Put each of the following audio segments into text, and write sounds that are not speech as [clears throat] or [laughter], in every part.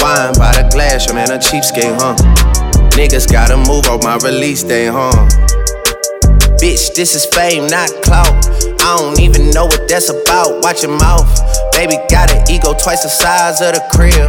Wine by the glass, your man a cheapskate, huh? Niggas gotta move on my release day, huh? Bitch, this is fame, not clout. I don't even know what that's about. Watch your mouth. Baby got an ego twice the size of the crib.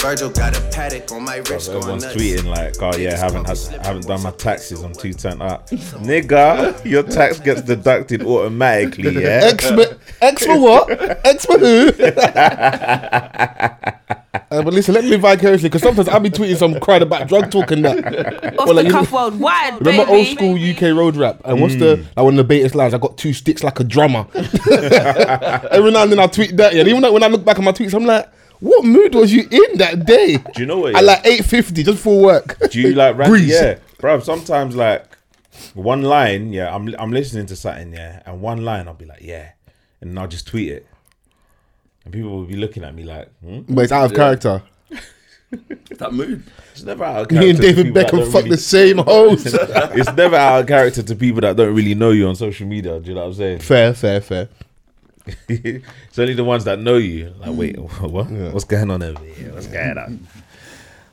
Virgil got a paddock on my wrist. going Everyone's nuts. tweeting like, "Oh yeah, haven't had, haven't done my taxes. I'm too turned up, nigga. Your tax gets deducted [laughs] automatically. Yeah, X, ma- X for what? X [laughs] for who? uh, but listen, let me live vicariously because sometimes I'll be tweeting some cried about drug talk and that. Off Or like, the you cuff world wide, Remember baby. old school UK road rap? And what's Hmm. the like one of the biggest lines? I got two sticks like a drummer. [laughs] Every now and then I tweet that, yeah. And even like when I look back at my tweets, I'm like, what mood was you in that day? Do you know what, At yeah? like eight fifty, just for work. Do you like rant? Breeze. Yeah, bro. Sometimes like one line, yeah. I'm I'm listening to something, yeah, and one line, I'll be like, yeah, and I'll just tweet it, and people will be looking at me like, hmm? But it's out of character. It's that mood. it's never out of character. Me and to [laughs] David people that Beckham don't fuck really- the same [laughs] hoes. it's never out of character to people that don't really know you on social media. Do you know what I'm saying? fair, fair, fair. [laughs] it's only the ones that know you. Like, wait, [laughs] Mm. what? What's going on over here? What's going on?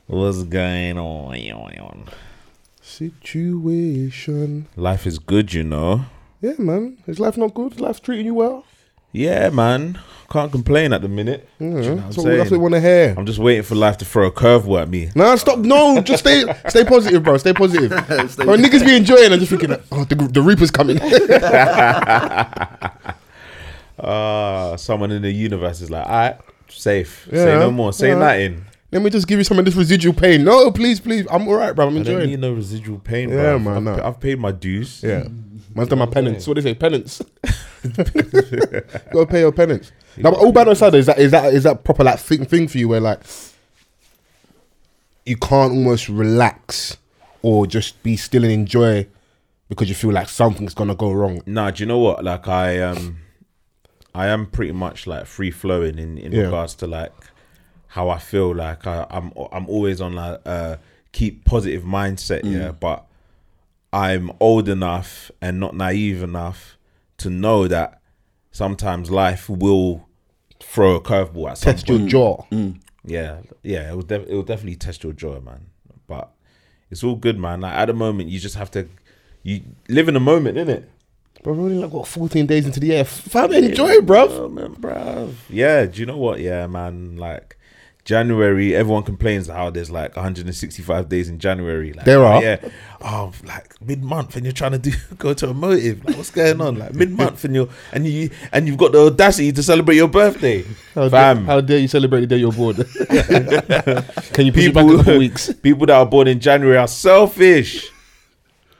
What's going on? Situation. Life is good, you know. Yeah, man. Is life not good? Life treating you well? Yeah, man. Can't complain at the minute. Do you know what I'm That's what, that's what we saying? want to hear. I'm just waiting for life to throw a curveball at me. Nah, stop. No, just [laughs] stay, stay positive, bro. Stay positive. Stay- bro, niggas be enjoying and just thinking, like, oh, the, the Reaper's coming. [laughs] Ah, someone in the universe is like, all right, safe. Say Yeah, no more. Say yeah. nothing. Let me just give you some of this residual pain. No, please, please. I'm all right, bro. I'm I don't enjoying. need no residual pain, Yeah, bro. man, I've, nah. I've paid my dues. yeah, man's done my penance. What they [laughs] say, penance. Gotta pay your penance. Now, but all bad aside, is that is that is that proper like thing thing for you where like you can't almost relax or just be still and enjoy because you feel like something's gonna go wrong. Nah, do you know what? Like I um I am pretty much like free flowing in in Yeah. regards to like how I feel. Like I, I'm I'm always on like uh keep positive mindset, Mm. yeah, but I'm old enough and not naive enough to know that sometimes life will throw a curveball at some Test point. your jaw. Mm. Yeah, yeah, it will, def- it will definitely test your joy, man. But it's all good, man. Like at the moment, you just have to you live in the moment, innit? Bro, we only like what 14 days into the year. Fam, enjoy, it, bro. Oh, man, bruv. Yeah, do you know what? Yeah, man. Like January, everyone complains how there's like 165 days in January. Like, There are. Yeah. Oh, like mid month, and you're trying to do [laughs] go to a motive. Like, what's going on? Like mid month, and you're and you and you've got the audacity to celebrate your birthday, How dare, fam. how dare you celebrate the day [laughs] you're bored? [laughs] Can you push it back a people [laughs] couple weeks? people that are born in January are selfish,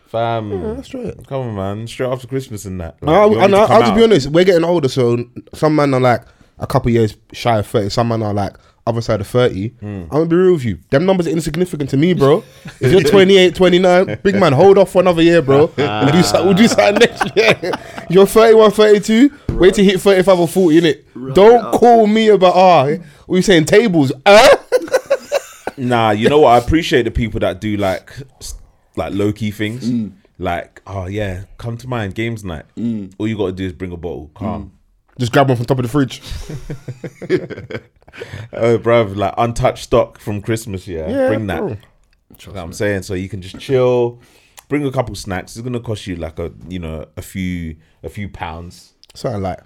fam. That's right. Come on, man. Straight after Christmas and that. Like, No, you I, I, want me know, to I'll come just out? be honest. We're getting older, so some men are like a couple years shy of thirty. Some men are like other side of thirty. Hmm. I'm gonna be real with you. Them numbers are insignificant to me, [laughs] bro. If you're 28, 29, big man, hold off for another [laughs] year, bro. We'll do, so- we'll do something next year. [laughs] You're 31, 32. Wait to hit 35 or 40, innit? Don't call me about ah. What you saying? Tables? ah? Huh? Nah, you know what? I appreciate the people that do like s- like low key things. Mm. Like, oh yeah, come to mine games night. Mm. All you got to do is bring a bottle. Calm. Just grab one from top of the fridge. Oh, bruv, like untouched stock from Christmas. Yeah, Mm. Yeah, bring that. bro. You know what I'm saying so you can just chill. Bring a couple snacks. It's gonna cost you like a you know a few a few pounds. Something like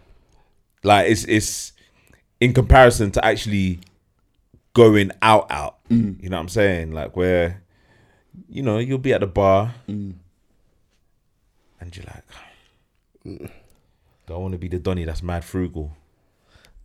Like it's it's in comparison Mm. to actually going out out. You know what I'm saying? Like where you know, you'll be at the bar Mm. and you're like, [sighs] do I want to be the Donny that's mad frugal?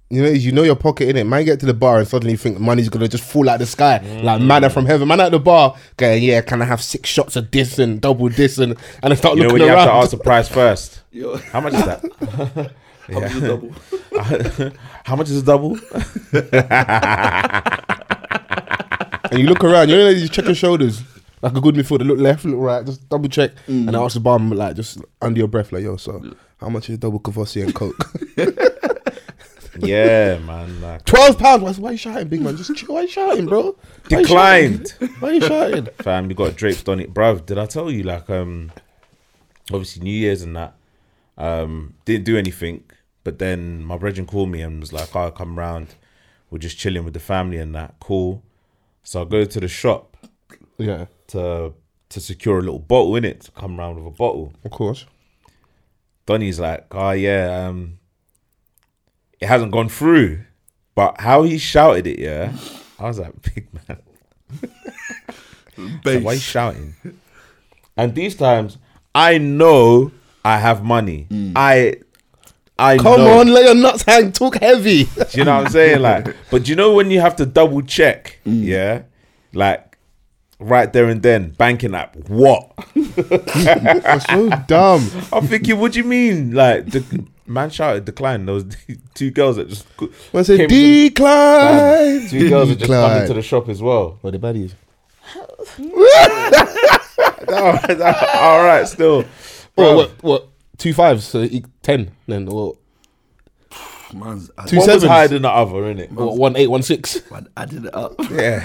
You know, you know your pocket in it. Man, get to the bar and suddenly you think money's gonna just fall out the sky like manna from heaven. Man at the bar, going, yeah, can I have six shots of this and double this and and I start You know, when looking you have around. to ask the price first. [laughs] Yo, How much is that? [laughs] how was the double? How much is a [laughs] double? and you look around, you know, you check your shoulders. Like a good midfielder, look left, look right, just double check. And I ask the barman, like, just under your breath, like, yo, so how much is double Cavassi and Coke? [laughs] yeah, man. Like, Twelve pounds. Why, why you shouting, big man? Just chill. Why you shouting, bro? Why you Declined. shouting? Why you shouting? fam, you got drapes on it, bruv. Did I tell you like um, obviously New Year's and that, um, didn't do anything. But then my brethren called me and was like, "I'll come round. We're just chilling with the family and that. Cool." So I go to the shop Yeah, to to secure a little bottle in it to come round with a bottle. of course. Donny's like, oh yeah, um, it hasn't gone through. But how he shouted it, yeah, I was like, [laughs] big man, Base. why you shouting? And these times, I know I have money. I, I Mm. Come know. on, let your nuts hang. Talk heavy. Do you know what I'm saying? [laughs] Like, but do you know when you have to double check? Mm. Yeah, like right there and then, banking app. What? You're so dumb. I'm thinking, what do you mean? Like the man shouted decline. There was [laughs] two girls that just cou- When I say came to the- decline, Two girls are just coming decline. to the shop as well. [laughs] What the baddies? All right, still. Oh, Bro, what, what? Two fives, so e- ten. Then or, Man's, I, Two one was sevens. higher than the other, innit? or one eight, one six. man, I did uh, it up. Yeah.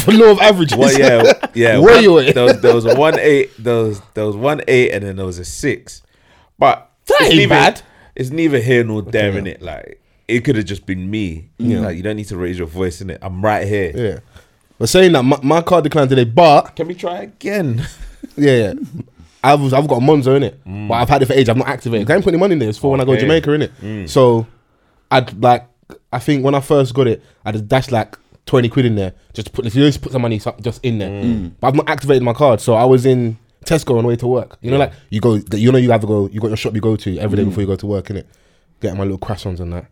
For [laughs] law of averages. Well, [laughs] yeah, yeah. Where one- you at? There was, [laughs] there was a one eight. There was there was one eight, and then there was a six. But That it's ain't neither- bad. It's neither here nor there, in it. Like it could have just been me. Like you don't need to raise your voice, in it. I'm right here. Yeah. But saying that, my, my card declined today, but Can we try again? [laughs] yeah, yeah. I've I've got a Monzo in it, but I've had it for ages. I've not activated. 'Cause I ain't putting money in there. It's for when I go to Okay. Jamaica in it. So, I'd like. I think when I first got it, I just dashed like twenty quid in there. Just to put if you just put some money so- just in there. But I've not activated my card, so I was in Tesco on the way to work. You know, like you go, you know, you have to go. You got your shop you go to every day before you go to work in it. Getting my little croissants and that,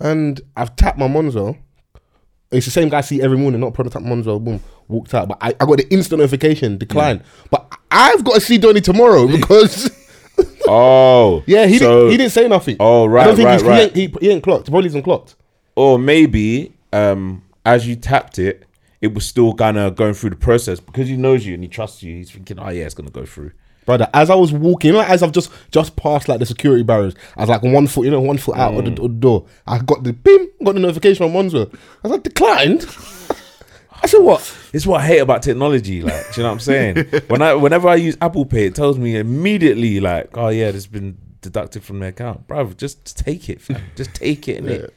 and I've tapped my Monzo. It's the same guy I see every morning, not prototype Monzo, boom, walked out. But I, I got the instant notification, decline. But I've got to see Donny tomorrow because, [laughs] oh, yeah, he, so- didn't, he didn't say nothing. Oh, I right, don't think right, he's, right. He, ain't, he, he ain't clocked. He Probably isn't clocked. or maybe um, as you tapped it, it was still kind of going through the process because he knows you and he trusts you. He's thinking, oh yeah, it's gonna go through. Brother, as I was walking, like, as I've just just passed like the security barriers, I was like one foot, you know, one foot out of Mm. the, of the door. I got the bim, got the notification on Monzo. I was like, declined. [laughs] I said, what? This is what I hate about technology. Like, do you know what I'm [laughs] saying? when I, whenever I use Apple Pay, it tells me immediately, like, oh yeah, this has been deducted from the account, bruv. Just, just take it, [laughs] fam. just take it, innit?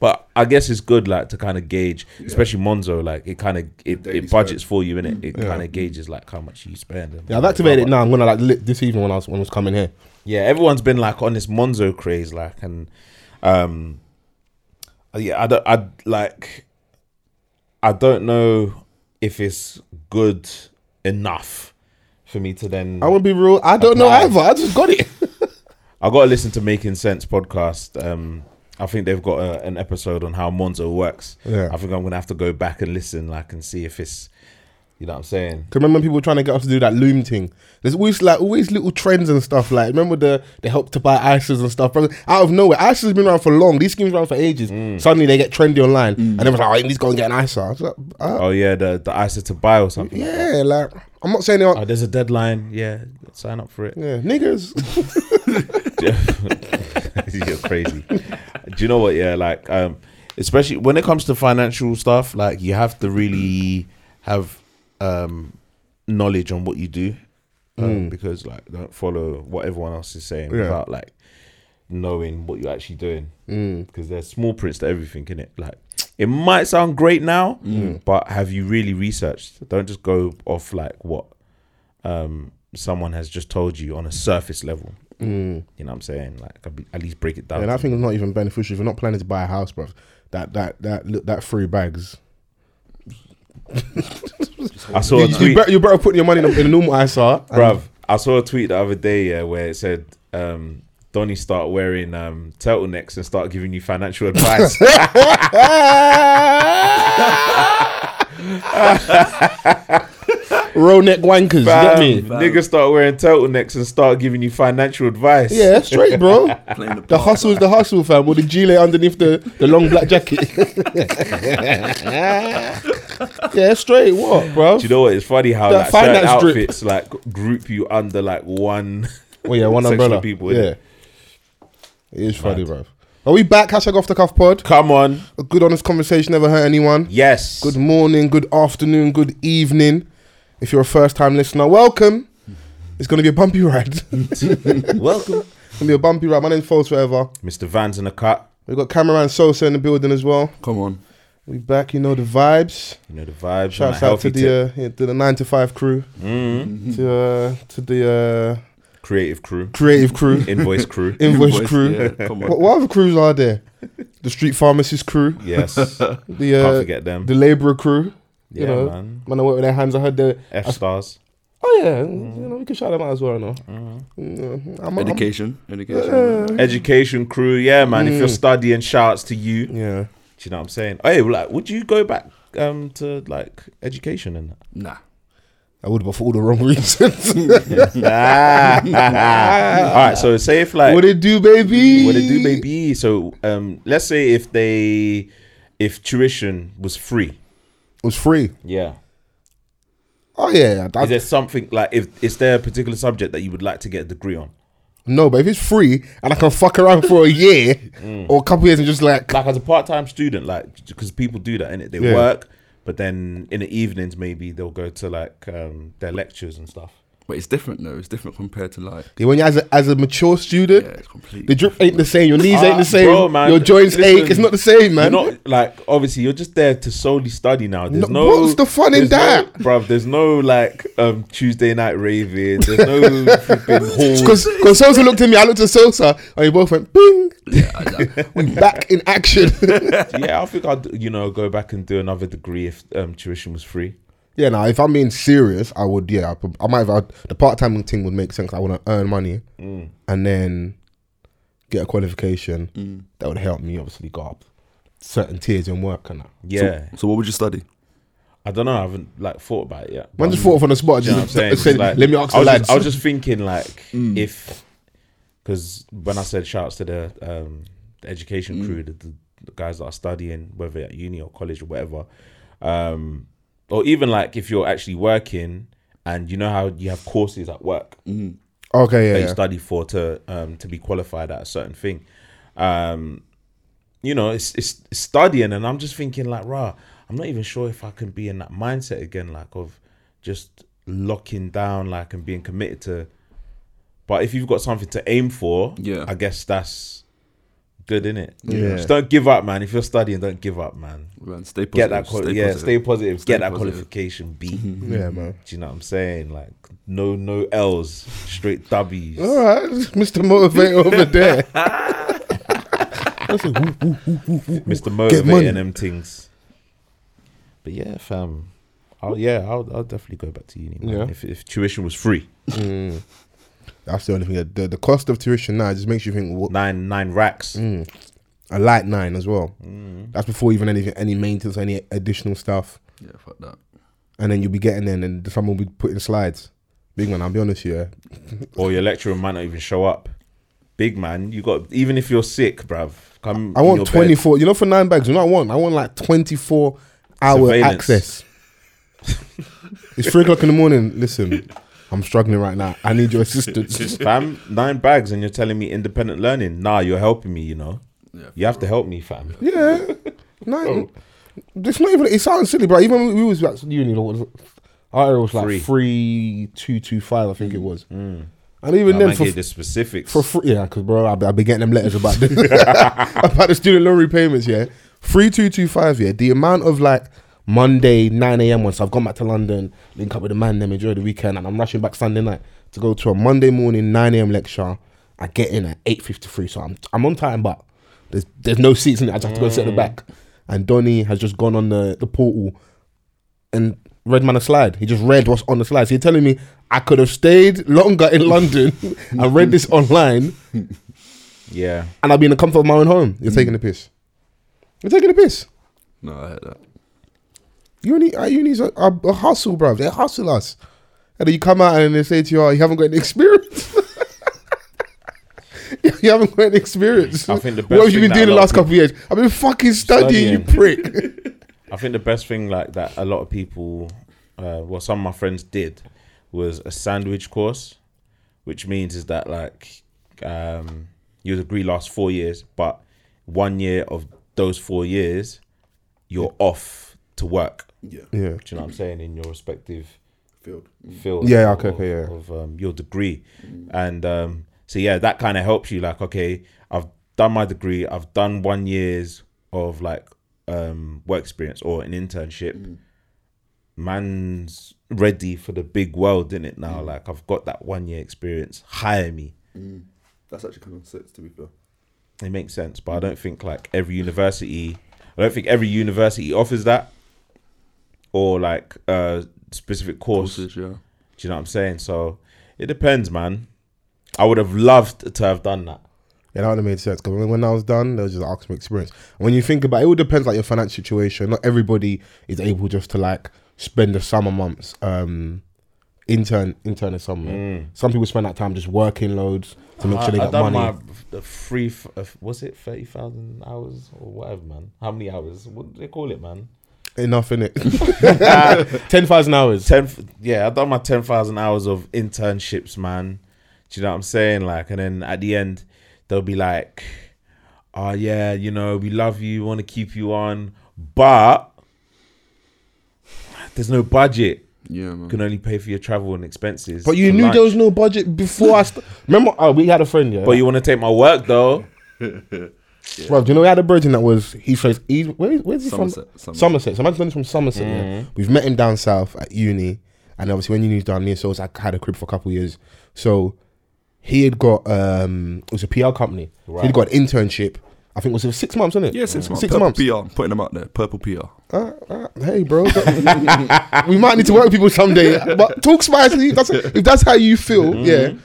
But I guess it's good, like, to kind of gauge, especially Monzo. Like, it kind of it, Daily it budgets for you, innit? It kind of gauges like how much you spend. and Yeah, I've blah, activated it blah, now. I'm gonna like lit this evening when I was when I was coming here. yeah, everyone's been like on this Monzo craze, like, and um, uh, yeah, I don't, I like, I don't know if it's good enough for me to then. I won't be real. I don't know Apply. either. I just got it. I got to listen to Making Sense podcast. Um, I think they've got a, an episode on how Monzo works. Yeah. I think I'm gonna have to go back and listen, like, and see if it's, you know, what I'm saying. Cause remember when people were trying to get us to do that loom thing. There's always like always little trends and stuff. Like remember the they help to buy ices and stuff. But out of nowhere, ices has been around for long. These schemes been around for ages. Mm. Suddenly they get trendy online, and everyone's like, "Oh, you need to go and get an ISA." I was like, uh, Oh yeah, the the ISA to buy or something. like that. "Yeah, like I'm not saying they aren't." Oh, there's a deadline. Yeah, sign up for it. yeah, niggas. [laughs] You're crazy. Do you know what? Yeah, like um, especially when it comes to financial stuff, like you have to really have um knowledge on what you do, um, because like don't follow what everyone else is saying Hmm. Yeah. without like knowing what you're actually doing. Hmm. Because there's small prints to everything in it. Like it might sound great now, Hmm. but have you really researched? Don't just go off like what um someone has just told you on a surface level. Hmm. You know what I'm saying? Like I'd be- at least break it down. [laughs] and I to think it's not even beneficial if you're not planning to buy a house, bruv. That that that look that three bags. I saw a You, you tweet, better, you better put your money in a, in a normal ISA. [laughs] and- bruv. I saw a tweet the other day yeah, where it said, um, "Donny start wearing um, turtlenecks and start giving you [laughs] financial advice." [laughs] Roll neck wankers, you get Fam, me? Um, Niggas start wearing turtlenecks and start giving you financial advice. Yeah, straight, [laughs] bro. Playing the, The part. hustle is the hustle, fam, with the gilet underneath the, the long black jacket. [laughs] yeah, straight, what, bro? Do you know what? It's funny how That like, certain finance drip. outfits like group you under like [laughs] one. Oh yeah, one section of umbrella. People, yeah, innit? it is funny, bro. Are we back? Hashtag off the cuff pod. Come on. A good, honest conversation never hurt anyone. Yes. Good morning, good afternoon, good evening. If you're a first-time listener, welcome. It's gonna be a bumpy ride. [laughs] it's [laughs] Welcome, gonna be a bumpy ride. My name's False Forever. Mr. Vans in the cut. We've got Cameron Sosa in the building as well. Come on. We back, you know the vibes. You know the vibes. Shouts out to the uh, yeah, to the nine to five crew, mm, to uh, to the uh, creative [laughs] crew, [laughs] creative crew, invoice crew. invoice, crew. Yeah, come What, on. what other crews are there? The street pharmacist crew, yes, [laughs] can't the uh, forget them. the labourer crew. yeah, you know, man. Man, I work with their hands. I heard the F stars. oh yeah, Mm-hmm. you know we can shout them out as well. No, Mm, I'm, I'm, Education. Education. Uh, Education crew. Yeah, man. Mm. If you're studying, shouts to you. Do yeah, you know what I'm saying? Hey, well, like, would you go back um to like education and [laughs] that? Nah. I would, but for all the wrong reasons. [laughs] All right. So say if like what it do, baby? what they do baby so um let's say if they if tuition was free It was free. yeah Oh yeah, I, is there something like if is there a particular subject that you would like to get a degree on no, but if it's free and I can fuck around for a year or a couple years and just like Mm. like as a part-time student like because people do that in it they Yeah. work but then in the evenings maybe they'll go to like um their lectures and stuff But it's different though. It's different compared to like. Yeah, when you as a, as a mature Yeah, student, it's completely. the drip ain't the same. Your knees ain't Ah, the same. bro, man, your joints listen, ache. It's not the same, man. You're not like obviously you're just there to solely study now. There's No, no, what's the fun in there's no- that? bruv? There's no like um Tuesday night raving. There's no [laughs] flipping halls. Because Sosa looked at me, I looked at Sosa, and we both went bing. Yeah, I- I- [laughs] We back in action. [laughs] yeah, I think I'd you know go back and do another degree if um, tuition was free. yeah, now if I'm being serious, I would. Yeah, I, prob- I might have I'd- the part time thing would make sense. I want to earn money Mm. and then get a qualification Mm. that would help me obviously go up certain tiers in work and that. Yeah, so what would you study? I don't know. I haven't like thought about it yet. Man, just thought from the spot. Do you know what I'm Just saying? said, Like, Mm. let me ask I the was lads. Just, I was just thinking like if because when I said shouts to the um, the education crew, the, the, the guys that are studying, whether at uni or college or whatever, um, or even like if you're actually working and you know how you have courses at work okay, yeah, that you yeah. study for to um, to be qualified at a certain thing. Um, you know, it's, it's it's studying, and I'm just thinking like, rah, I'm not even sure if I can be in that mindset again, like of just locking down, like and being committed to. But if you've got something to aim for, Yeah. I guess that's good, in it. Yeah. just don't give up, man. If you're studying, don't give up, man. Man, stay positive. Get that, quali- stay yeah, positive. stay positive. Stay get that positive. Mm-hmm. qualification, B. yeah, man. Do you know what I'm saying? Like no, no L's, straight W's. All right, [laughs] Mr. Motivator over there. That's a woo, woo. Mr. money. Motivating them things. But yeah, fam. I'll, yeah, I'll, I'll definitely go back to uni. Man. Yeah. If, if tuition was free, That's the only thing. The, the cost of tuition now just makes you think. What, nine nine racks. Mm. a light nine as well. Mm. That's before even anything, any maintenance, any additional stuff, Yeah, fuck that. and then you'll be getting in, and someone will be putting slides. Big man, I'll be honest, yeah. Or your lecturer might not even show up. Big man, you got even if you're sick, bruv. Come. I in want your bed. twenty four. You know, for nine bags, you know, what I want. I want like twenty four hour Surveillance. access. it's three o'clock in the morning. Listen, I'm struggling right now. [laughs] I need your assistance. Fam, nine bags, and you're telling me independent learning. Nah, you're helping me. You know, Yeah. you have to help me, fam. Yeah. No, it's not even. It sounds silly, but even when we was at uni, like, what was it? our era was like Three. three two two five, I think it was. And even I then, might for get the specifics. for free, yeah, because bro, I've been getting them letters about this, about the [laughs] student loan repayments. Yeah, three two two five. Yeah, the amount of like Monday nine a.m. once I've gone back to London, link up with the man, them enjoy the weekend, and I'm rushing back Sunday night to go to a Monday morning nine a.m. lecture. I get in at eight fifty three, so I'm I'm on time, but there's there's no seats in it. I just have to go sit at the back. And Donny has just gone on the the portal and read man a slide. He just read what's on the slide. So you're telling me I could have stayed longer in London [laughs] and read this online Yeah. and I'd be in the comfort of my own home. You're taking the piss. You're taking the piss. No, I heard that. Uni, our unis are, are, are hustle, bruv. They hustle us. And then you come out and they say to you, oh, you haven't got any experience. [laughs] you haven't got any experience. I think the best what have thing you been that doing a the lot last of couple of years? I've been fucking studying, you prick. I think the best thing like that a lot of people, uh, well, some of my friends did, was a sandwich course, which means is that like um, you agree last four years, but one year of those four years, you're off to work. Yeah. [laughs] [laughs] yeah. Do you know what I'm saying? In your respective Field. Mm. field. Yeah, of- okay, okay, yeah. Of um, your degree, and um, so yeah, that kind of helps you. Like, okay, I've done my degree. I've done one years of like um, work experience or an internship. Mm. Man's ready for the big world, in it Mm. now. Like, I've got that one year experience. Hire me. That's actually kind of sense to be fair. It makes sense, but I don't think like every university, I don't think every university offers that, or like a specific course. Courses, yeah. Do you know what I'm saying? So it depends, man. I would have loved to have done that. Yeah, that would have made sense. Because when, when I was done, they was just asking me experience. When you think about it, it all depends like your financial situation. Not everybody is able just to like spend the summer months um intern interning somewhere. Some people spend that time just working loads to make sure they Mm. I, I got done money. my f- the free. f- uh, f- Was it thirty thousand hours or whatever, man? How many hours? What do they call it, man? Enough [laughs] in it. [laughs] Ten thousand hours. Ten. f- Yeah, I done my ten thousand hours of internships, man. Do you know what I'm saying? Like, and then at the end, they'll be like, "Oh yeah, you know, we love you, want to keep you on, but there's no budget. Yeah, You man. can only pay for your travel and expenses." Mm. But you for knew lunch." there was no budget before I. St- Remember, oh, we had a friend, yeah. But you want to take my work though. Bro, do you know we had a virgin that was he says he's where is, where's he Somerset, from? Somerset. Mm-hmm. Somerset. So man's from Somerset. yeah. We've met him down south at uni, and obviously when uni's down, me and Souls I had a crib for a couple of years. So he had got um it was a PR company. So Right. he'd got an internship. I think it was it six months, wasn't it? Yeah, six months. Six Purple months. PR. I'm putting them out there. Purple PR. Uh, uh, hey, bro. [laughs] we might need to work with people someday. But talk spicy. That's, if that's how you feel, Mm-hmm. yeah.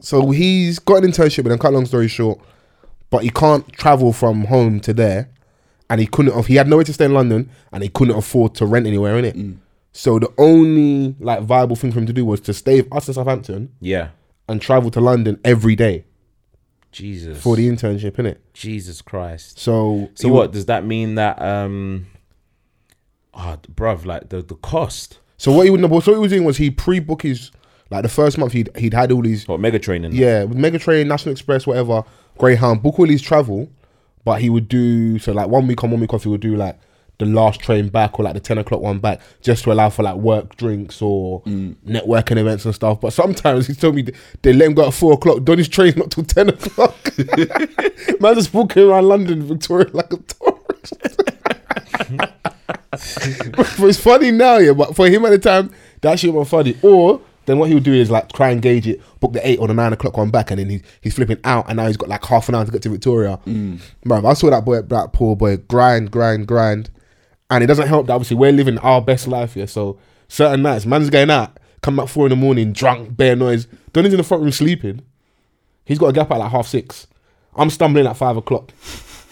So he's got an internship, and then cut long story short, but he can't travel from home to there, and he couldn't. aff- He had nowhere to stay in London, and he couldn't afford to rent anywhere in it. Mm. So the only like viable thing for him to do was to stay with us in Southampton Yeah. and travel to London every day Jesus. for the internship, innit? Jesus Christ. So So he- what does that mean that um ah bruv, like the the cost. So what he would so what he was doing was he pre-book his like the first month he'd he'd had all these What mega training? Yeah, with Megatrain, National Express, whatever, Greyhound, book all his travel, but he would do so like one week on, one week off, he would do like the last train back or like the ten o'clock one back, just to allow for like work drinks or networking events and stuff. But sometimes he told me th- they let him go at four o'clock. Donny's train's not till ten o'clock. [laughs] Man just walking around London, Victoria like a tourist. but [laughs] it's funny now, yeah. But for him at the time, that shit was funny. Or then what he would do is like try and gauge it, book the eight or the nine o'clock one back, and then he, he's flipping out, and now he's got like half an hour to get to Victoria. Man, I saw that boy, that poor boy, grind, grind, grind, and it doesn't help that obviously we're living our best life here. So certain nights, man's going out, come at four in the morning, drunk, bare noise. Donny's in the front room sleeping. He's got a gap at like half six. I'm stumbling at five o'clock.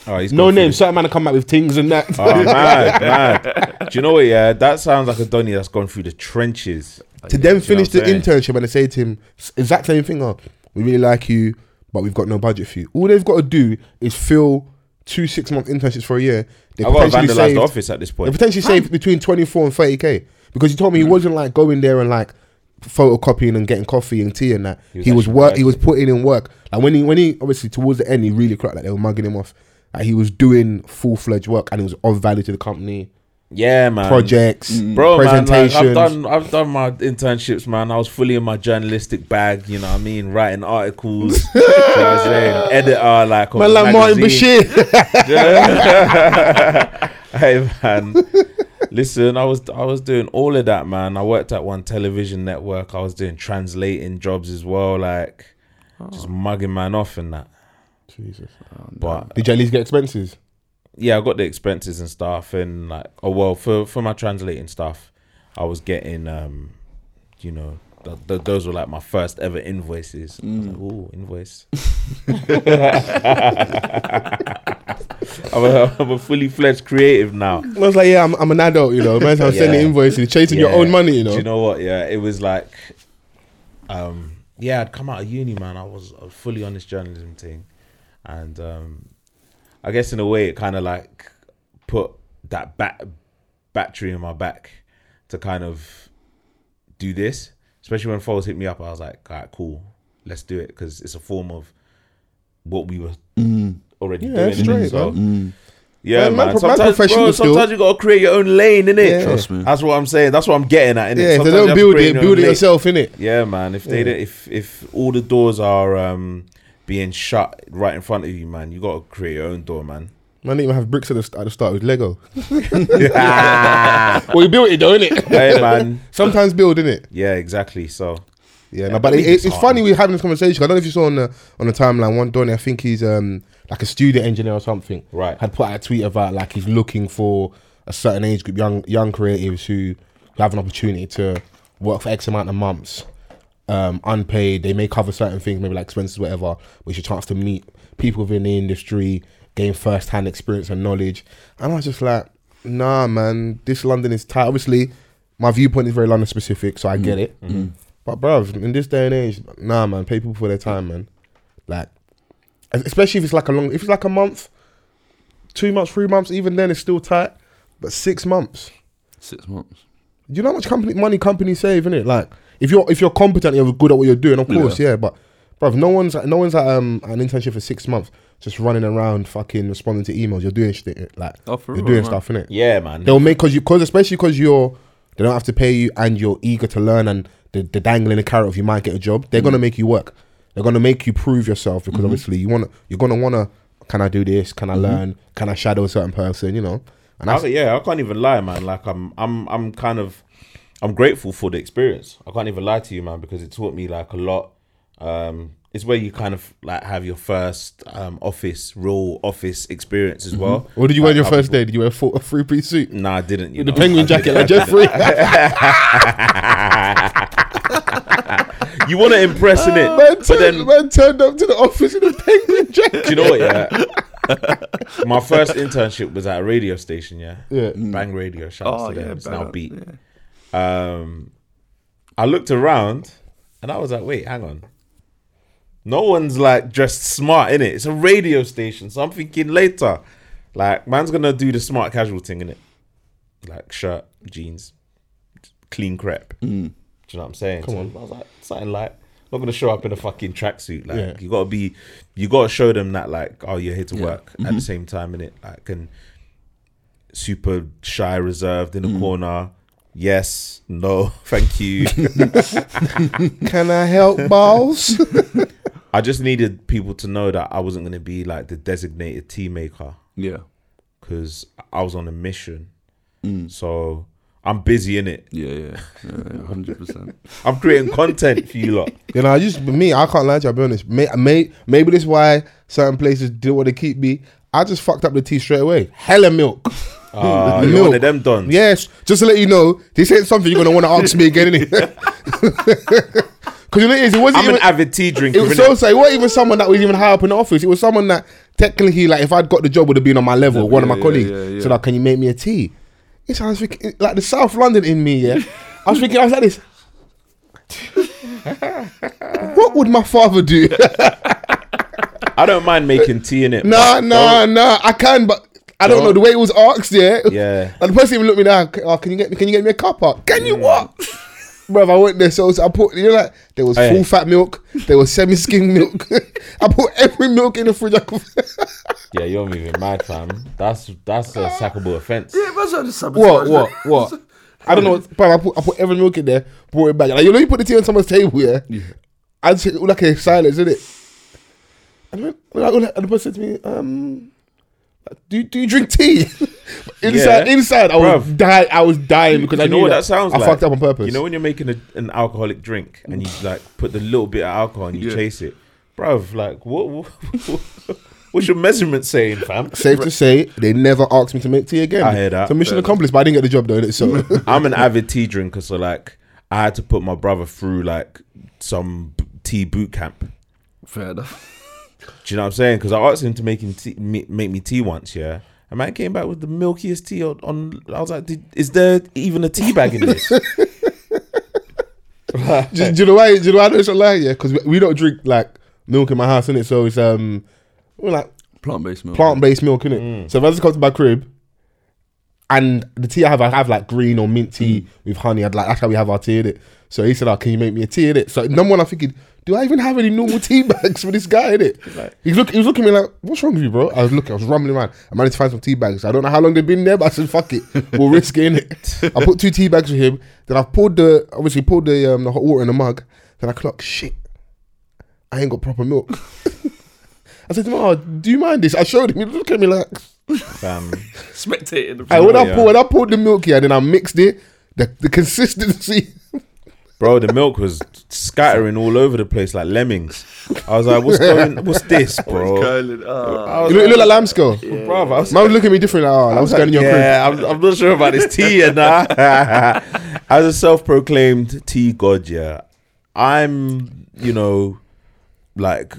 Oh, he's No gone for name. the- Certain man to come out with things and that. Oh, [laughs] mad, mad. Do you know what? Yeah, that sounds like a Donny that's gone through the trenches. to then finish what the I'm saying? internship and they say to him s- exact same thing. Oh, we really like you, but we've got no budget for you. All they've got to do is fill two six month internships for a year. They I've got to potentially vandalize saved- the office at this They point. potentially saved between twenty four and thirty k because he told Hmm. me he wasn't like going there and like photocopying and getting coffee and tea and that. He He was, was was actually work. He was putting in work. Like when he when he obviously towards the end he really cracked. Like they were mugging him off. Like he was doing full fledged work and it was of value to the company. Yeah, man. Projects, Bro, man, like, presentations. I've done I've done my internships, man. I was fully in my journalistic bag, you know what I mean? Writing articles, [laughs] you know what I'm saying? Editor, like, of Man, like Martin magazines. Bashir. [laughs] Yeah. hey man, listen, I was I was doing all of that, man. I worked at one television network. I was doing translating jobs as well, like just mugging man off and that. Jesus. But Did you at least get expenses? yeah, I got the expenses and stuff, and like oh well for for my translating stuff, I was getting, um, you know, th- th- those were like my first ever invoices. I was like, ooh, invoice. [laughs] I'm, a, I'm a fully fledged creative now. I was like, yeah, I'm, I'm an adult, you know. Man, I'm sending Yeah. invoices, you're chasing your Yeah. own money, you know. Do you know what? Yeah, it was like, um, yeah, I'd come out of uni, man. I was uh, fully on this journalism thing, and um, I guess in a way, it kind of like put that bat- battery in my back to kind of do this. Especially when Foles hit me up, I was like, "All right, cool, let's do it," because it's a form of what we were already Mm. Yeah, doing. that's straight, innit? so, Yeah, yeah, man, man. pro- man sometimes, professional bro, still. sometimes you gotta create your own lane, innit? Yeah. Trust me. That's what I'm saying. That's what I'm getting at, innit? yeah, if they Sometimes you don't have to build create it, your build own it lane. yourself, innit? Yeah, man. If they Yeah. don't, if if all the doors are um being shut right in front of you, man, you gotta create your own door, [laughs] man. [laughs] Man, didn't even have bricks at the, st- at the start with Lego. well, you built it, though, innit? hey, man. [laughs] Sometimes build, innit? Yeah, exactly. So Yeah, Yeah, no, but I it, think it, it's it's hard. funny we're having this conversation. I don't know if you saw on the on the timeline one Donny. I think he's um like a studio engineer or something. Right. Had put out a tweet about like he's looking for a certain age group, young young creatives who, who have an opportunity to work for X amount of months, um, unpaid. They may cover certain things, maybe like expenses, whatever. But it's your chance to meet people within the industry, gain first hand experience and knowledge. And I was just like, nah, man, this London is tight. Obviously, my viewpoint is very London specific, so I Mm-hmm. get it. But bruv, in this day and age, nah, man, pay people for their time, man. Like, especially if it's like a long, if it's like a month, two months, three months, even then it's still tight. But six months, Six months. you know how much company money companies save, innit? Like, if you're if you're competent, you're good at what you're doing, of course, yeah. but bruv, no one's no one's at um, an internship for six months, just running around, fucking responding to emails. You're doing shit, like Oh, for you're real, doing man. stuff, innit? yeah, man. They'll make because you because especially because you're they don't have to pay you and you're eager to learn and the, the dangling the carrot of you might get a job. They're Mm. gonna make you work. They're gonna make you prove yourself because Mm-hmm. obviously you want to you're gonna wanna can I do this? Can I learn? Can I shadow a certain person? You know. And I that's, was like, yeah, I can't even lie, man. Like I'm, I'm, I'm kind of, I'm grateful for the experience. I can't even lie to you, man, because it taught me like a lot. Um, it's where you kind of like have your first um, office, real office experience as well. what did you wear Like, on your how first people- day? Did you wear a, full, a three piece suit? Nah, I didn't. You With the know. I penguin didn't. jacket like [laughs] Jeffrey. You want to impress in it, [laughs] man, but then turned, man turned up to the office in a penguin [laughs] jacket. do you know what? Yeah, [laughs] my first internship was at a radio station. Yeah, Mm. Yeah. Bang Radio. Shout out Oh, to yeah. them. It's now bad. Beat. Yeah. um, I looked around and I was like, wait, hang on. No one's like dressed smart in it. It's a radio station, so I'm thinking later, like man's gonna do the smart casual thing in it, like shirt, jeans, clean crap. Do you know what I'm saying? Come on, I was like something like. Not gonna show up in a fucking tracksuit. Like Yeah. you gotta be, you gotta show them that like, oh, you're here to work. At the same time, in it, like, and super shy, reserved in the corner. Yes, no, [laughs] thank you. Can I help, balls? I just needed people to know that I wasn't going to be like the designated tea maker Yeah. because I was on a mission. So I'm busy in it. Yeah. Yeah. Yeah. Hundred percent. I'm creating content for you [laughs] lot. You know, I just me, I can't lie to you. I'll be honest. May, may, maybe this is why certain places do want to keep me. I just fucked up the tea straight away. Hella milk. Ah, you're Milk. one of them dons. Yes, just to let you know, this ain't something you're gonna want to ask me again, innit? [laughs] Because you know, it is, it wasn't I'm an even. avid tea drinker. It was innit? so sad. It wasn't even someone that was even high up in the office. It was someone that technically, like, if I'd got the job, would have been on my level. one of yeah, my colleagues. yeah, yeah. So like, can you make me a tea? Yes, I was thinking, like the South London in me. Yeah, I was thinking, I was like this. [laughs] what would my father do? I don't mind making tea in it. Nah, nah, nah. I can, but I don't know the way it was asked. Yeah, Yeah. Mm. And the person even looked me down. Oh, can you get me? Can you get me a cup? Up? Can you what? [laughs] Bro, I went there, so I put. You know, like there was Hey. full fat milk, there was semi skim milk. [laughs] I put every milk in the fridge. I could. [laughs] Yeah, you're moving mad, fam. That's that's a sackable offense. Yeah, that's just what? What? What? I don't know, but I put I put every milk in there, brought it back. Like you know, you put the tea on someone's table, yeah. I just all like a silence, isn't it? And, then, like, all that- and the person said to me, um, do do you drink tea? [laughs] inside, Yeah. inside, I was Bruv. dying. I was dying because Do I you know knew what that, that sounds I like? fucked up on purpose. You know when you're making a, an alcoholic drink and you like put the little bit of alcohol and you Yeah. chase it, bruv. Like what? What, [laughs] What's your measurement saying, fam? Safe to say, they never asked me to make tea again. I hear that. So mission Fair accomplished, but I didn't get the job though. [laughs] So [laughs] I'm an avid tea drinker, so like I had to put my brother through like some b- tea boot camp. Fair enough. Do you know what I'm saying? Because I asked him to make him tea, me- make me tea once, yeah. And man came back with the milkiest tea on. on I was like, "Did- is there even a tea bag in this? do, do you know why? Do you know why I know it's a lie? Yeah, because we, we don't drink like milk in my house, innit? So it's um, we're like Plant based milk. plant based milk, innit? So if I just come to my crib, and the tea I have, I have like green or mint tea with honey. I'd like that's how we have our tea in it. So he said, "Oh, can you make me a tea in it?" So number one, I'm thinking, do I even have any normal tea [laughs] bags for this guy in it? He's look, he was looking at me like, "What's wrong with you, bro?" I was looking, I was rumbling around. I managed to find some tea bags. I don't know how long they've been there, but I said, "Fuck it, we'll risk it in it." I put two tea bags with him. Then I poured the obviously poured the um, the hot water in the mug. Then I clocked, shit, I ain't got proper milk. I said to him, "Oh, do you mind this?" I showed him. He looked at me like, Fam, Spectating. and when I Oh, Yeah. poured, when I poured the milk here, then I mixed it. The, the consistency. bro, the milk was scattering all over the place like lemmings. I was like, what's going? What's this, bro? Curling. Ah. You look, you look like lamb skull. Bro, I was Man was looking at me different. Like, oh, I was going in your crib. yeah, I'm, I'm not sure about this tea, and I, [laughs] as a self-proclaimed tea god, yeah, I'm, you know, like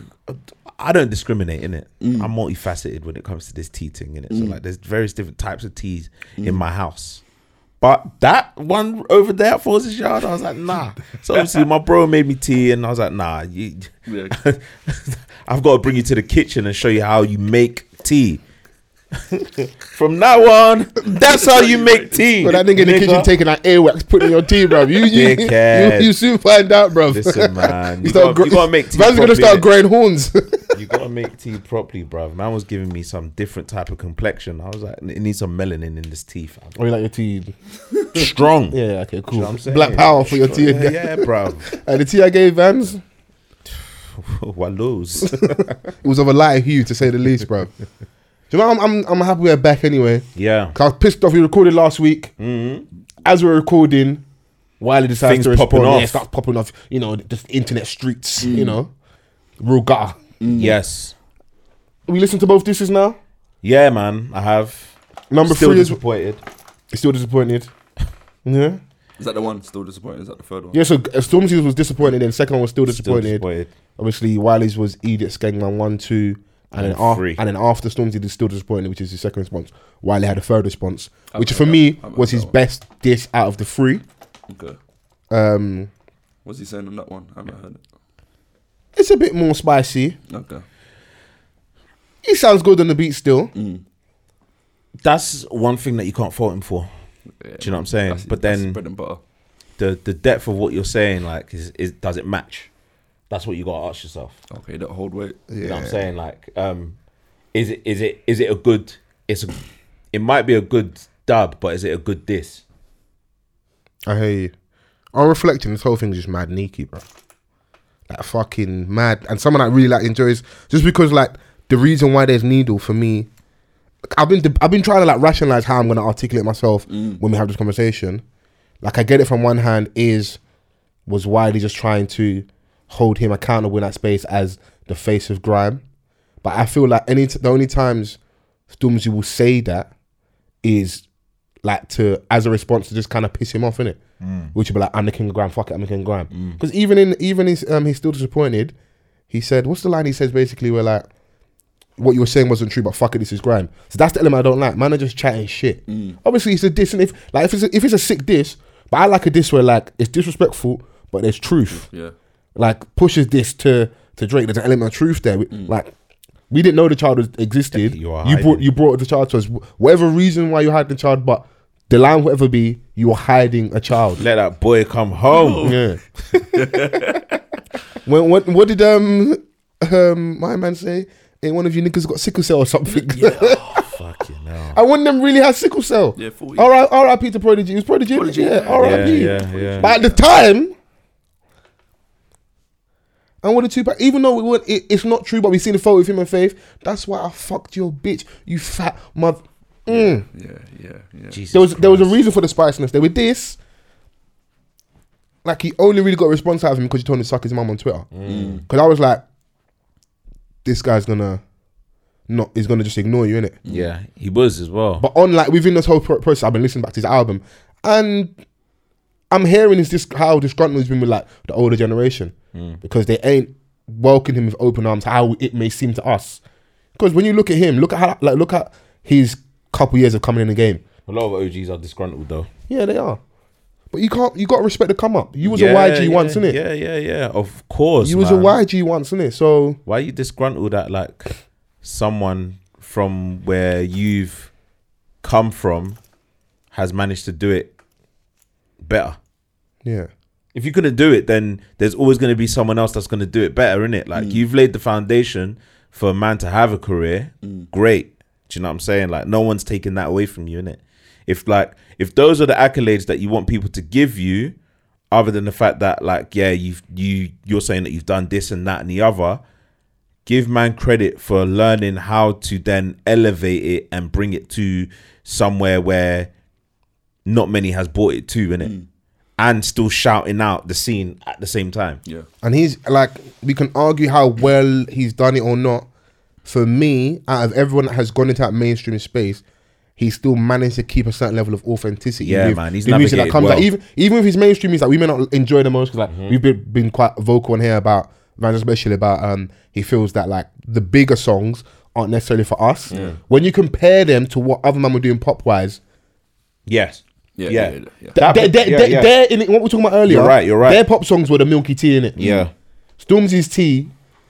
I don't discriminate in it. I'm multifaceted when it comes to this tea thing in it. So like, there's various different types of teas in my house. But that one over there at Forces Yard, I was like, nah. So obviously, my bro made me tea, and I was like, nah. You, Yeah. [laughs] I've got to bring you to the kitchen and show you how you make tea. [laughs] From now on, that's how you make tea. But that nigga in the kitchen taking that airwax, putting in your tea, bruv. You, you, you, Dickhead. you soon find out, bruv. [laughs] Listen, man, You you, start gotta, gro- you gotta make tea. Man's gonna properly, start innit? growing [laughs] horns. You gotta make tea properly, bruv. Man was giving me some different type of complexion. I was like, it needs some melanin in this tea, [laughs] fam. oh, you like your tea? Strong. [laughs] Yeah, okay, cool. You know what I'm saying? Black power for your tea. Strong. Yeah, yeah, bruv. [laughs] [laughs] And the tea I gave Vans, it [laughs] Wallows. was of a lighter hue, to say the least, bruv. [laughs] Do you know, I'm, I'm, I'm happy we're back anyway. yeah. Cause I was pissed off. We recorded last week. As we were recording, Wiley decides Mm-hmm. Things to respond. popping off. Mm. Yeah, starts popping off. You know, just internet streets. You know, real gutter. Yes. We listen to both disses now. Yeah, man. I have. Number Still three is disappointed. still disappointed. Yeah, Is that the one? Still disappointed? Is that the third one? yeah. So uh, Stormzy's was disappointed. Then second one was still Still disappointed. disappointed. Obviously, Wiley's was Edith Skengman one, two, and, And then af- three. and then after Stormzy did still disappointed, which is his second response. Wiley had a third response, I which like for that. me I like was that his one. best diss out of the three. Okay. Um, What's he saying on that one? I haven't heard it. it's a bit more spicy. Okay. He sounds good on the beat still. That's one thing that you can't fault him for. Yeah. Do you know what I'm saying? That's- but that's then bread and butter. the the depth of what you're saying, like, is, is does it match? That's what you gotta ask yourself. Okay, that hold weight. You know what I'm saying? Like, um, is it is it is it a good? It's a, it might be a good dub, but is it a good diss? I hear you. On reflecting, this whole thing's just mad sneaky, bro. Like fucking mad, and someone I really like enjoys just because like the reason why there's needle for me. I've been I've been trying to like rationalize how I'm gonna articulate myself Mm. when we have this conversation. Like I get it from one hand is was Wiley just trying to hold him accountable in that space as the face of grime, but I feel like any t- the only times Stormzy will say that is like to as a response to just kind of piss him off, innit? Which would be like, I'm the king of grime, fuck it, I'm the king of grime. Because even in even his um he's still disappointed, he said, What's the line he says basically where like what you were saying wasn't true, but fuck it, this is grime. So that's the element I don't like. Man are just chatting shit. Obviously it's a diss and if like if it's a, if it's a sick diss, but I like a diss where like it's disrespectful, but there's truth. Yeah. Like pushes this to to Drake. There's an element of truth there. We- Like we didn't know the child was, existed. Mm. You are you brought hiding. you brought the child to us. Whatever reason why you hide the child, but the line whatever be, you are hiding a child. Let that boy come home. [laughs] [laughs] Yeah. when what what did um um my man say? Ain't one of you niggas got sickle cell [laughs] or something? Fucking hell. [laughs] I want them really had sickle cell. Yeah, 40. All right, all right, Peter Prodigy. He was Prodigy. innit? Prodigy. Yeah, all right. Yeah, yeah, yeah. But at the time, and with the two pack, even though we weren't, it, it's not true, but we seen the photo of him and Faith. That's why I fucked your bitch, you fat mother. Mm. Yeah. Yeah. Yeah. Jesus There was there was a Christ. reason for the spiciness. There with this, like he only really got a response out of him because he told him to suck his mum on Twitter. Because I was like, this guy's gonna not is gonna just ignore you in it. Yeah, he was as well. But on like within this whole pro- process, I've been listening back to his album, and I'm hearing is this how disgruntled he's been with like the older generation Mm. because they ain't welcoming him with open arms. How it may seem to us, because when you look at him, look at how like look at his couple years of coming in the game. a lot of OGs are disgruntled though. Yeah, they are. But you can't. You got to respect the come up. You was yeah, a YG yeah, once, innit? Yeah, yeah, yeah. Of course. You was man. a YG once, innit? So Why are you disgruntled at like someone from where you've come from has managed to do it better? yeah, If you couldn't do it, then there's always going to be someone else that's going to do it better, innit? Like you've laid the foundation for a man to have a career. Great. Do you know what I'm saying? Like no one's taking that away from you, innit? If like if those are the accolades that you want people to give you, other than the fact that like yeah you've you you're saying that you've done this and that and the other, give man credit for learning how to then elevate it and bring it to somewhere where not many has bought it to, innit? And still shouting out the scene at the same time. Yeah. and he's like, we can argue how well he's done it or not. For me, out of everyone that has gone into that mainstream space, he still managed to keep a certain level of authenticity. Yeah, with man, he's the music that navigated comes out. well. Mm-hmm. Even even with his mainstream music, that we may not enjoy the most because like we've been, been quite vocal on here about, man, especially about um, he feels that like the bigger songs aren't necessarily for us. When you compare them to what other man were doing pop wise, Yes. Yeah, Yeah. yeah, yeah. That- They're, they're, yeah, they're, yeah. they're in it, what we were talking about earlier. You're right, you're right. Their pop songs were the milky tea in it. Yeah. Stormzy's tea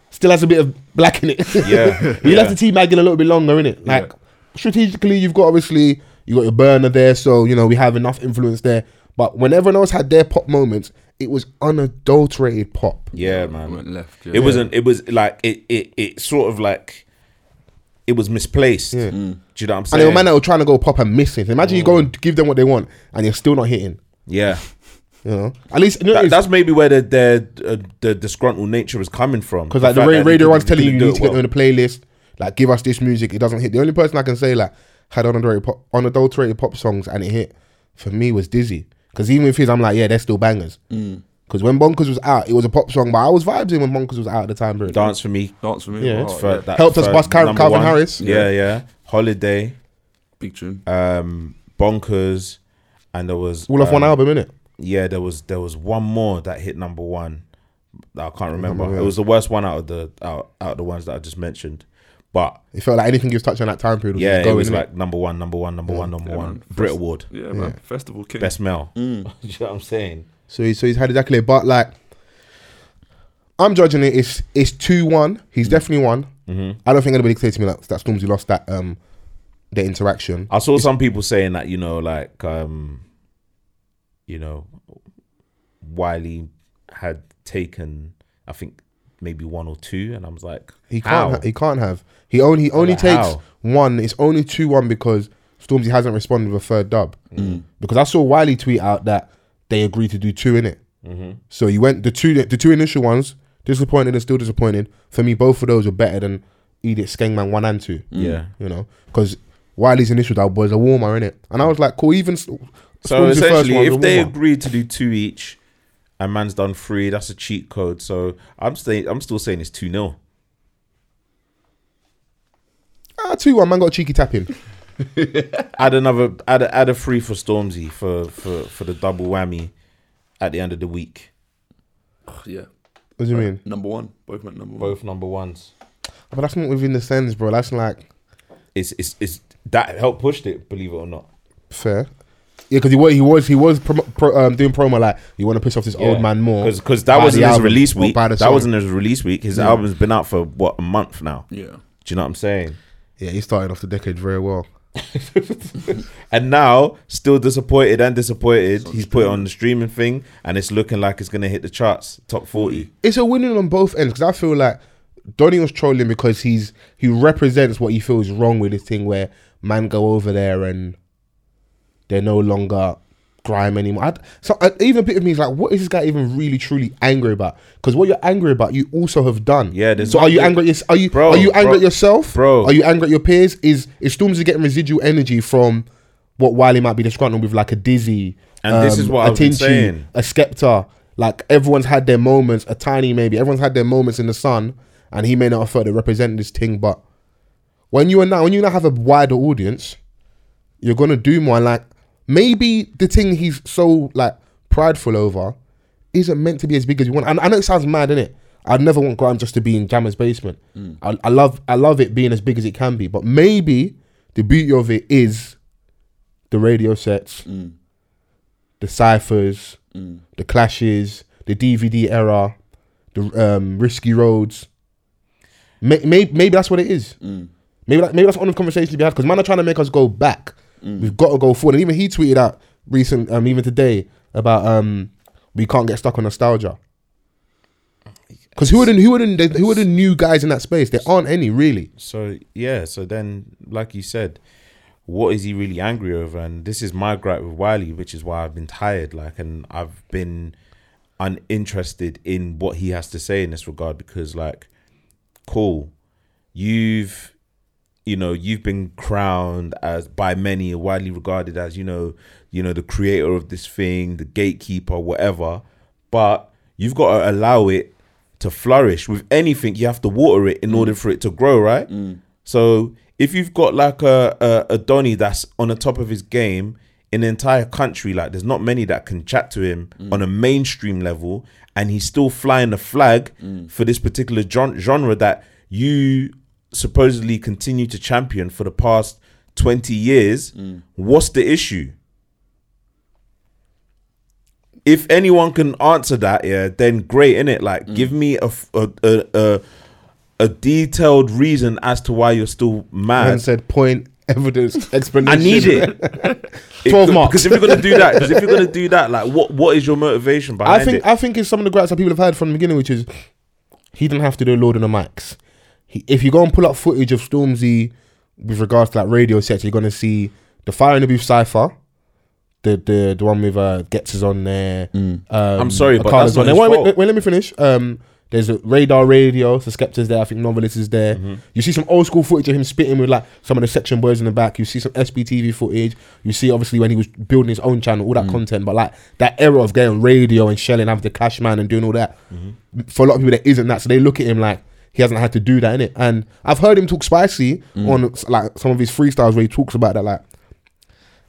still has a bit of black in it. [laughs] Yeah, you yeah. left the tea bagging a little bit longer in it. Like strategically, you've got obviously you got your burner there, so you know we have enough influence there. But when everyone else had their pop moments, it was unadulterated pop. Yeah, I man. went left. Yeah. It wasn't. It was like it. It. It sort of like it was misplaced. Do you know what I'm And there were saying? men that were trying to go pop and miss it. Imagine you Mm. go and give them what they want, and you're still not hitting. yeah. You know, at least you know, That, it's- that's maybe where the the, uh, the disgruntled nature is coming from. Because like the fact ra- that radio you one's couldn't- telling you you couldn't need to do it get on the playlist, like give us this music. It doesn't hit. The only person I can say like had unadulterated pop, unadulterated pop songs and it hit for me was Dizzy. Because even with his, I'm like, yeah, they're still bangers. Mm. Because when Bonkers was out, it was a pop song, but I was vibing when Bonkers was out at the time, bro. well. Dance for me. Dance for me. Yeah. Oh, For that, Helped us for bust Cal- number Calvin one. Harris. Yeah, yeah. Holiday, Big tune. um, bonkers, and there was All off um, one album, innit? Yeah, there was there was one more that hit number one. that I can't remember. remember, It yeah. was the worst one out of the out, out of the ones that I just mentioned. But It felt like anything he was touching that time period was yeah, just going, it was innit? like number one, number one, number one, number Yeah, one. man. Mm. Brit Award, Yeah, man. Festival king. best male. [laughs] you know what I'm saying? So he, so he's had his accolade, but like, I'm judging it. It's it's two one. Mm. He's definitely won. Mm-hmm. I don't think anybody can say to me like that Stormzy lost that um the interaction. I saw some people saying that you know, like, um, you know, Wiley had taken, I think maybe one or two, and I was like, He how? can't. Ha- he can't have. He only he only like, takes how? one. It's only two one because Stormzy hasn't responded with a third dub. Because I saw Wiley tweet out that they agreed to do two in it. Mm-hmm. So you went the two the two initial ones disappointed and still disappointed. For me, both of those were better than Edith Skengman one and two. yeah. you know, because Wiley's initial dub was a warmer in it, and I was like, cool. Even s- So Spoon's the first essentially, one was a if they warmer. agreed to do two each, and man's done three, that's a cheat code. So I'm saying, I'm still saying it's two 0 ah two one man got a cheeky tap in. Add another, add a, add a three for Stormzy for for for the double whammy at the end of the week. Yeah. What do you mean? Number one. Both went number one. Both number ones. But that's not within the sense, bro. That's like It's it's it's that helped pushed it. Believe it or not. fair. Yeah, because he was he was he was prom- pro, um, doing promo like you want to piss off this old man more because that by wasn't the his album release or week. by the That song. wasn't his release week. His album's been out for what a month now. Do Yeah. you know what I'm saying? Yeah, he started off the decade very well. And now, still disappointed and disappointed. He's put it on the streaming thing, and it's looking like it's gonna hit the charts, top forty. It's a winning on both ends because I feel like Donny was trolling because he's he represents what he feels wrong with this thing where man go over there and they're no longer grime anymore. I d so uh, even a bit of me is like, what is this guy even really truly angry about? Because what you're angry about, you also have done. Yeah, there's So are you nothing- angry? At your, are you Bro, are you angry bro, at yourself, bro. Are you angry at your peers? Is is Stormzy getting residual energy from? What Wiley might be disgruntled with, like a dizzy, um, And this is what a I've been Tinchu, saying. a Skepta. Like everyone's had their moments, a tiny maybe. Everyone's had their moments in the sun, and he may not have felt it represented this thing, but When you are now when you now have a wider audience, you're gonna do more. And like maybe the thing he's so like prideful over isn't meant to be as big as you want. And I know it sounds mad, innit? I'd never want Grime just to be in Jammer's basement. I, I love I love it being as big as it can be. But maybe the beauty of it is the radio sets, the ciphers, the clashes, the DVD era, the um, risky roads. May, may, maybe that's what it is. Maybe that, maybe that's one of the conversations to be had because man are trying to make us go back. Mm. We've got to go forward. And even he tweeted out recent, um, even today, about um, we can't get stuck on nostalgia. Because who wouldn't, who wouldn't, who are the new guys in that space? There aren't any really. So yeah, so then like you said, what is he really angry over? And this is my gripe with Wiley, which is why I've been tired, like and I've been uninterested in what he has to say in this regard because like cool, you've you know, you've been crowned as by many widely regarded as, you know, you know, the creator of this thing, the gatekeeper, whatever. But you've got to allow it to flourish with anything you have to water it in order for it to grow right so if you've got like a, a a donny that's on the top of his game in the entire country like there's not many that can chat to him on a mainstream level and he's still flying the flag for this particular gen- genre that you supposedly continue to champion for the past 20 years what's the issue if anyone can answer that, yeah, then great, innit? Like, give me a, f- a- a- a- a detailed reason as to why you're still And mad. said point, [laughs] evidence, I explanation. need [laughs] it. If- 12 marks. Because if you're gonna do that, because if you're gonna do that, like, what what is your motivation behind I think it? I think it's some of the gripes that people have had from the beginning, which is he didn't have to do a load on the mics. He, if you go and pull up footage of Stormzy with regards to like radio sets, you're gonna see the Fire in the Booth cipher, the the the one with uh, Gets is on there. Um, Mm. I'm sorry, but that's Akala's not on there. his Wait, wait, fault. wait, wait, let me finish. Um, there's a Radar Radio, so Skepta's there. I think Novelist is there. Mm-hmm. You see some old school footage of him spitting with like some of the section boys in the back. You see some SBTV footage. You see obviously when he was building his own channel, all Mm. that content. But like that era of getting radio and shelling, having the cash man and doing all that. Mm-hmm. For a lot of people, there isn't that, so they look at him like he hasn't had to do that in it. And I've heard him talk spicy Mm. on like some of his freestyles where he talks about that, like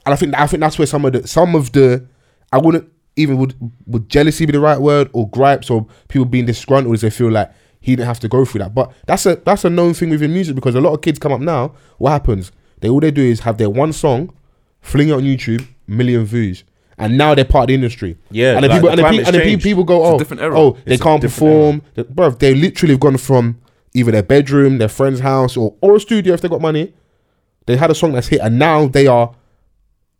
and I think I think that's where some of the some of the I wouldn't even would would jealousy be the right word or gripes or people being disgruntled is they feel like he didn't have to go through that. But that's a that's a known thing within music because a lot of kids come up now. What happens? They all they do is have their one song, fling it on YouTube, million views, and now they're part of the industry. Yeah, and then like, people the and then, pe- climate's and then pe- changed. people go, It's a oh, different era. oh, they It's a can't different era. perform. They, bruv, they literally have gone from either their bedroom, their friend's house, or or a studio if they got money. They had a song that's hit, and now they are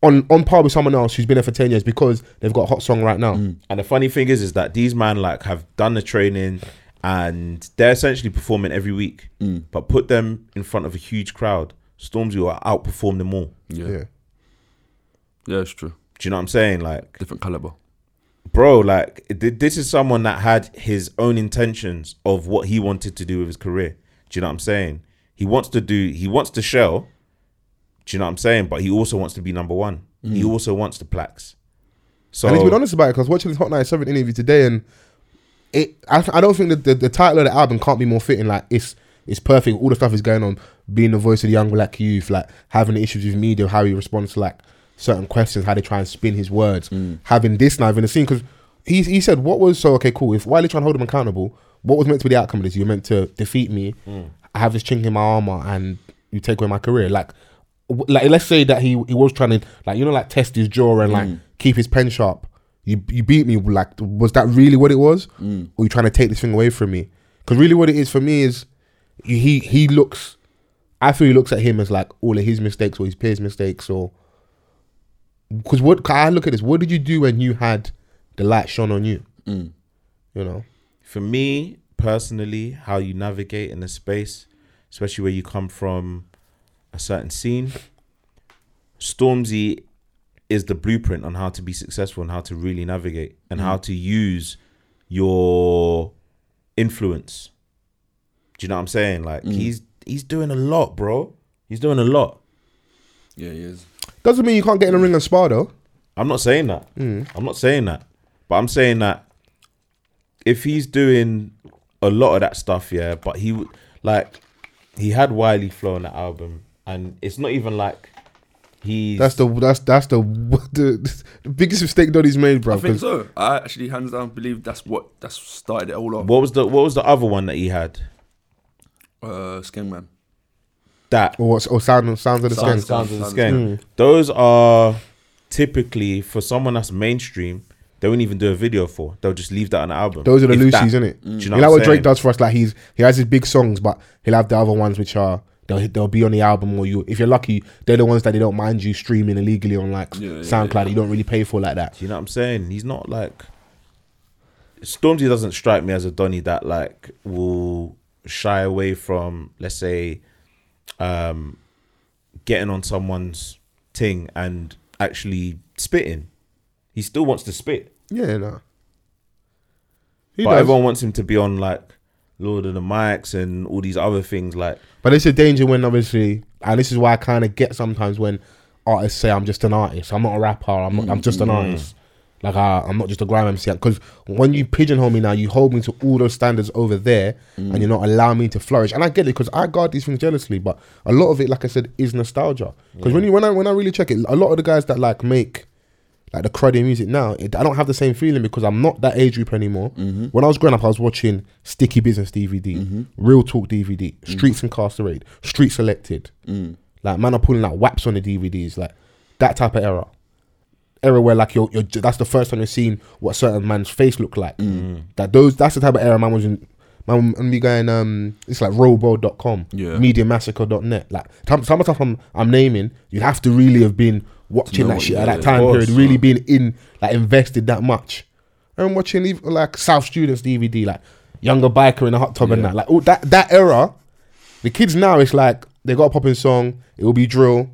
on on par with someone else who's been there for ten years because they've got a hot song right now. And the funny thing is, is that these man like have done the training and they're essentially performing every week. Mm. But put them in front of a huge crowd, Stormzy will outperform them all. Yeah. Yeah. yeah. it's true. Do you know what I'm saying? Like, Different caliber. bro like th- this is someone that had his own intentions of what he wanted to do with his career do you know what i'm saying he wants to do he wants to shell do you know what i'm saying but he also wants to be number one he also wants the plaques so And he's been honest about it because watching this Hot 97 interview today, and it I, I don't think that the, the title of the album can't be more fitting. Like it's it's perfect. All the stuff is going on, being the voice of the young black youth, like having the issues with media, how he responds to like certain questions, how they try and spin his words, having this now in the scene because he he said what was so okay cool if Wiley trying to hold him accountable, what was meant to be the outcome of this? You're meant to defeat me. I have this chink in my armor, and you take away my career. Like w- like let's say that he he was trying to like you know like test his jaw and like keep his pen sharp. You you beat me. Like was that really what it was? Mm. Or you trying to take this thing away from me? Because really, what it is for me is he he looks. I feel he looks at him as like all of his mistakes or his peers' mistakes or because what 'cause I look at this. What did you do when you had the light shone on you? Mm. You know. for me personally how you navigate in a space especially where you come from a certain scene stormzy is the blueprint on how to be successful and how to really navigate and how to use your influence do you know what i'm saying like he's he's doing a lot bro he's doing a lot Yeah, he is. Doesn't mean you can't get in a ring and spar though. i'm not saying that Mm. i'm not saying that but i'm saying that if he's doing a lot of that stuff, yeah, but he w- like he had Wiley flow on that album, and it's not even like he's That's the that's that's the [laughs] the, the biggest mistake Donny's made, bro. I think so. I actually hands down believe that's what that's started it all off. what was the what was the other one that he had Uh, Skengman. that Or what's or sound sounds of the Sounds- sounds. sounds of the Sounds- skank. Mm. Those are typically for someone that's mainstream. They won't even do a video for. They'll just leave that on the album. Those are the If loosies, that- Mm. isn't it? Do you You know know what I'm Drake saying? does for us? Like he's he has his big songs, but he'll have the other ones which are they'll they'll be on the album, or you if you're lucky, they're the ones that they don't mind you streaming illegally on like Yeah, yeah, SoundCloud. You don't really pay for like that. Do you know what I'm saying? He's not like Stormzy doesn't strike me as a Donny that like will shy away from, let's say, um getting on someone's thing and actually spitting. He still wants to spit. Yeah, no. He but does. everyone wants him to be on like Lord of the Mics and all these other things like But it's a danger when obviously, and this is why I kind of get sometimes when artists say, "I'm just an artist. I'm not a rapper. I'm not, I'm just an artist." Like I, I'm not just a grime MC. Because when you pigeonhole me now, you hold me to all those standards over there, and you're not allowing me to flourish. And I get it because I guard these things jealously. But a lot of it, like I said, is nostalgia. Because when you when I when I really check it, a lot of the guys that like make like the cruddy music now, it, I don't have the same feeling because I'm not that age group anymore. When I was growing up, I was watching Sticky Business DVD, Real Talk DVD, Streets Incarcerated, Street Selected. Like man are pulling out waps on the DVDs, like that type of era. Era where like you're, you're ju- that's the first time you're seeing what certain man's face look like. That those that's the type of era man was in. Man, and we going um, it's like robo.com, Yeah. MediaMassacre.net. Like some some of the stuff I'm I'm naming, you have to really have been watching know that what- shit at yeah, that of time course. period, really being in like invested that much. And watching even, like South Students DVD, like younger biker in a hot tub and that, like all that that era. The kids now, it's like they got a popping song. It will be drill.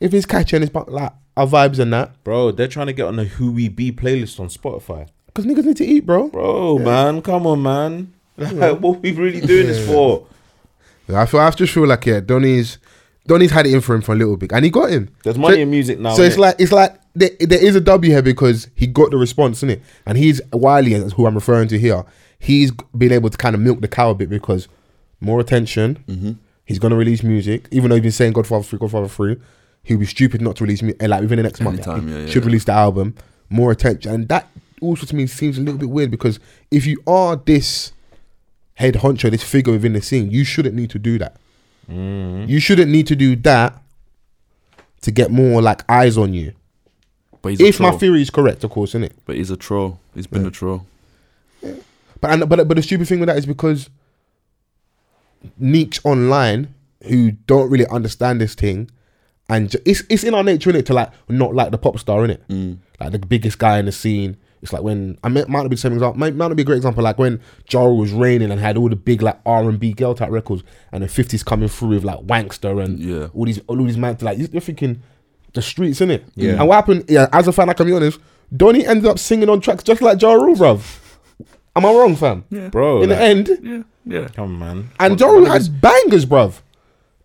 If it's catching, it's bu- like our vibes and that. bro, they're trying to get on the Who We Be playlist on Spotify. Cause niggas need to eat, bro. Bro, man, come on, man. Like, [laughs] what we really doing this for? I feel I just feel like yeah, Donny's Donny's had it in for him for a little bit, and he got him. There's money in music now. So it's innit? like it's like there, there is a W here because he got the response, innit? And he's Wiley, is who I'm referring to here. He's been able to kind of milk the cow a bit because more attention. Mm-hmm. He's gonna release music, even though he's been saying Godfather Three, Godfather Three. He'll be stupid not to release me like within the next month. Anytime, he yeah, yeah, should yeah. release the album. More attention, and that also to me seems a little bit weird because if you are this head honcho, this figure within the scene, you shouldn't need to do that. Mm-hmm. You shouldn't need to do that to get more like eyes on you. But he's a If troll. my theory is correct, of course, isn't it? but he's a troll. He's been a troll. But and, but but the stupid thing with that is because niche online who don't really understand this thing, and ju- it's it's in our nature in it to like not like the pop star in it, Mm. like the biggest guy in the scene. It's like when I mean, might not be the same example, might, might not be a great example. Like when Jarl was reigning and had all the big like R and B girl type records, and the fifties coming through with like Wankster and Yeah. all these all these man like you're thinking the streets in it. Yeah. And what happened? Yeah, as a fan, I can be honest. Donny ended up singing on tracks just like Jarl, bruv. Am I wrong, fam? Yeah, bro, in Oh, like, the end. Yeah, yeah. come on, man. And Joru had bangers, bruv.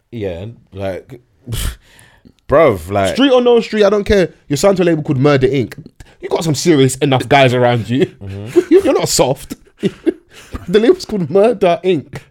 Yeah, like, [laughs] bruv, like, Street or no street, I don't care. You're signed to a label called Murder Inc. You got some serious enough guys around [laughs] you. You're not soft. the label's called Murder Inc.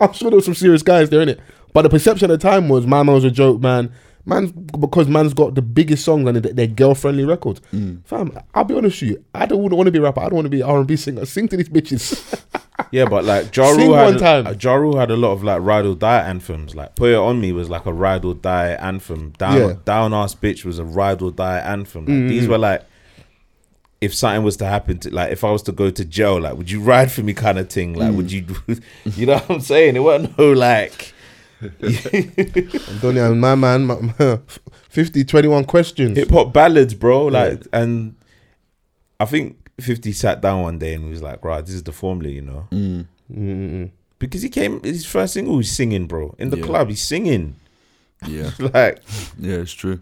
I'm sure there were some serious guys there in it. But the perception at the time was my man was a joke, man. Man's because man's got the biggest songs and they're- they're girl friendly records. Fam, I'll be honest with you. I don't want to be a rapper. I don't want to be an R&B singer. Sing to these bitches. yeah, but like, Ja Sing Rule one had, time. uh, Ja Rule had a lot of like ride or die anthems. Like, Put It On Me was like a ride or die anthem. Down, Yeah. Mm-hmm. Down Ass Bitch was a ride or die anthem. Like, These were like, if something was to happen to, like, if I was to go to jail, like, would you ride for me kind of thing? Like, Mm. would you, [laughs] you know what I'm saying? It wasn't no, like, Donny and my man, my, my [laughs] 50, 21 questions. hip hop ballads, bro. Like, and I think Fifty sat down one day and was like, "Right, this is the formula," you know, Mm. Mm-mm. because he came his first single was singing, bro, in the Yeah. club. He's singing [laughs] Yeah, like yeah, it's true.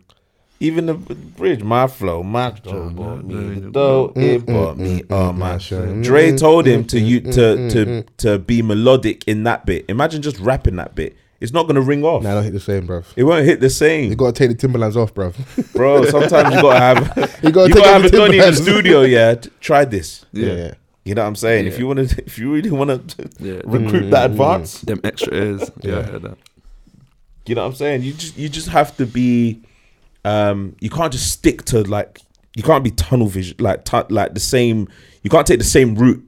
even the bridge, my flow, my flow, bought me the dough, Mm, it bought me all Oh, my shit. Dre told him to you mm, to to to be melodic in that bit. Imagine just rapping that bit. It's not gonna ring off. Nah, I don't hit the same, bruv. It won't hit the You same, gotta take the Timberlands off, bruv. [laughs] bro. Sometimes you gotta have You [laughs] gotta you take gotta have off the a Donny in the Timberlands. studio. Yeah, T- try this. [laughs] Yeah. Yeah, You know what I'm saying? [laughs] If Mm, Yeah. you want to, if you really want to yeah. recruit that advance, [laughs] Them extra ears. Yeah, I heard that. You know what I'm saying? You just you just have to be. Um, you can't just stick to like you can't be tunnel vision like tu- like the same. You can't take the same route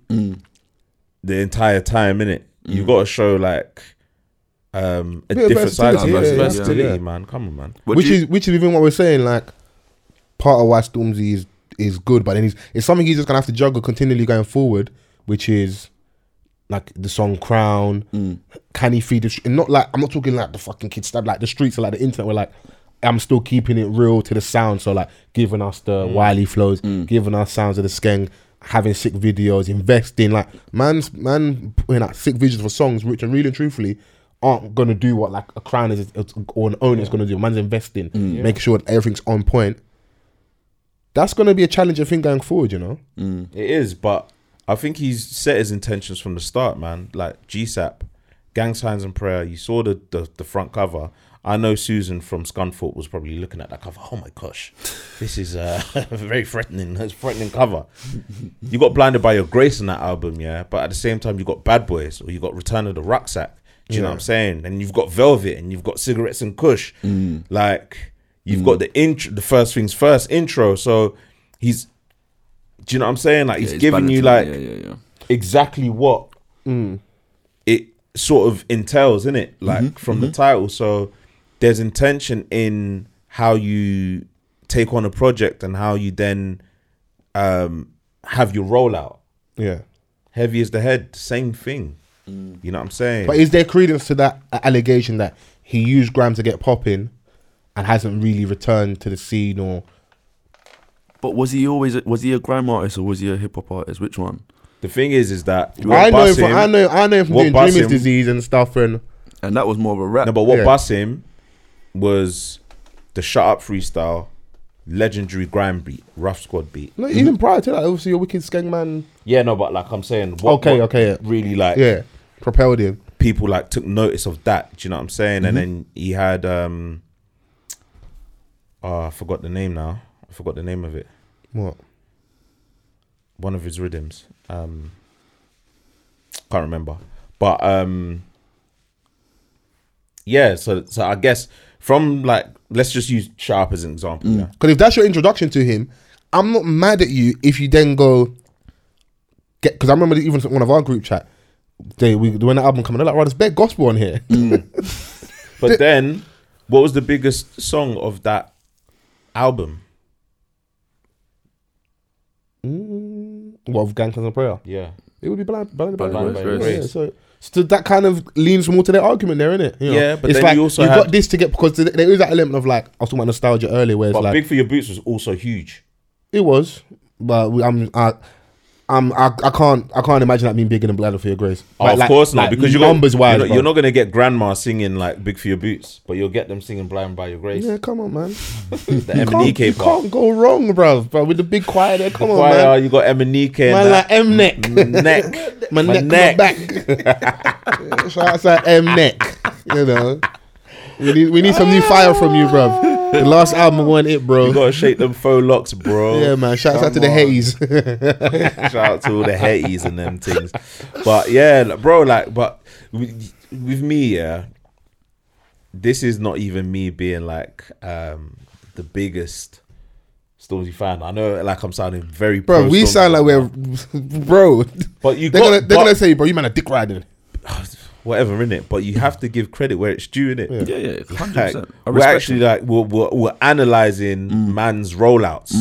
the entire time in it. You got to show like um a Bit of different side to versatility, you. yeah, yeah, versatility, yeah. man. Come on, man. What do which you- is which is even what we're saying. Like part of why Stormzy is is good, but then he's it's something he's just gonna have to juggle continually going forward, which is like the song Crown. Can he feed the? Sh- and not like I'm not talking like the fucking kid stab like the streets or like the internet. Where like I'm still keeping it real to the sound. So like giving us the Wiley flows, giving us sounds of the skeng. Having sick videos, investing like man's man putting out sick visions for songs, which are really and truthfully aren't gonna do what like a crown is or an owner is gonna do. Man's investing, making sure that everything's on point that's going to be a challenging thing going forward, you know? It is, but I think he's set his intentions from the start, man. Like GSAP, Gang Signs and Prayer. You saw the the, the front cover. I know Susan from Scunthorpe was probably looking at that cover. Oh my gosh, this is uh, [laughs] very threatening. It's a threatening cover. You got blinded by your grace in that album, yeah. But at the same time, you got Bad Boys or you got Return of the Rucksack. Do you know what I'm saying? And you've got Velvet and you've got Cigarettes and Kush. Like you've got the intro, the first things first intro. So he's, do you know what I'm saying? Like he's it's giving you like balancing, yeah, yeah, yeah. exactly what it sort of entails, in it, like Mm-hmm. from the title. So there's intention in how you take on a project and how you then um, have your rollout. Yeah. Heavy as the head, same thing. You know what I'm saying? Mm. But is there credence to that a- allegation that he used Graham to get popping and hasn't really returned to the scene or. But was he always was he a grime artist or was he a hip hop artist? Which one? the thing is, is that what I know, him bus from, him- I know I know him from what doing bus Dreamers him- Disease and stuff and. And that was more of a rap. No, but what Yeah. bust him was the shut up freestyle, legendary grime beat, rough squad beat. No, even prior to that, obviously, your wicked skeng man. Yeah, no, but like I'm saying, what, Okay, what okay, yeah. really like Yeah. Propelled him. people like took notice of that. Do you know what I'm saying? And then he had um, oh, I forgot the name now. I forgot the name of it. What? One of his rhythms. Um, can't remember, but um, yeah. So so I guess from like let's just use shut up as an example. Yeah. Because if that's your introduction to him, I'm not mad at you if you then go get. Because I remember even one of our group chat, they we when the album coming, they're like, "Right, there's bare gospel on here." But then, what was the biggest song of that album? Mm. what of Gang and Prayer? Yeah. It would be blind, blinded by, Blinded grace. by yeah, grace. so, so that kind of leans more to their argument there, innit? You Yeah, but it's then like you also you've got had- this to get because there- there is that element of like I was talking about nostalgia earlier, where it's But like Big for Your Boots was also huge. it was, but we, I'm I, I'm I, I can't I can't imagine that being bigger than Bladder for Your Grace. Oh, Like- of like- course not, like because you're numbers gonna, wise, You're not, bro. you're not gonna get grandma singing like "Big for Your Boots," but you'll get them singing "Blind by Your Grace." Yeah, come on, man. the Can't, you Emanike part. can't go wrong, bro. But with the big choir there, come on, Choir, man. uh, you got Emanike and Man, like that M neck, [laughs] neck. my, neck, neck. [laughs] my back. Shout out to M neck. You know, we need we need some new fire from you, bro. The last album wasn't it, You bro. gotta shake them faux locks, bro. Yeah, man. Shout out to Come the on. [laughs] Hayes. Shout out to all the haters and them things. But yeah, like, bro, like, but with, with me, yeah, this is not even me being like um the biggest Stormzy fan. I know, like, I'm sounding very bro, pro we Stormzy, sound like we're, bro. But you they're got- gonna they're but- gonna say, bro, you man a dick riding. whatever in it, but you have to give credit where it's due in it. yeah, yeah, hundred Like, percent. we're actually like we're, we're, we're analyzing Mm. man's rollouts.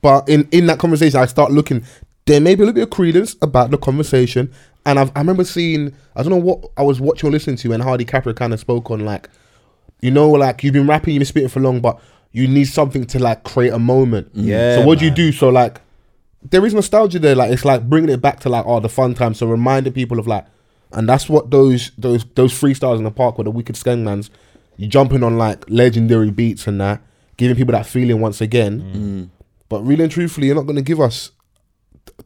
But in in that conversation, I start looking. There may be a little bit of credence about the conversation, and I've, I remember seeing. I don't know what I was watching or listening to, and Hardy Capra kind of spoke on like, you know, like you've been rapping, you've been spitting for long, but you need something to like create a moment. Yeah, So what do you man. do? So like, there is nostalgia there. Like it's like bringing it back to like oh the fun time. So reminding people of like, and that's what those those those freestyles in the park were the wicked skengmans. You jumping on like legendary beats and that, giving people that feeling once again. Mm. But really and truthfully, you're not going to give us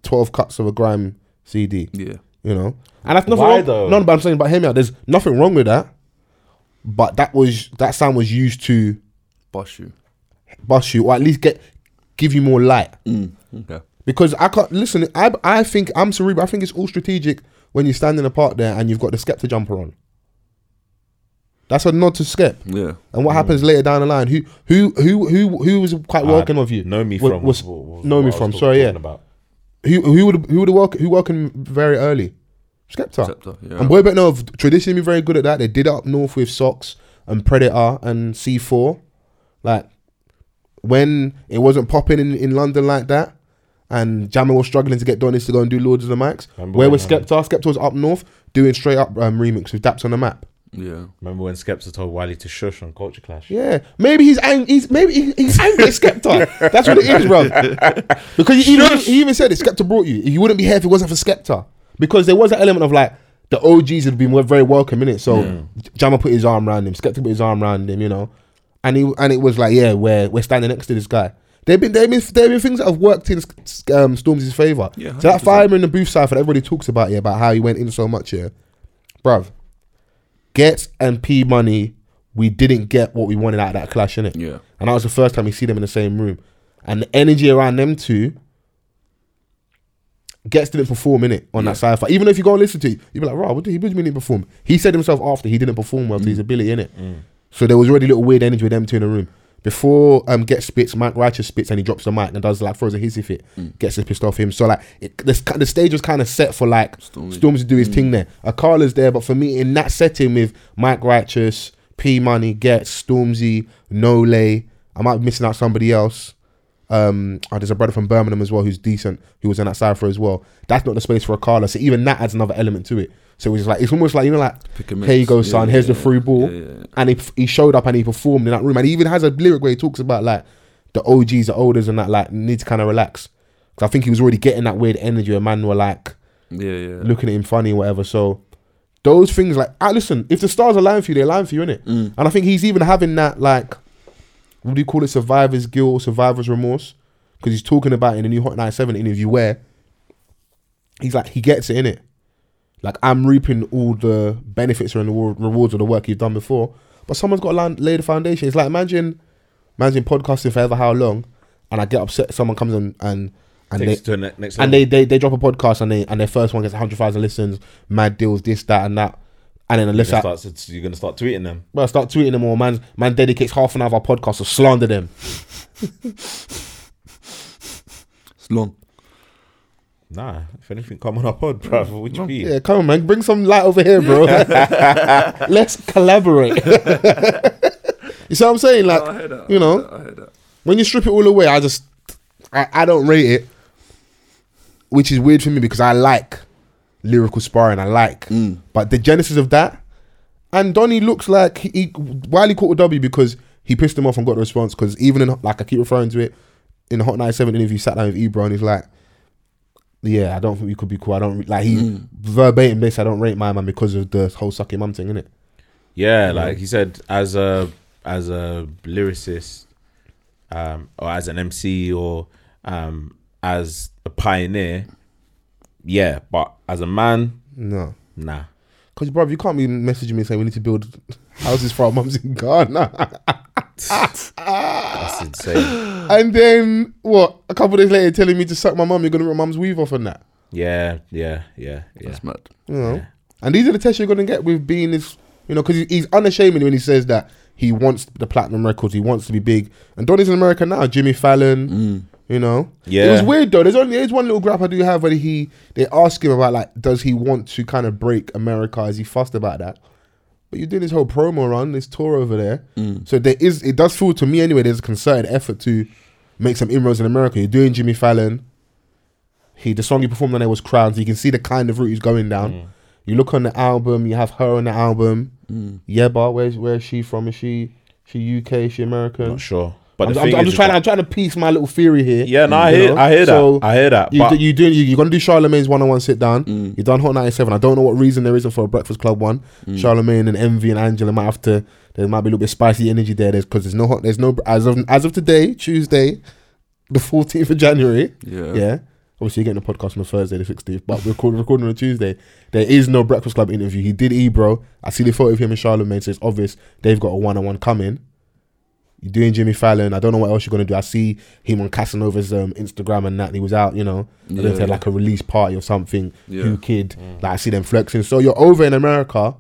12 cuts of a grime CD, yeah. you know? And that's nothing Why wrong. though? No, but I'm saying, but hear me out. There's nothing wrong with that. But that was that sound was used to Boss you. bust you, or at least get give you more light. Mm. Okay. Because I can't listen. I I think I'm cerebral. I think it's all strategic when you're standing apart there and you've got the Skepta jumper on. That's a nod to Skep. Yeah. And Hmm. what happens later down the line? Who who who who who was quite welcome of you? Know me Wa- from. was, wa- wa- know what I me was from. talk- Sorry, yeah. talking About. Who who would who would welcome who welcomed very early? Skepta. Skepta, yeah. And Boy Bet Know have traditionally been very good at that. They did it up north with Socks and Predator and C4. Like when it wasn't popping in, in London like that, and Jammer was struggling to get Donis to go and do Lords of the Mics. Remember Where when, was um, Skepta? Skepta was up north doing straight up um, remix with Daps on the map. Yeah. Remember when Skepta told Wiley to shush on Culture Clash? Yeah, maybe he's ang- he's maybe he- he's angry at Skepta. That's what it is, bro. Because he even, he even said it. Skepta brought you. You wouldn't be here if it wasn't for Skepta. Because there was an element of like the OGs had been very welcome in it. So Jammer put his arm around him. Skepta put his arm around him. You know, and he and it was like, yeah, we're we're standing next to this guy. There've been there've been there've been things that have worked in um, Stormzy's favor. Yeah, so that 100%. fire in the booth cipher that everybody talks about here about how he went in so much here, bruv. Gets and P money, we didn't get what we wanted out of that clash, innit? Yeah. And that was the first time we see them in the same room. And the energy around them two Gets didn't perform in it on that sci fi. Even if you go and listen to it, you'll be like, Rah, what did he what do you mean he didn't perform? He said himself after he didn't perform well to his ability in it. So there was already a little weird energy with them two in the room. Before um Get spits, Mike Righteous spits and he drops the mic and does like throws a hissy fit, gets us pissed off him. So like it, this, ki- the stage was kind of set for like Stormy. Storms to do his thing there. Akala's there, but for me in that setting with Mike Righteous, P Money, Gets, Stormzy, Nole, I might be missing out somebody else. Um, oh, there's a brother from Birmingham as well who's decent, who was in that cipher as well. That's not the space for a Carla. So even that adds another element to it. So it's like it's almost like you know, like Pick and here you mix. go, Yeah, son. Here's the yeah, free ball, yeah, yeah. and he, he showed up and he performed in that room. And he even has a lyric where he talks about like the OGs, the olders, and that like need to kind of relax. Because I think he was already getting that weird energy. And man were like Yeah, yeah. looking at him funny or whatever. So those things like ah, listen, if the stars align for you, they align for you, innit? Mm. And I think he's even having that like, what do you call it, survivor's guilt or survivor's remorse? Because he's talking about it in the new Hot 97 interview where he's like, he gets it in it. Like I'm reaping all the benefits and the wa- rewards of the work you've done before, but someone's got to land, lay the foundation. It's like imagine, imagine podcasting forever how long, and I get upset. Someone comes and and and Takes they, it to the ne- next level. and they, they they drop a podcast and they and their first one gets hundred thousand listens, mad deals, this, that, and that. And then unless You're I gonna start- so you're gonna start tweeting them. bro, I start tweeting them or man man dedicates half an hour of our podcast to slander them. It's long. Nah, if anything, come on [laughs] our pod, bruv. What you be? Yeah, come on, man, bring some light over here, bro. [laughs] Let's collaborate. [laughs] you see what I'm saying? Like heard that. you know. I heard that. when you strip it all away, I just I, I don't rate it, which is weird for me because I like lyrical sparring. I like, but the genesis of that, and Donny looks like he, he Wiley caught a W because he pissed him off and got the response. Because even in like I keep referring to it in the Hot 97 interview, sat down with Ebro and he's like. Yeah, I don't think we could be cool. I don't re- like he verbatim this. I don't rate my man because of the whole sucky mum thing, innit? Yeah, like he said, as a as a lyricist, um, or as an MC, or um, as a pioneer, yeah. But as a man, No, nah. because bro, you can't be messaging me saying we need to build houses for our mums in Ghana. [laughs] That's [gasps] insane. And then what? A couple days later, telling me to suck my mum. You're gonna rip my mum's weave off on that. Yeah, yeah, yeah, yeah. That's mad. You know. And these are the tests you're gonna get with being this. You know, because he's unashamed when he says that he wants the platinum records. He wants to be big. And Donnie's in America now. Jimmy Fallon. You know. It Yeah. was weird though. There's only there's one little grab I do have where he they ask him about like does he want to kind of break America? Is he fussed about that? But you're doing this whole promo run, this tour over there. So there is it does feel to me anyway. There's a concerted effort to make some inroads in America. You're doing Jimmy Fallon. He the song he performed on there was Crowns. You can see the kind of route he's going down. You look on the album. You have her on the album. Yeah, but where's where's she from? Is she she UK? Is she American? Not sure. But I'm, the I'm- thing I'm is, just is trying. that- I'm trying to piece my little theory here. Yeah, no, I You hear, know? I hear that. So- I hear that. you, but Mm. do- you doing you, you're gonna do Charlemagne's one on one sit down. You're done Hot 97. I don't know what reason there isn't for a Breakfast Club one. Mm. Charlemagne and Envy and Angela might have to. There might be a little bit of spicy energy there. There's because there's no hot. There's no as of as of today, Tuesday, the 14th of January. Yeah. Yeah. Obviously, you're getting the podcast on a Thursday, the 16th, but we're recording, recording on a Tuesday. There is no Breakfast Club interview. He did Ebro. I see the photo of him and Charlemagne, so it's obvious they've got a one on one coming. You're doing Jimmy Fallon. I don't know what else you're going to do. I see him on Casanova's um, Instagram and that. and he was out, you know, yeah, Yeah, they had yeah. like a release party or something. Yeah. Who kid? Like, I see them flexing. So you're over in America,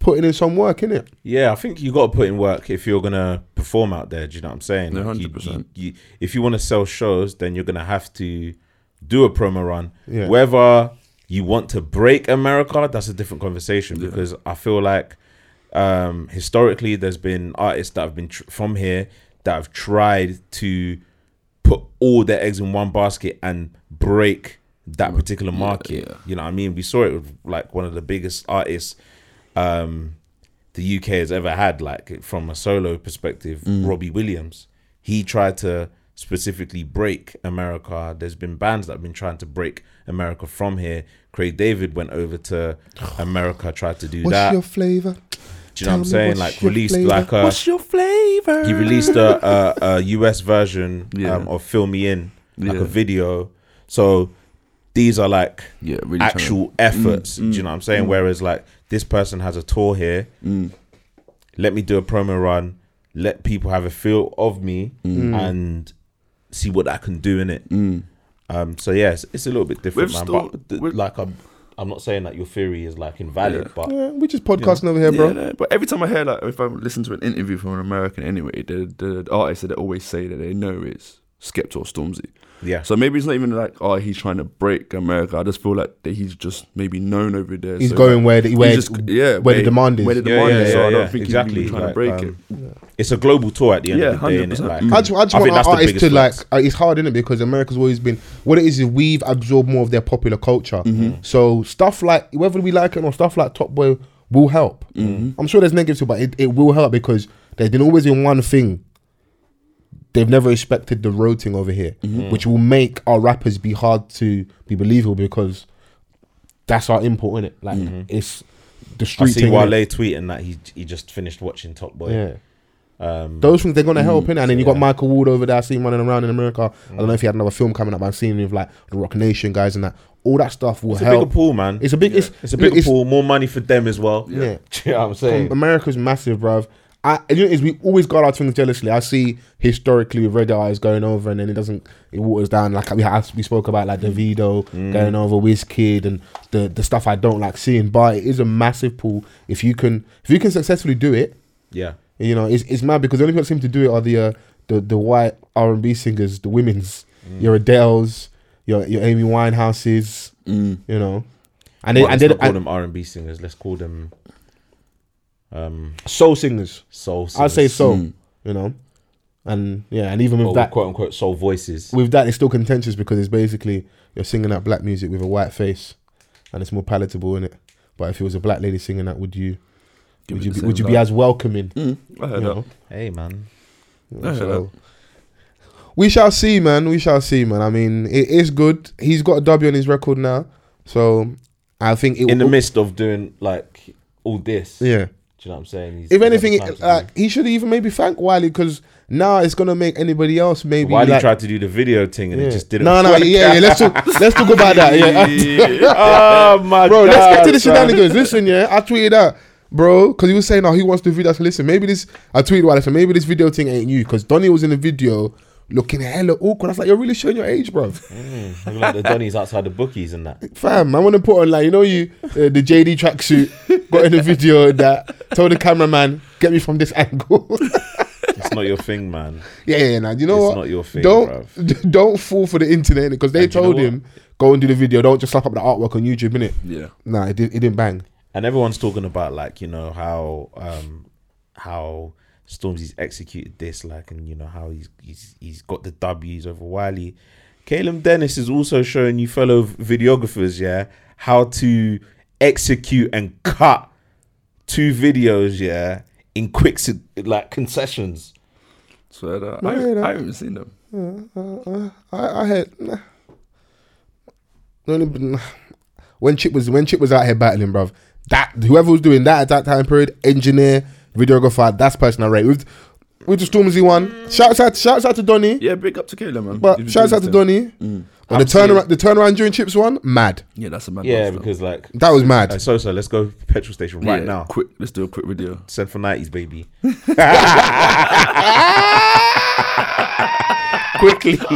putting in some work, innit? Yeah, I think you got to put in work if you're gonna perform out there. Do you know what I'm saying? Yeah, Like, you- 100%. you- you- If you want to sell shows, then you're gonna have to do a promo run. Yeah. Whether you want to break America, that's a different conversation because I feel like um, historically there's been artists that have been tr- from here that have tried to put all their eggs in one basket and break Mm. that particular market. yeah. You know what I mean? We saw it with like one of the biggest artists um, the UK has ever had, like from a solo perspective, Mm. Robbie Williams. He tried to specifically break America. There's been bands that have been trying to break America from here. Craig David went over [sighs] to America, tried to do What's that. your flavour? do you know what I'm tell me saying? what's Like your released flavour? like a What's your flavor? he released a, a, a US version Yeah. um, of Fill Me In, like Yeah. a video. So these are like yeah, really Mm, actual efforts. do you know what I'm saying? Whereas like this person has a tour here. Mm. Let me do a promo run. Let people have a feel of me Mm. and see what I can do in it. Um, so yes, it's, a little bit different, We've man. still- but th- we've- like I'm, I'm not saying that your theory is like invalid, but Yeah, we just podcasting over here, Yeah, bro. no, but every time I hear like, if I listen to an interview from an American anyway, the the artist that they always say that they know is Skepta or Stormzy. yeah, So maybe it's not even like oh he's trying to break America. I just feel like that he's just maybe known over there. He's so, going like, where the, where, he's just- yeah, where the demand is. Where the Yeah, demand yeah, is. So yeah, I don't yeah, think exactly, he's really trying like, to break um, it. it's a global tour at the end Yeah, of the day, innit? 100%. Like, Mm. I just, I just I want think our that's the artists biggest to like. flex. uh, It's hard, innit? Because America's always been what it is. Is we've absorbed more of their popular culture. Mm-hmm. So stuff like whether we like it or stuff like Top Boy will help. Mm-hmm. I'm sure there's negatives, but it, it will help because there's been always in one thing. They've never respected the roading over here, Mm-hmm. which will make our rappers be hard to be believable because that's our input, innit? Like it's Mm-hmm. I the street. see thing, Wale innit? tweeting that he he just finished watching Top Boy. Yeah. Um, Those things they're gonna help in, and then you got yeah. Mm. Michael Ward over there. I seen running around in America. I don't know if he had another film coming up. but I've seen him with like the Rock Nation guys and that. All that stuff will it's a help. bigger pool, man. it's a big. It's, It's a bigger it's- pool, more money for them as well. Yeah. [laughs] Do you know what I'm saying? America's massive, bruv. I, and you know, is we always guard our tongues jealously. I see historically with red eyes going over, and then it doesn't. It waters down. Like we had, we spoke about, like Davido Mm. going over, Wizkid, and the the stuff I don't like seeing. But it is a massive pool. If you can, if you can successfully do it, Yeah. You know, it's, it's mad because the only people that seem to do it are the uh, the the white R and B singers, the women's, Mm. your Adele's, your your Amy Winehouses. Mm. You know, and they, Well, let's and they, not call and them R and B singers. Let's call them um, soul singers. soul. Singers. I'd say soul. Mm. You know, and yeah, and even with Or that, quote unquote soul voices. with that, it's still contentious because it's basically you're singing that black music with a white face, and it's more palatable in it. But if it was a black lady singing that, would you Give would it you the be, same would you be love. as welcoming? Mm, I heard you that. know? Hey man, Yeah, So Oh. we shall see, man. We shall see, man. I mean, it is good. He's got a W on his record now, so I think it in the will. midst of doing like all this. yeah. Do you know what I'm saying? He's- If he's had anything, the time to like he should even maybe thank Wiley because now it's gonna make anybody else do- maybe. Wiley like, tried to do the video thing and yeah. it just didn't. No, no, work yeah, yeah. Let's talk, let's talk about that. [laughs] Yeah, oh my [laughs] bro. god, Let's get to the son. shenanigans. Listen, yeah, I tweeted out, bro, because he was saying, "Oh, he wants to video." I said, "Listen, maybe this." I tweeted Wiley, "So maybe this video thing ain't you," because Donnie was in the video looking hella awkward. I was like, "You're really showing your age, bro." Mm, look [laughs] like the Donnies outside the bookies and that. Fam, I want to put on like you know you uh, the JD tracksuit. Got in a video that told the cameraman, "Get me from this angle." [laughs] It's not your thing, man. yeah, yeah, nah. You know it's what? not your thing, don't bruv. [laughs] don't fall for the internet because they And you know told what? him go and do the video. Don't just slap up the artwork on YouTube, innit? [laughs] Yeah. Nah, it, did, it didn't bang. and everyone's talking about like you know how um how Stormzy's executed this like and you know how he's he's he's got the W's over Wiley. Caleb Dennis is also showing you fellow v- videographers, yeah, how to execute and cut two videos, yeah, in quick su- like concessions. So that, No, I, yeah, that- I haven't seen them. I, I had nah. The only- nah. when Chip was when Chip was out here battling, bruv. That whoever was doing that at that time period, engineer, videographer, that's person I rate. With with the Stormzy one, shouts out shouts out to Donny. Yeah, big up to Kayla, man. But He's been shouts doing out his to thing. Donny. Mm. But the I'm seeing- turnaround, the turnaround during Chips one, mad. Yeah, that's a man. Yeah, that's a- because like That was uh, mad. so so let's go petrol station right Yeah, now. Quick, let's do a quick video. [laughs] Send for nineties, baby. [laughs] quickly. [laughs]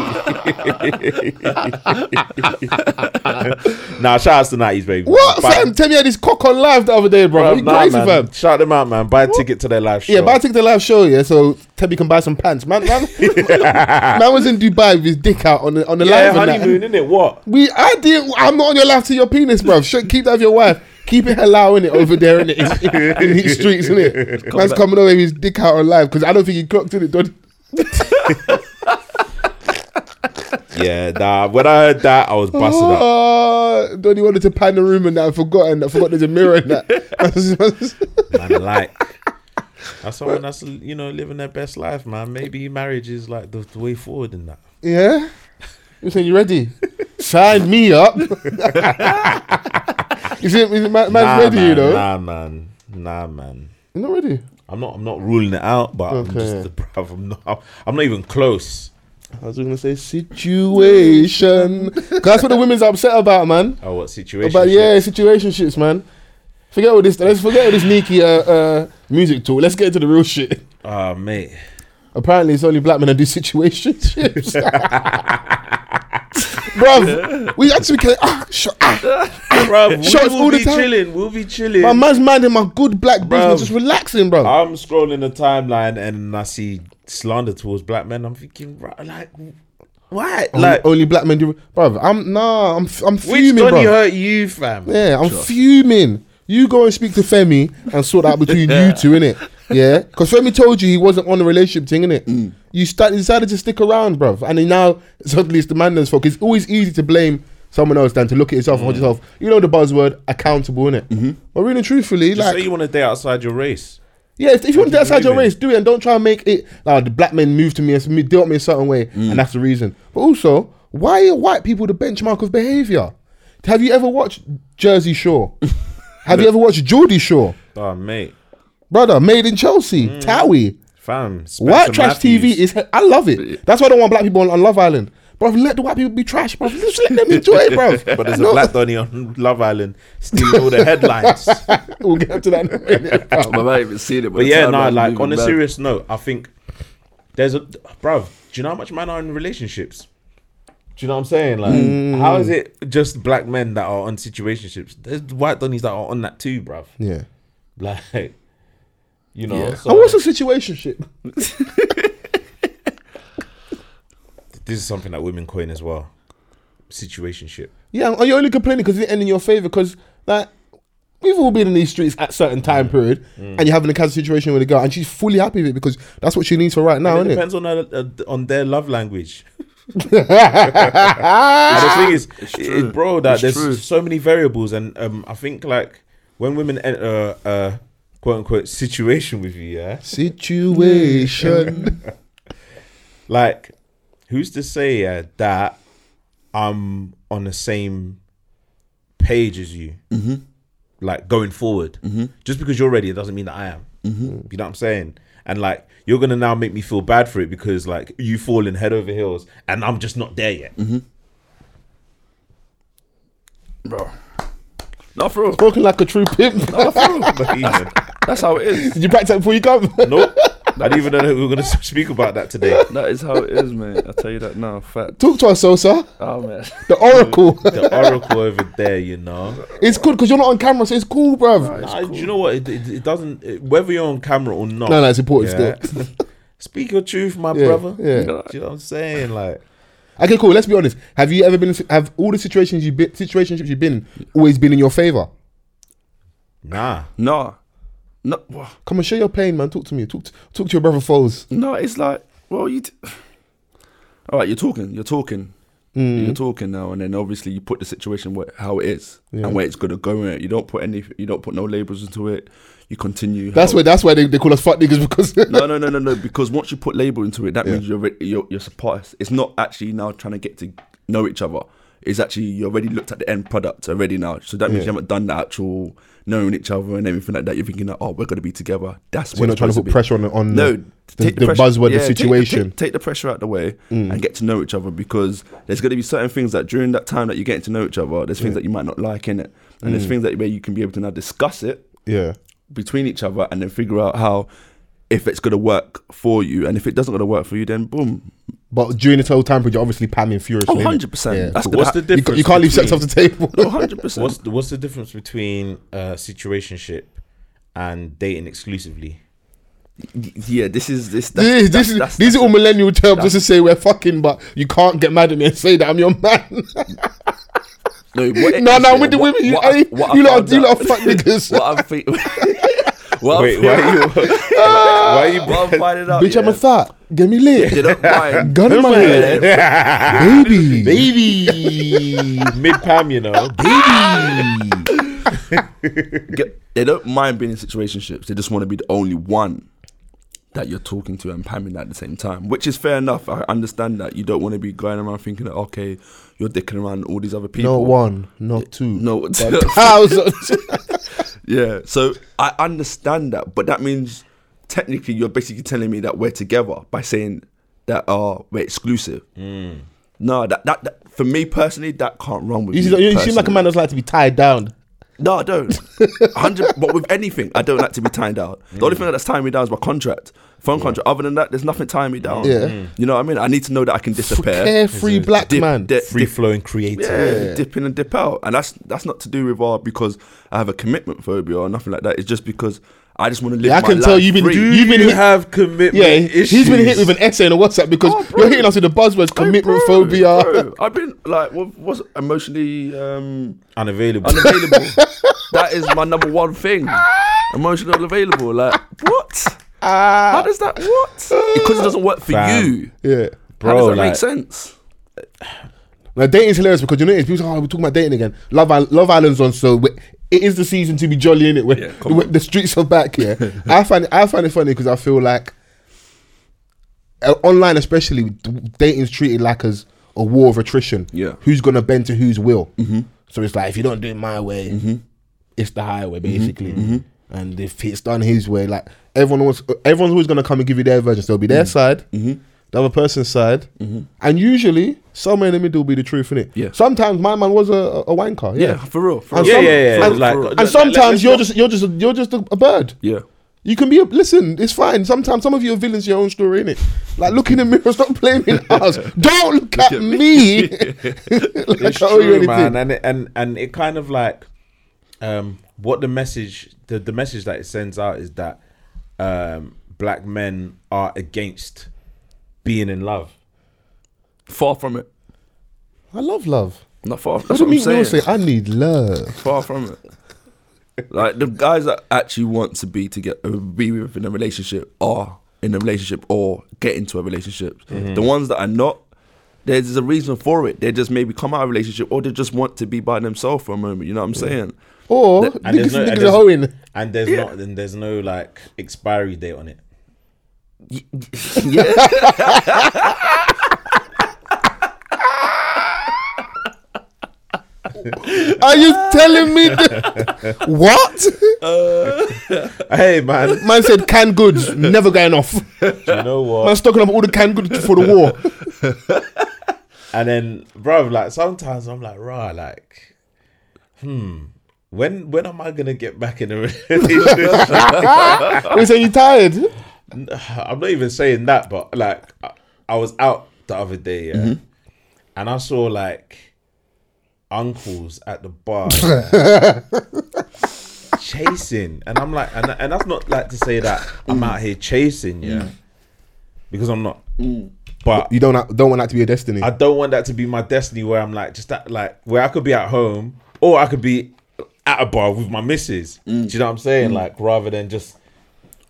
nah, shout outs to nineties, baby. What, Buy- fam? Tell me had his cock on live the other day, bro. Are Bruv, you nah, crazy, man. fam? Shout them out, man. Buy a ticket to their live show. Yeah, but I take the live show, yeah, so Tebby can buy some pants. Man, man, [laughs] man was in Dubai with his dick out on the, on the yeah, live. and that. honeymoon, innit? What? We, I didn't. I'm not on your life to your penis, bro. keep that with your wife. Keep it halal in it over there in, it, in, in these streets, in it. Man's coming away with his dick out on live because I don't think he clocked in it. Don't. Yeah, nah. When I heard that, I was busted up. [laughs] Oh, Donnie wanted to pan the room and that I forgot and I forgot there's a mirror in [laughs] that. man. Like, that's someone that's you know living their best life, man. Maybe marriage is like the, the way forward in that. yeah, you saying you ready? Sign me up. [laughs] you see, is man, man's ready, man, you know. Nah, man. Nah, man. You're not ready. I'm not. I'm not ruling it out, but I'm Okay. just, [laughs] bruv, I'm not. I'm not even close. I was gonna say situation. 'Cause that's what the women's upset about, man. Oh, what situation? But yeah, situationships, man. Forget all this. Let's forget all this sneaky uh, uh, music talk. Let's get into the real shit. Oh, mate. Apparently, it's only black men that [laughs] do [laughs] situationships. Bruv, we actually can. Ah, sh- ah. Bruv, [laughs] Shots we all will the be time. chilling. We'll be chilling. My man's minding my good black Bruv. Uh, business, just relaxing, bro. I'm scrolling the timeline and I see slander towards black men. I'm thinking, bruh, like, why? like, Like, only black men do. Bruv, I'm nah. I'm f- I'm which oh, fuming, Donny bro. hurt you, fam? Yeah, I'm fuming. You go and speak to Femi and sort out between you [laughs] two, innit? Yeah, because Femi told you he wasn't on a relationship thing, innit? Mm. You start, decided to stick around, bruv, and then now [laughs] suddenly it's the man that's fuck. It's always easy to blame someone else than to look at yourself Mm. and hold yourself. You know the buzzword accountable, innit? But really, and truthfully, Mm-hmm. Just like, say you want to date outside your race. yeah, if, if you want to you get outside your believe in. race, do it and don't try and make it. Now the black men moved to me and s- dealt me a certain way, Mm. and that's the reason. But also, why are white people the benchmark of behavior? Have you ever watched [laughs] Jersey Shore? Have you ever watched Geordie Shore? Oh, mate. Brother, Made in Chelsea, Mm. Towie. Fam. Spencer White trash Matthews. TV is. I love it. That's why I don't want black people on, on Love Island. Bro, let the white people be trash, bro. Just let them enjoy it, bro. [laughs] [laughs] But there's a black Donny on Love Island stealing all the headlines. we'll get to that in a [laughs] minute. bruv. I haven't even seen it. But yeah, no, like on a serious note, I think there's a bruv. Do you know how much men are in relationships? Do you know what I'm saying? Like, Mm. how is it just black men that are on situationships? There's white donnies that are on that too, bruv. Yeah. [laughs] Like, you know. Yeah. so- And what's the situation, shit? this is something that women coin as well. Situationship. Yeah, and you're only complaining because it ended in your favor. Because like we've all been in these streets at certain time period, and you're having a casual situation with a girl, and she's fully happy with it because that's what she needs for right now, It isn't it? depends on her, uh, on their love [laughs] language. yeah, [laughs] the thing is, true. it- bro, that It's there's true. so many variables, and um, I think like when women enter a uh, quote unquote situation with you, yeah, [laughs] situation. like who's to say yeah, that I'm on the same page as you, mm-hmm. like going forward. Mm-hmm. Just because you're ready, it doesn't mean that I am. Mm-hmm. You know what I'm saying? And like you're gonna now make me feel bad for it because like you falling head over heels, and I'm just not there yet. bro. Not for real. Talking like a true pimp. Not for real. Not even. That's how it [laughs] is. Did you practice that before you come? Nope. I didn't even know that we were going to [laughs] speak about that today. That is how it is, mate. I tell you that now. Fact. Talk to us, Sosa. Oh man. [laughs] The Oracle. The oracle over there, you know. it's good because you're not on camera, so it's cool, bruv. Nah, Do you know what? It, it, it doesn't. it- whether you're on camera or not. No, no, it's important still. yeah. [laughs] Speak your truth, my Yeah, brother. yeah. Do you know what I'm saying? Like, Okay, cool. Let's be honest. Have you ever been? Have all the situations you've been, situationships you've been, in always been in your favor? nah. No. No. wha- Come and share your pain, man. Talk to me. Talk to, talk to your brother Foles. No. It's like, well, you. T- [sighs] All right, you're talking. You're talking. Mm. You're talking now, and then obviously you put the situation where how it is Yeah. and where it's gonna go. In it. You don't put any. You don't put no labels into it. You continue. That's how- why. That's why they, they call us fuck niggas because No, no, no, no, no. Because once you put label into it, that Yeah. means you're, re- you're you're surpassed. It's not actually now trying to get to know each other. It's actually you already looked at the end product already now. So that means Yeah. you haven't done the actual knowing each other and everything like that. You're thinking that oh, we're gonna be together. [laughs] That's we're what not it's trying to put supposed be. pressure on on No, the, the, the pressure- buzzword, the yeah, take- take- situation. Mm. Take, the pressure out the way and get to know each other because there's going to be certain things that during that time that you're getting to know each other, there's things that you might not like in it, and Mm. there's things that where you can be able to now discuss it yeah, between each other and then figure out how if it's going to work for you and if it doesn't going to work for you then boom But during this whole time period, you're obviously pamming furiously. Oh, innit? 100%. That's Cool. gonna What's hap- the You, ca- difference? you can't leave sex between- off the table. [laughs] No, 100%. What's the, what's the difference between uh, situationship and dating exclusively? yeah, this is this. [laughs] This, That's, that's- this is, that's- these are all that's- millennial terms just to say we're fucking, but you can't get mad at me and say that I'm your man. [laughs] No, what, No, no, with the what- women, you- what I- hey, what I you lot- found you lot [laughs] out- are fuck niggas. [laughs] What I'm fe- [laughs] what Wait, I'm why [laughs] are you? why are you? what I'm finding out, Bitch, I'm yeah, a fat. Get me lit. [laughs] They don't mind. Gun in my head. [laughs] Baby. baby, mid pam, [laughs] you know, baby. get- they don't mind being in situationships. They just want to be the only one that you're talking to and pamming at the same time, which is fair enough. I understand that you don't want to be going around thinking that okay, you're dicking around all these other people. Not one, not two. No, but thousands. [laughs] yeah. So I understand that, but that means technically you're basically telling me that we're together by saying that uh we're exclusive. No, that, that that for me personally, that can't run with you, me see- you seem like a personally. man that's like to be tied down. No, I don't. A [laughs] Hundred, but with anything, I don't like to be tied down. The Mm. only thing that's tying me down is my contract, phone contract. Other than that, there's nothing tying me down. Yeah. Mm. you know what I mean. I need to know that I can disappear, Carefree black dip, man. dip, Free flowing creative. yeah, dip in and dip out, and that's that's not to do with uh, because I have a commitment phobia or nothing like that. It's just because I just want to live. Yeah, I my can tell life you've been- free. Do You've been you hit- have commitment yeah, issues? he's been hit with an essay in a WhatsApp because Oh, bro. you're hitting us with the buzzwords Hey, commitment bro, phobia. [laughs] bro, I've been like, what was emotionally um, unavailable. unavailable? that is my number one thing. Emotionally unavailable. Like what? How does that what? Because it doesn't work for Fam. you. Yeah. How Bro, does that like- make sense? Now dating's hilarious because you know it's people say, oh, we're talking about dating again. Love Island, Love Island's on, so we- it is the season to be jolly in it. Where, Yeah, come where [laughs] the streets are back. [laughs] Yeah, I find it, I find it funny because I feel like uh, online, especially, dating's treated like as a war of attrition. Yeah. Mm-hmm. who's gonna bend to whose will? So it's like if you don't do it my way, it's the highway basically. And if it's done his way, like everyone wants, everyone's always gonna come and give you their version. So it'll be their side, the other person's side, and usually somewhere in the middle will be the truth in it. Yeah. Sometimes my man was a, a wanker. Yeah, Yeah. for real. For And yeah, real. some- yeah, yeah. for- like, for- uh, and And let- sometimes let's you're not- just you're just you're just a, a bird. yeah. You can be a listen. It's fine. Sometimes some of you are villains. in Your own story, innit? Like look in the mirror. Stop blaming us. Don't look at me. [laughs] like It's I owe you true, anything. man, and it, and and it kind of like um, what the message the, the message that it sends out is that um, black men are against being in love. Far from it. I love love. Not far. That's What do you what, I'm mean? You saying. always say I need love. Far from it. [laughs] Like the guys that actually want to be to get uh, be within a relationship are in a relationship or get into a relationship. Mm-hmm. The ones that are not, there's a reason for it. They just maybe come out of a relationship or they just want to be by themselves for a moment. You know what I'm saying? [laughs] Or And And niggas, there's no and niggas are there's, hoeing. and there's not and there's no like expiry date on it. [laughs] yeah. Are you telling [laughs] me [laughs] that? what? Hey man, Man said canned goods never going off. [laughs] you know what? Man stocking up all the canned goods for the war. And then, bro, like sometimes I'm like, rah, like, hmm, when when am I gonna get back in a [laughs] relationship? We say you tired. I'm not even saying that, but like, I, I was out the other day, yeah, and I saw like uncles at the bar yeah, chasing, and I'm like, and and that's not like to say that I'm out here chasing, yeah, because I'm not, but You don't ha- don't want that to be a destiny. I don't want that to be my destiny where I'm like just that like where I could be at home or I could be at a bar with my missus. Do you know what I'm saying? Like rather than just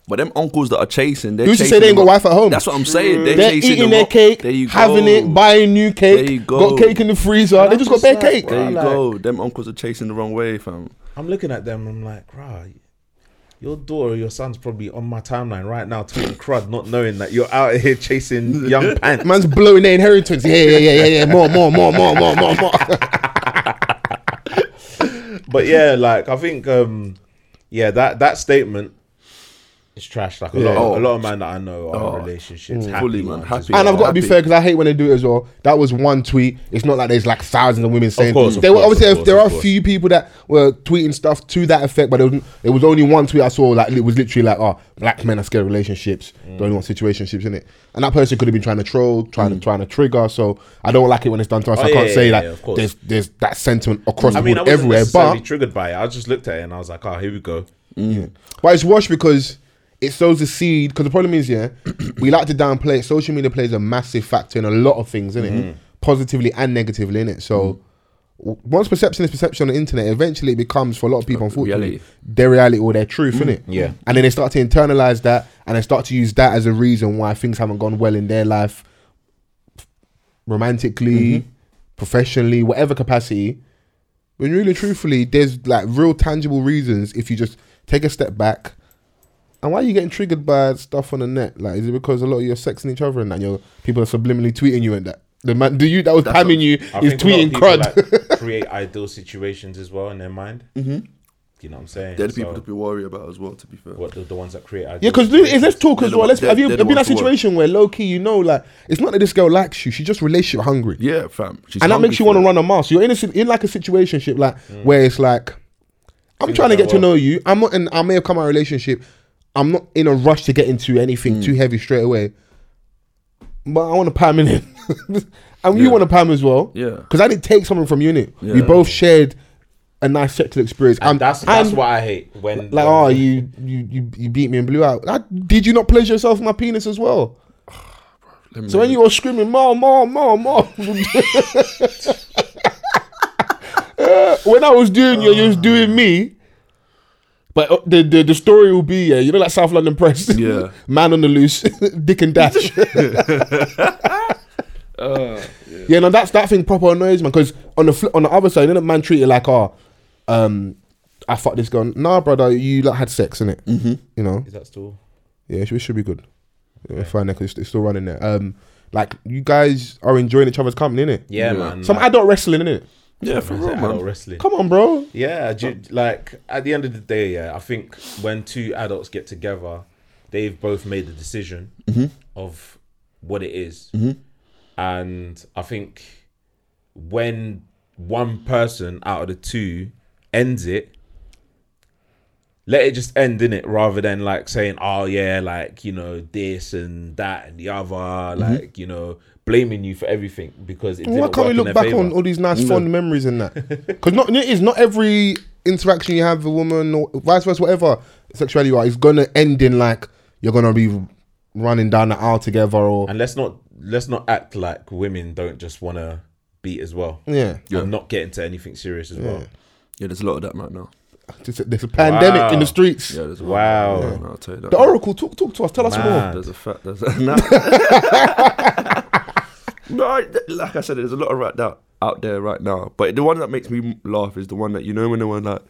But them uncles that are chasing, they're Who's to chasing say they ain't got them up. wife at home? That's what I'm saying. They're, They're chasing eating them their up. cake, There you having go. it, buying new cake. There you go. Got cake in the freezer. They just got bare cake. There you Like- go. Them uncles are chasing the wrong way, fam. I'm looking at them and I'm like, rah, your daughter or your son's probably on my timeline right now talking crud, not knowing that you're out here chasing young pants. Man's blowing their inheritance. Yeah, yeah, yeah, yeah, yeah. More, more, more, more, more, more, more. But yeah, like I think um yeah, that that statement it's trash. Like a Yeah. lot, a Oh. lot of man that I know are in Oh. relationships, Mm. happy Fully, man, ones as happy. well. And I've got to be happy. fair because I hate when they do it as well. That was one tweet. It's not like there's like thousands of women saying. course, of there were course, obviously of there course, are of a few people that were tweeting stuff to that effect, but it was, it was only one tweet I saw. Like it was literally like, "Oh, black men are scared of relationships. Mm. They only want situationships in it." And that person could have been trying to troll, trying to trying to trigger. So I don't like it when it's done to us. Mm. Oh, I yeah, can't yeah, say yeah, like yeah, of course. there's there's that sentiment across I the mean, I board wasn't everywhere. necessarily But triggered by it. I just looked at it and I was like, oh, here we go. But it's washed because it sows the seed. Because the problem is, yeah, [clears throat] we like to downplay it. Social media plays a massive factor in a lot of things, innit? Positively and negatively, innit? So w once perception is perception on the internet, eventually it becomes, for a lot of people, unfortunately, Reality. their reality or their truth, innit? yeah. And then they start to internalize that and they start to use that as a reason why things haven't gone well in their life romantically, professionally, whatever capacity. When really truthfully, there's like real tangible reasons if you just take a step back. And why are you getting triggered by stuff on the net? Like, is it because a lot of you're sexing each other and that your people are subliminally tweeting you and that? The man, do you that was That's pamming you I think a is lot of tweeting people, crud. like, create ideal situations as well in their mind. Mm-hmm. You know what I'm saying? They're the people So, to be worried about as well. To be fair, what the, the ones that create ideal Yeah, because situations. let's talk They're as the well. one- Let's, they're- have you they're the ever been in a ones to work. situation where low key, you know, like it's not that this girl likes you; she's just relationship hungry. yeah, fam. She's and that hungry makes you for want to it. Mm. run a mile. So you're in a, si- in like a situationship like where it's like, I'm Things trying to go get to well. know you. I'm not, and I may have come out of a relationship. I'm not in a rush to get into anything Mm. too heavy straight away. But I want to palm in it, [laughs] and you Yeah. want to palm as well. Yeah. because I didn't take something from you in it. We Yeah. both shared a nice sexual experience. And that's that's and- what I hate when Like, when- oh, you, you you you beat me and blew out. That- did you not pleasure yourself with my penis as well? Let me So when know. you were screaming, mom, mom, mom, mom. [laughs] Uh, when I was doing you, you was doing me. But uh, the, the the story will be, yeah, you know, like South London Press, [laughs] Yeah. man on the loose, [laughs] dick and [laughs] dash. Yeah, no, that's that thing proper annoys man. Because on the fl- on the other side, you know, that man treated like, oh, um, I fucked this girl. Nah, brother, you like had sex in it. Mm-hmm. You know, is that still yeah, it should, it should be good. Yeah, Fine, because it's, it's still running there. Um, like you guys are enjoying each other's company, innit? yeah, Yeah. man Some like, adult wrestling, innit? yeah, for real, adult man. wrestling Come on, bro. Yeah, ju- like at the end of the day, yeah, I think when two adults get together, they've both made the decision Mm-hmm. of what it is. and I think when one person out of the two ends it, let it just end in it rather than like saying, "Oh yeah, like you know this and that and the other," like you know blaming you for everything because it didn't Mm-hmm. Why can't we work in look their Mm. back favor. on all these nice fond [laughs] memories and that? Because not it is not every interaction you have with a woman or vice versa, whatever sexuality you are, is gonna end in like you're gonna be running down the aisle together or and let's not let's not act like women don't just want to beat as well yeah. and not get into anything serious as well Yeah, there's a lot of that right now. There's a, there's a pandemic in the Wow. streets. Yeah, there's a lot Wow. Of that right now, I'll tell you that. The Oracle, talk talk to us. Tell us Man. more. There's a fact. There's a, [laughs] nah. no, I- like I said, there's a lot of right now out there right now. But the one that makes me laugh is the one that you know when the one like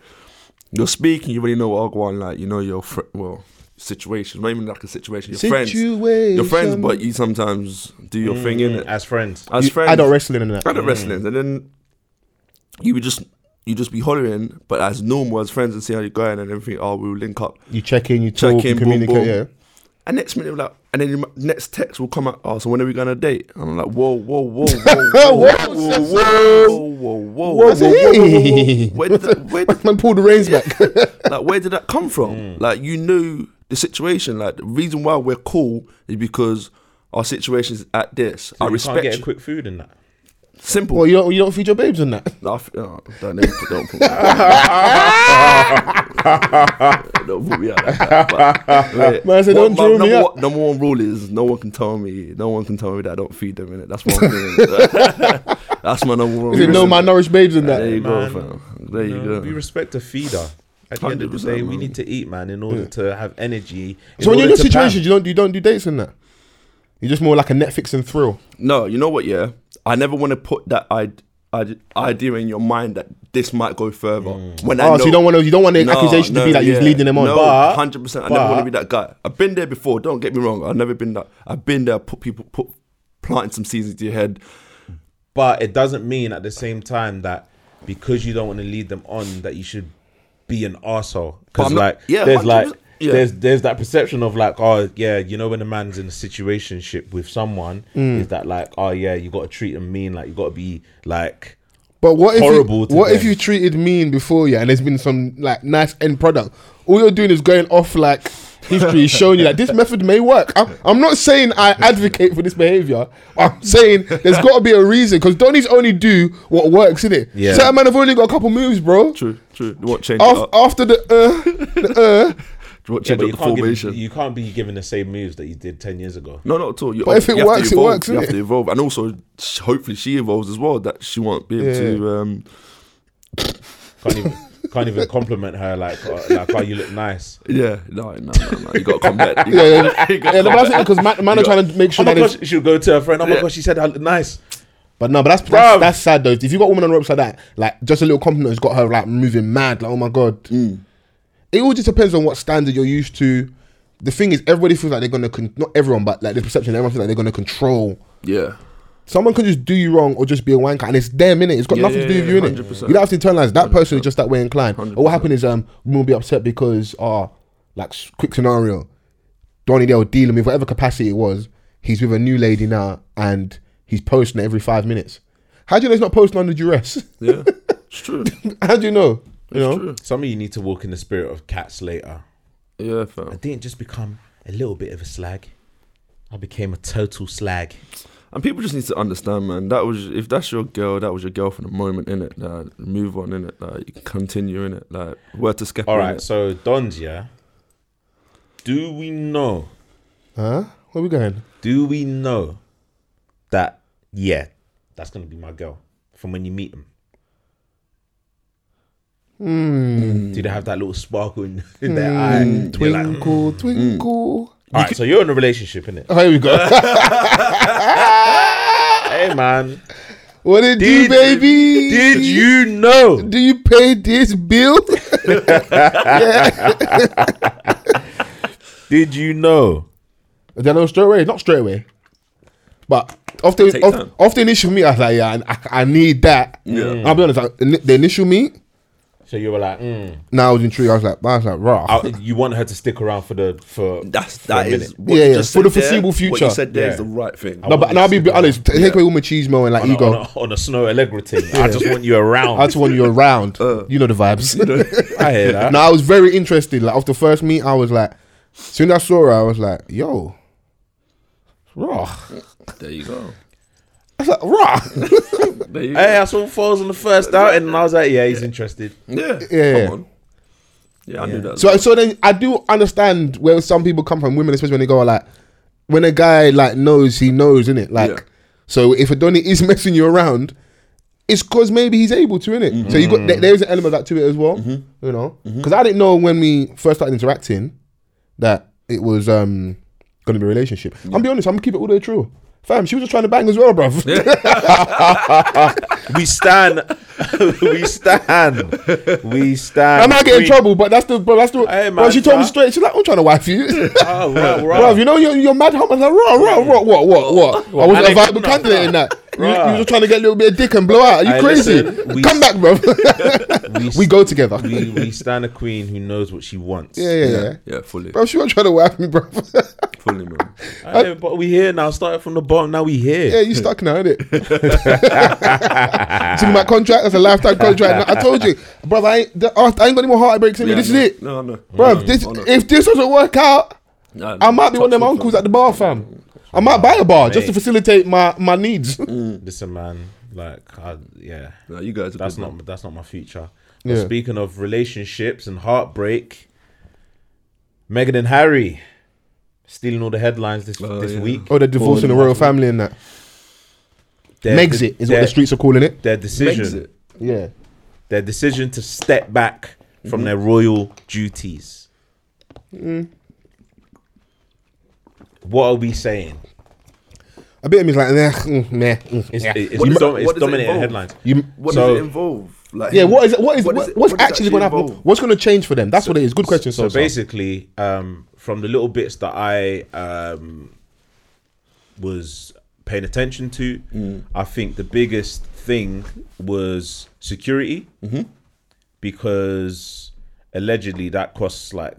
you're speaking, you already know what I'll go on. Like you know your fr- well situation, not even like a situation. Your friends, Situation. your friends, but you sometimes do your thing in it Mm, as friends as friends. adult wrestling and that. Kind of wrestling, and then you would just you just be hollering, but as normal as friends, and see how you're going and everything. Oh, we'll link up. You check in, you Check talk, in, you boom, communicate. boom. Yeah. And next minute, like, and then the next text will come out. Oh, so when are we gonna date? And I'm like, whoa, whoa, whoa, whoa, whoa, What? whoa, [laughs] whoa, whoa, whoa, whoa. I said, whoa, whoa, whoa, whoa. Where did that, [laughs] where, did- Man, pull the reins [laughs] back. like, where did that come from? Mm. Like, you knew the situation. Like, the reason why we're cool is because our situation is at this. I You respect can't get you. a quick food in that Simple. well, you don't, you don't feed your babes on that. No, I f- oh, don't, even put, don't put me out. [laughs] don't put me out like that. But, wait. Man said, "Don't One- my draw me number up." One, number one rule is no one can tell me, no one can tell me that I don't feed them in it. That's what I'm [laughs] doing. [laughs] That's my number one. You rule. know my nourished babes in There that. you Man, go, fam. There you No, go. we respect a feeder at the end of the 100%, day we man. need to eat man in order to have energy in So when you're in order those to situations, plan. you don't you don't do dates in that. You're just more like a Netflix and thrill. No, you know what? Yeah, I never want to put that I. Idea in your mind that this might go further. Mm. When I Oh, know, so you don't want to you don't want the No, accusation to no, be that you're yeah. leading them on. No, But- hundred percent. I never but- want to be that guy. I've been there before. Don't get me wrong. I've never been that. I've been there. Put people put planting some seeds into your head. but it doesn't mean at the same time that because you don't want to lead them on that you should be an asshole But because I'm not- like yeah, there's like 100%. Yeah. there's there's that perception of like, oh yeah, you know when a man's in a situationship with someone, Mm. is that like, oh yeah, you got to treat them mean, like you got to be like, But what if Horrible you, to what if them. you treated mean before yeah, and there's been some like nice end product? All you're doing is going off like [laughs] history, showing you like this method may work. I'm, I'm not saying I advocate for this behavior. I'm saying there's got to be a reason because Donnie's only do what works, innit? Yeah. Certain man have only got a couple moves, bro. True, true. They won't change Af- it up. after the uh, [laughs] the uh, They yeah, won't change but up you can't, the formation. give, you can't be given the same moves that you did ten years ago. no, not at all. You, But if it you have to works, it evolve. works, You have innit? to evolve, and also sh- hopefully she evolves as well. That she won't be able to. Um, Can't even can't even compliment her like, uh, like, oh, you look nice. yeah, no, no, no, no. You got to come back. [laughs] [laughs] You yeah, gotta- yeah, yeah, no, but that's because man, man are trying to make Oh sure my that. gosh, it's- she'll go to her friend. Oh my Yeah. gosh, she said I look nice. But no, but that's that's, Bruv. that's sad though. If you got a woman on ropes like that, like just a little compliment has got her like moving mad. Like oh my god, it all just depends on what standard you're used to. The thing is, everybody feels like they're gonna con- not everyone, but like the perception, everyone feels like they're gonna control. Yeah, Someone can just do you wrong or just be a wanker, and it's them in it. It's got Yeah, nothing to yeah, do with yeah, you in it. 100%. You don't have to internalize that person is just that way inclined. Or what happened is um, we'll be upset because uh, like s- quick scenario, Donnie Dale dealing with whatever capacity it was. He's with a new lady now, and he's posting every five minutes. How do you know he's not posting under duress? yeah, it's true. It's [laughs] How do you know? You know, true. Some of you need to walk in the spirit of cats later. Yeah, fam. I didn't just become a little bit of a slag. I became a total slag. And people just need to understand, man. That was if that's your girl, that was your girl for the moment, in it. Like, move on, in it. Like, you can continue, in it. Like, where to skip. All right, so Don's yeah. Do we know? huh? Where we going? Do we know that? Yeah, that's gonna be my girl from when you meet them. Do they have that little sparkle in, in their eye? They're like, mm. Twinkle, twinkle. All right, so you're in a relationship, [laughs] innit? Oh, here we go. [laughs] hey man, what did, you, Did- baby? did you [laughs] know? Do you pay this bill? [laughs] Did you know? Then I was straight away, not straight away, but after Take off, time. off the initial meet, I was like, yeah, I- I, I need that. Yeah. I'll be honest. Like, in- the initial meet, So you were like, mm. now I was intrigued. I was like, I was like, rah. Oh, you want her to stick around for the for That's for a that is minute. what Yeah, you yeah, just for the said there, foreseeable What future. you said there is Yeah. the right thing. no, but now I'll be, be honest. Take away all my machismo and like on, a, ego. on, a, on a snow Allegra thing. I just want you around. I just want you around. you know the vibes. [laughs] I hear that. no, I was very interested. Like after first meet, I was like, soon as I saw her, I was like, yo, raw. there you go. I was like, raw. There you Hey, I saw Foles on the first outing, and I was like, yeah, he's interested. Yeah, Yeah. Come on. Yeah, I knew that. so, so then I do understand where some people come from, women especially when they go like, when a guy like knows, he knows, innit? Like, Yeah. so if a Donny is [laughs] messing you around, it's because maybe he's able to, innit? So you Mm-hmm. got there, there's an element of that to it as well, you know? Because I didn't know when we first started interacting that it was um gonna be a relationship. I'm be honest, I'm gonna keep it all the way true. Fam, she was just trying to bang as well, bruv. [laughs] We stand. [laughs] we stand. We stand. I might get in We- trouble, but that's the bro. That's the. Hey, bro, man, she told me bruh. straight. She's like, I'm trying to wife you. [laughs] Oh, right, right. Bro, you know you're, you're mad hump. I was like, raw, raw, raw, what, what, what? I And was a they- viable candidate in that. You, you Bruh. were just trying to get a little bit of dick and blow out. Are you Hey, crazy? listen, we- Come back, bro. we go together. [laughs] We, we stand a queen who knows what she wants. yeah, yeah, yeah. yeah, fully, Bro, she was trying to wife me, bro. fully, man. Hey, but we here now. Started from the bottom. Now we here. [laughs] yeah, you stuck now, innit? See my contract? That's a lifetime contract. I told you, bro, I ain't, the- I ain't got any more heartbreaks in me. Yeah, this no, is it. No, no, Bro, this, if this doesn't work out, Nah, I might be one of them touch wood, uncles fam. at the bar, fam. I might buy a bar just to Mate. facilitate my, my needs. Listen, man. Like, I, yeah. Nah, you guys are That's good, man. not that's not my future. Yeah. But speaking of relationships and heartbreak, Meghan and Harry stealing all the headlines this Oh, this yeah. week. Oh, they're divorcing the royal family and that. Their- Megxit is what their- the streets are calling it. Their decision. Exit. Yeah. their decision to step back from Mm-hmm. their royal duties. Mm. What are we saying? A bit of me's like, nah, mm, meh, mm, It's, yeah. it's, What does it- dom- it's what does it dominating involve? headlines. You- What So- does it involve? Like, yeah, what is it? What is, what what is it- what's what does it actually going to happen? involve? What's going to change for them? That's what it is. Good question. So So, basically, um, from the little bits that I um, was paying attention to, Mm. I think the biggest thing was Mm-hmm. security because allegedly that costs like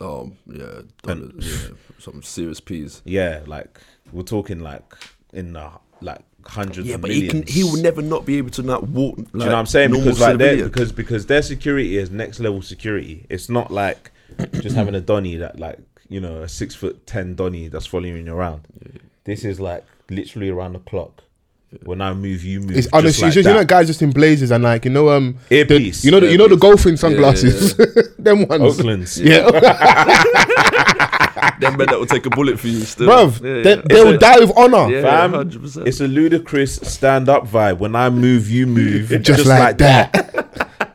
Um, yeah, dollars, yeah, some serious peas. Yeah, like we're talking like in the like hundreds Yeah, of but he millions. can. He will never not be able to not walk. Like, Do you know what I'm saying? normal Because like their civilian. because because their security is next level security. It's not like just having a donny that like you know a six foot ten donny that's following you around. This is like literally around the clock. When I move, you move. It's just honestly, like it's just, you that. know, guys just in blazers and like you know, um, Earpiece. The, you know, the, you know the Earpiece. golfing sunglasses, [laughs] them ones. Oakland's. Yeah, [laughs] them men that will take a bullet for you, still, bruv, Yeah, they, yeah. they will die with honor. Yeah, Fam, 100%. it's a ludicrous stand up vibe. When I move, you move. just, like that.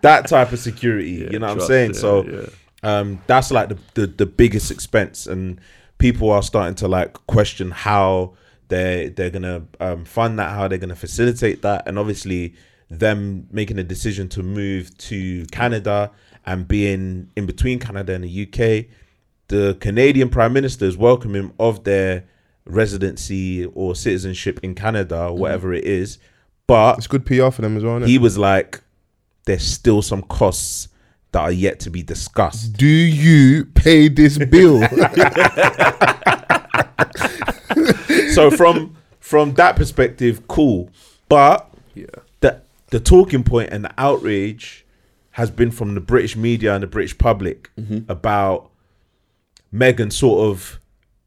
That type of security. you know what I'm trust, saying? yeah, so yeah. Um, that's like the, the, the biggest expense. And people are starting to like question how they're, they're going to um, fund that, how they're going to facilitate that. And obviously, them making a decision to move to Canada and being in between Canada and the UK the Canadian Prime Minister's welcoming of their residency or citizenship in Canada, Mm-hmm. whatever it is. But It's good PR for them as well. Isn't it? he was like, there's still some costs that are yet to be discussed. Do you pay this bill? so from [laughs] from that perspective, cool. But Yeah. the the talking point and the outrage has been from the British media and the British public about Meghan sort of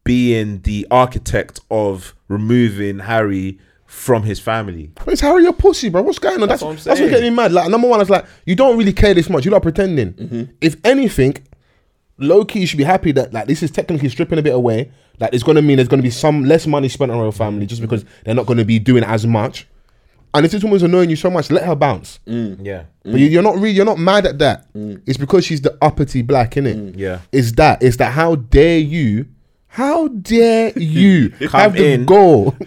being the architect of removing Harry from his family. But it's Harry your pussy, bro. What's going on? That's That's that's what I'm what's saying. getting me mad. Like number one, it's like you don't really care this much. You're not pretending. Mm-hmm. If anything, low key, you should be happy that like this is technically stripping a bit away. Like it's gonna mean there's gonna be some less money spent on royal family just because they're not gonna be doing as much. And if this woman's annoying you so much, let her bounce. Yeah. But you, you're not really, you're not mad at that. It's because she's the uppity black, innit? Mm. Yeah. It's that. It's that. How dare you? [laughs] How dare you have the in. [laughs] goal to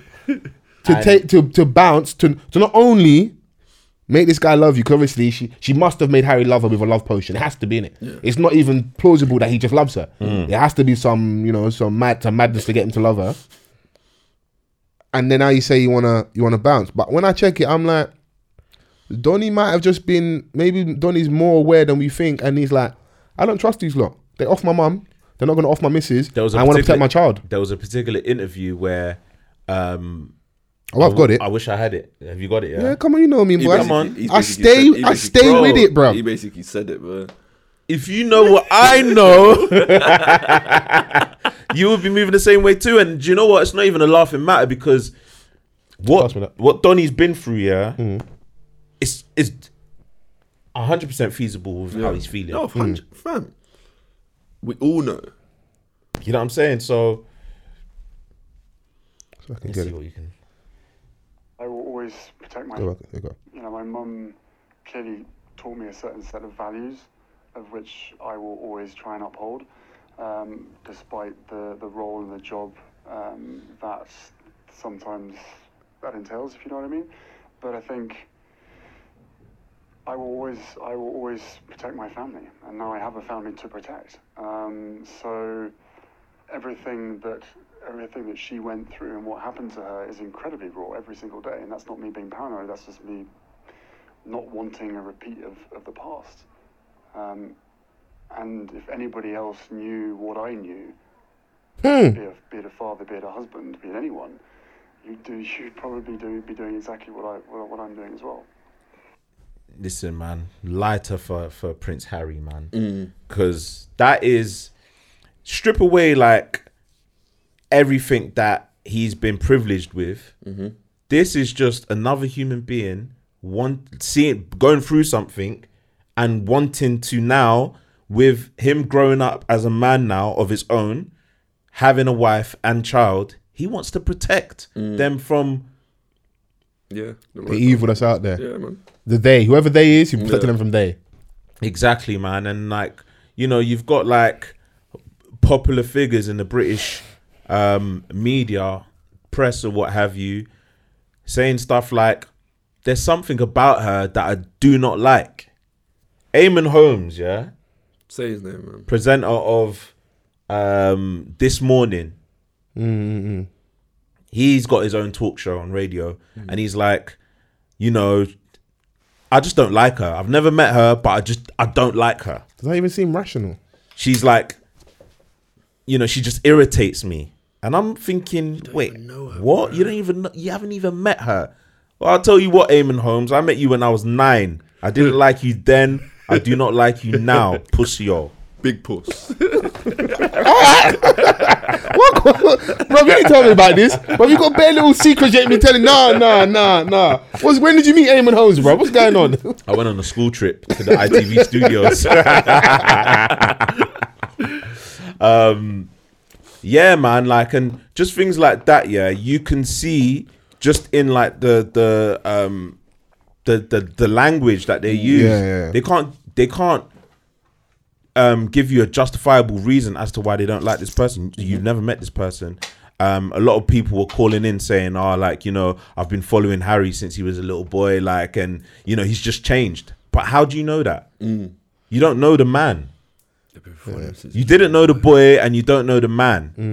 And- take to to bounce to to not only make this guy love you? 'cause obviously, she she must have made Harry love her with a love potion. It has to be in it. It's not even plausible that he just loves her. Mm. There has to be some you know some mad some madness to get him to love her. And then now you say you wanna you wanna bounce, but when I check it, I'm like. Donny might have just been maybe Donny's more aware than we think, and he's like, I don't trust these lot. They off my mum. They're not gonna off my missus. There was a I want to particular- protect my child. There was a particular interview where um Oh, I've got it. I wish I had it. Have you got it? Yeah. yeah, come on, you know me, boy. Come on. He's I basically stay- he I basically- stay with it, bro. He basically said it, bro. If you know what I [laughs] know, you would be moving the same way too. And do you know what? It's not even a laughing matter because what Pass me that. what Donny's been through, yeah, it's it's hundred percent feasible with how he's feeling. No, Hmm. hundred, Oh, fam. We all know. You know what I'm saying? So So I can let's get see it. what you can. I will always protect my. Go back, there you go. You know, my mum clearly taught me a certain set of values, of which I will always try and uphold, um, despite the the role and the job um, that sometimes that entails, if you know what I mean. But I think I will always I will always protect my family, and now I have a family to protect. Um, so everything that everything that she went through and what happened to her is incredibly raw every single day and that's not me being paranoid that's just me not wanting a repeat of, of the past um, and if anybody else knew what i knew be, it, be it a father be it a husband be it anyone you do [laughs] you'd probably do, be doing exactly what i what, I- what i'm doing as well listen, man, lighter for for Prince Harry, man, because that is strip away like everything that he's been privileged with. This is just another human being one seeing going through something and wanting to now with him growing up as a man now of his own having a wife and child he wants to protect them from Yeah. The The evil that's out there. Yeah, man. The they, whoever they is, you protected Yeah. them from they. Exactly, man. And like, you know, you've got like popular figures in the British um, media, press, or what have you, saying stuff like, there's something about her that I do not like. Eamon Holmes, yeah, Say his name, man. presenter of um, This Morning, he's got his own talk show on radio and he's like you know i just don't like her i've never met her but i just i don't like her Does that even seem rational? she's like you know, she just irritates me. And I'm thinking, wait, what? You don't even know, you haven't even met her. Well, I'll tell you what, Eamon Holmes, I met you when I was nine. I [laughs] didn't like you then. I do not like you [laughs] now, pussy yo. [laughs] Big puss. What? [laughs] bro, you didn't tell me about this. Bro, you got bare little secrets you ain't been telling. Nah, nah, nah, nah. What's, when did you meet Eamon Holmes, bro? What's going on? I went on a school trip to the ITV studios. um, yeah, man, like, and just things like that. Yeah, you can see just in like the the um the the, the language that they use. yeah, yeah. They can't they can't um give you a justifiable reason as to why they don't like this person. Mm-hmm. You've never met this person. Um, a lot of people were calling in saying, "Oh, like you know, I've been following Harry since he was a little boy, like, and you know, he's just changed." But how do you know that? Mm. You don't know the man. You didn't know the boy, and you don't know the man. Do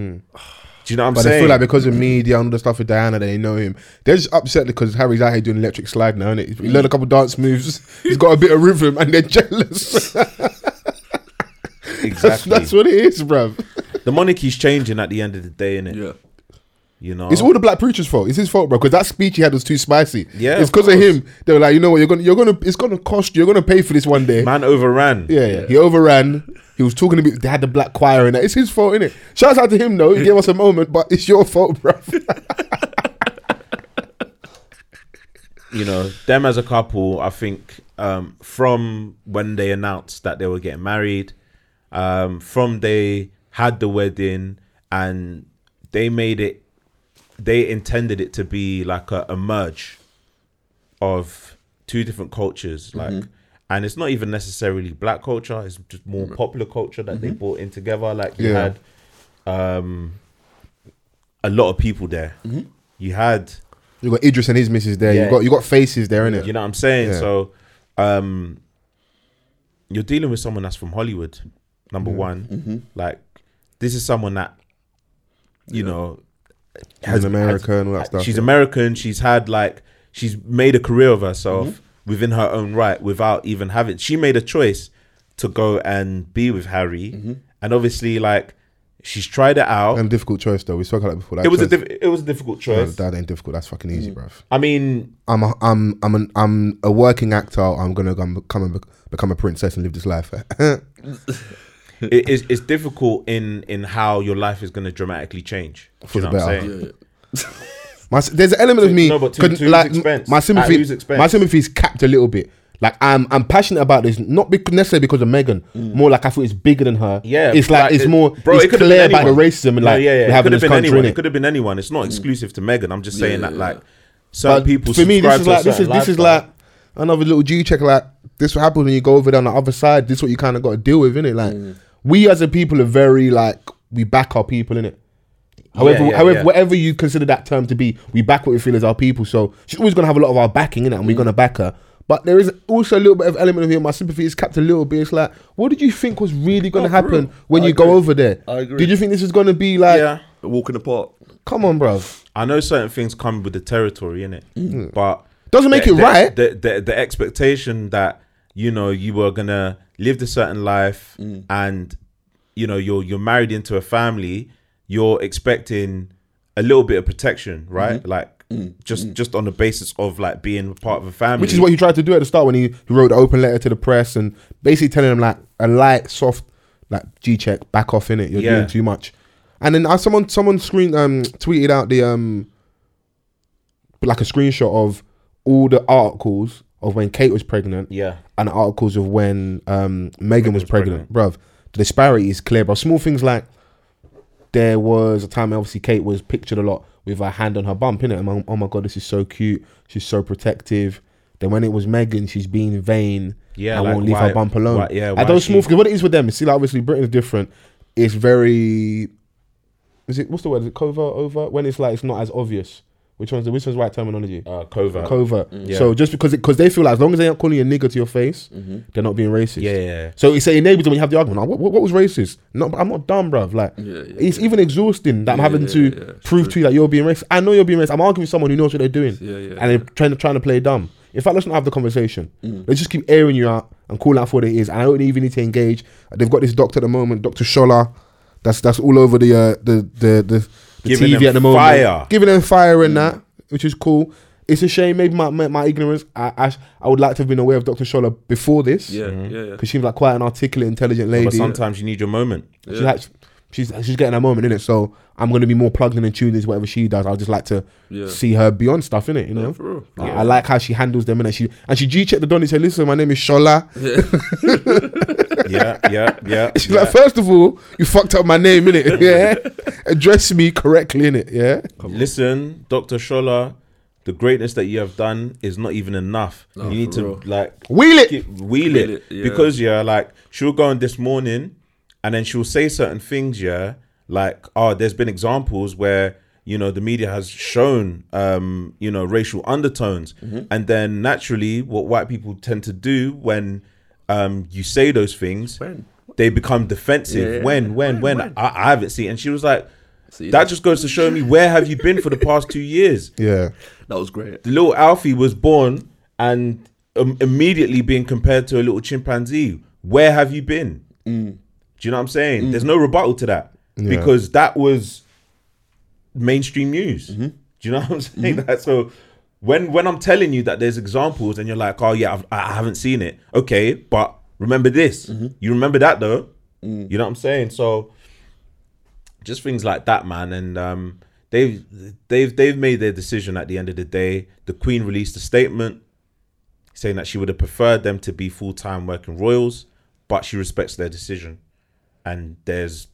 you know what I'm [laughs] Mm. But I saying? feel like because of media and all the stuff with Diana, they know him. They're just upset because Harry's out here doing electric slide now, innit? He learned a couple dance moves. [laughs] He's got a bit of rhythm, and they're jealous. [laughs] that's, exactly. [laughs] that's what it is, bruv. the monarchy's changing at the end of the day, innit? yeah. You know, It's all the black preacher's fault. It's his fault, bro. Because that speech he had was too spicy. Yeah, it's of because of, him. They were like, you know what? You're gonna, you're gonna, it's gonna cost you. You're gonna pay for this one day. man overran. Yeah, yeah, he overran. He was talking about they had the black choir and that. It's his fault, innit? Shouts out to him though. He gave us a moment, but it's your fault, bro. you know, them as a couple, I think um, from when they announced that they were getting married, um, from they had the wedding and they made it, they intended it to be like a, a merge of two different cultures. Like, and it's not even necessarily black culture, it's just more popular culture that they brought in together. Like, you Yeah. had um, a lot of people there. You had [laughs] You got Idris and his missus there. Yeah. You got you got faces there, innit? you know what I'm saying? Yeah. So, um, you're dealing with someone that's from Hollywood, number one. Mm-hmm. Like, this is someone that, you know, She's American, all that stuff. she's American. She's had like she's made a career of herself Mm-hmm. within her own right without even having. She made a choice to go and be with Harry, and obviously, like, she's tried it out. Mm-hmm. and a difficult choice though. We spoke about it before. That it was a choice- diff- it was a difficult No, choice. Mm. that ain't difficult. That's fucking easy, bruv. I mean, I'm a, I'm I'm an, I'm a working actor. I'm gonna come come and bec- become a princess and live this life. [laughs] it, it's, it's difficult in in how your life is going to dramatically change. Do For you the know what I'm better. saying? My, s- there's an element of me. No, but to- could- to whose expense? My At sympathy, whose expense? my sympathy is capped a little bit. Like I'm, I'm passionate about this, not bec- necessarily because of Megan. More like I feel it's bigger than her. Mm. Yeah, it's like, it's it- more. Bro, it's it could have clear been about the anyone. racism and No, like yeah, yeah. we It have in could have this been country. anyone. innit? It could have been anyone. It's not exclusive to Megan. I'm just saying yeah, that yeah. like certain people. for me, this subscribe is to a like this is certain this is lifestyle. like another little G check. Like this what happens when you go over there on the other side. This is what you kind of got to deal with, innit? Like Mm. we as a people are very like we back our people, innit? However, Yeah, yeah, however, yeah. whatever you consider that term to be, we back what we feel is our people. So she's always gonna have a lot of our backing in it, and Mm. we're gonna back her. But there is also a little bit of element of here. My sympathy is capped a little bit. It's like, what did you think was really Oh, gonna happen when I you go agree. over there? I agree. Did you think this was gonna be like, yeah. Walking apart. come on, bro? I know certain things come with the territory, innit? But Mm. Doesn't make the- it the- right. The, the the expectation that you know you were gonna live a certain life, Mm. and you know you're you're married into a family. You're expecting a little bit of protection, right? Mm-hmm. Like just just on the basis of like being part of a family, Mm. Which is what he tried to do at the start when he, he wrote the open letter to the press and basically telling them like a light, soft, like G check, back off in it. You're Yeah. doing too much. And then uh, someone someone screen um tweeted out the um like a screenshot of all the articles of when Kate was pregnant yeah. and articles of when um Megan was was pregnant, bruv. The disparity is clear, bruv. Small things like there was a time obviously Kate was pictured a lot with her hand on her bump, innit? And I'm- oh my god, this is so cute. She's so protective. Then when it was Megan, she's being vain. Yeah, and like, won't leave why- her bump alone. why- yeah, and why those small she- things. What it is with them? See, like obviously Britain's different. It's very. Is it what's the word? Is it covert? Over when it's like it's not as obvious. Which one's the which one's the right terminology? Uh, covert. covert. Yeah. So just because because they feel like as long as they aren't calling you a nigger to your face, they're not being racist. Yeah, yeah, yeah. So it's it enables them when you have the argument. Like, what, what, what was racist? No, but I'm not dumb, bruv. Like yeah, it's even exhausting that I'm having to yeah, yeah, it's prove to you that you're being racist. I know you're being racist. I'm arguing with someone who knows what they're doing, Yeah, yeah, and they're trying to trying to play dumb. In fact, let's not have the conversation. Mm. Let's just keep airing you out and calling out for what it is. And I don't even need to engage. They've got this doctor at the moment, Doctor Shola. That's that's all over the uh, the the the, the Giving TV them at the moment. fire. Giving them fire and Mm. that, which is cool. It's a shame. Maybe my my, my ignorance. I, I sh- I would like to have been aware of Dr. Scholler before this. Yeah, yeah, yeah. Because she was like quite an articulate, intelligent lady. But sometimes you need your moment. She's like, she's she's getting her moment in it. So I'm gonna be more plugged in and tuned into whatever she does. I would just like to Yeah. see her beyond stuff in it. You know, for real. I, I like how she handles them and she and she G checked the don and said, "Listen, my name is Shola." Yeah, yeah, yeah. [laughs] She's like, first of all, you fucked up my name in it. [laughs] [laughs] Yeah, address me correctly in it. Yeah, Listen, Dr. Scholler, the greatness that you have done is not even enough. you need for to real. like wheel it. keep- wheel Wheel it, it, yeah. because yeah, like she'll go on this morning, and then she'll say certain things. Yeah, like oh, there's been examples where you know the media has shown um, you know racial undertones, Mm-hmm. and then naturally, what white people tend to do when um, you say those things, When? they become defensive. Yeah. When, when, when? I, I haven't seen, and she was like. See, That just goes to show me where have you been for the past two years. Yeah, That was great. Little Alfie was born and um, immediately being compared to a little chimpanzee. Where have you been? Do you know what I'm saying? There's no rebuttal to that because that was mainstream news. Do you know what I'm saying? [laughs] That so when when I'm telling you that there's examples and you're like, oh yeah, I've, I haven't seen it. Okay, but remember this. You remember that though. You know what I'm saying? So just things like that, man. And um, they've they've they've made their decision at the end of the day. The Queen released a statement saying that she would have preferred them to be full time working royals, but she respects their decision, and there's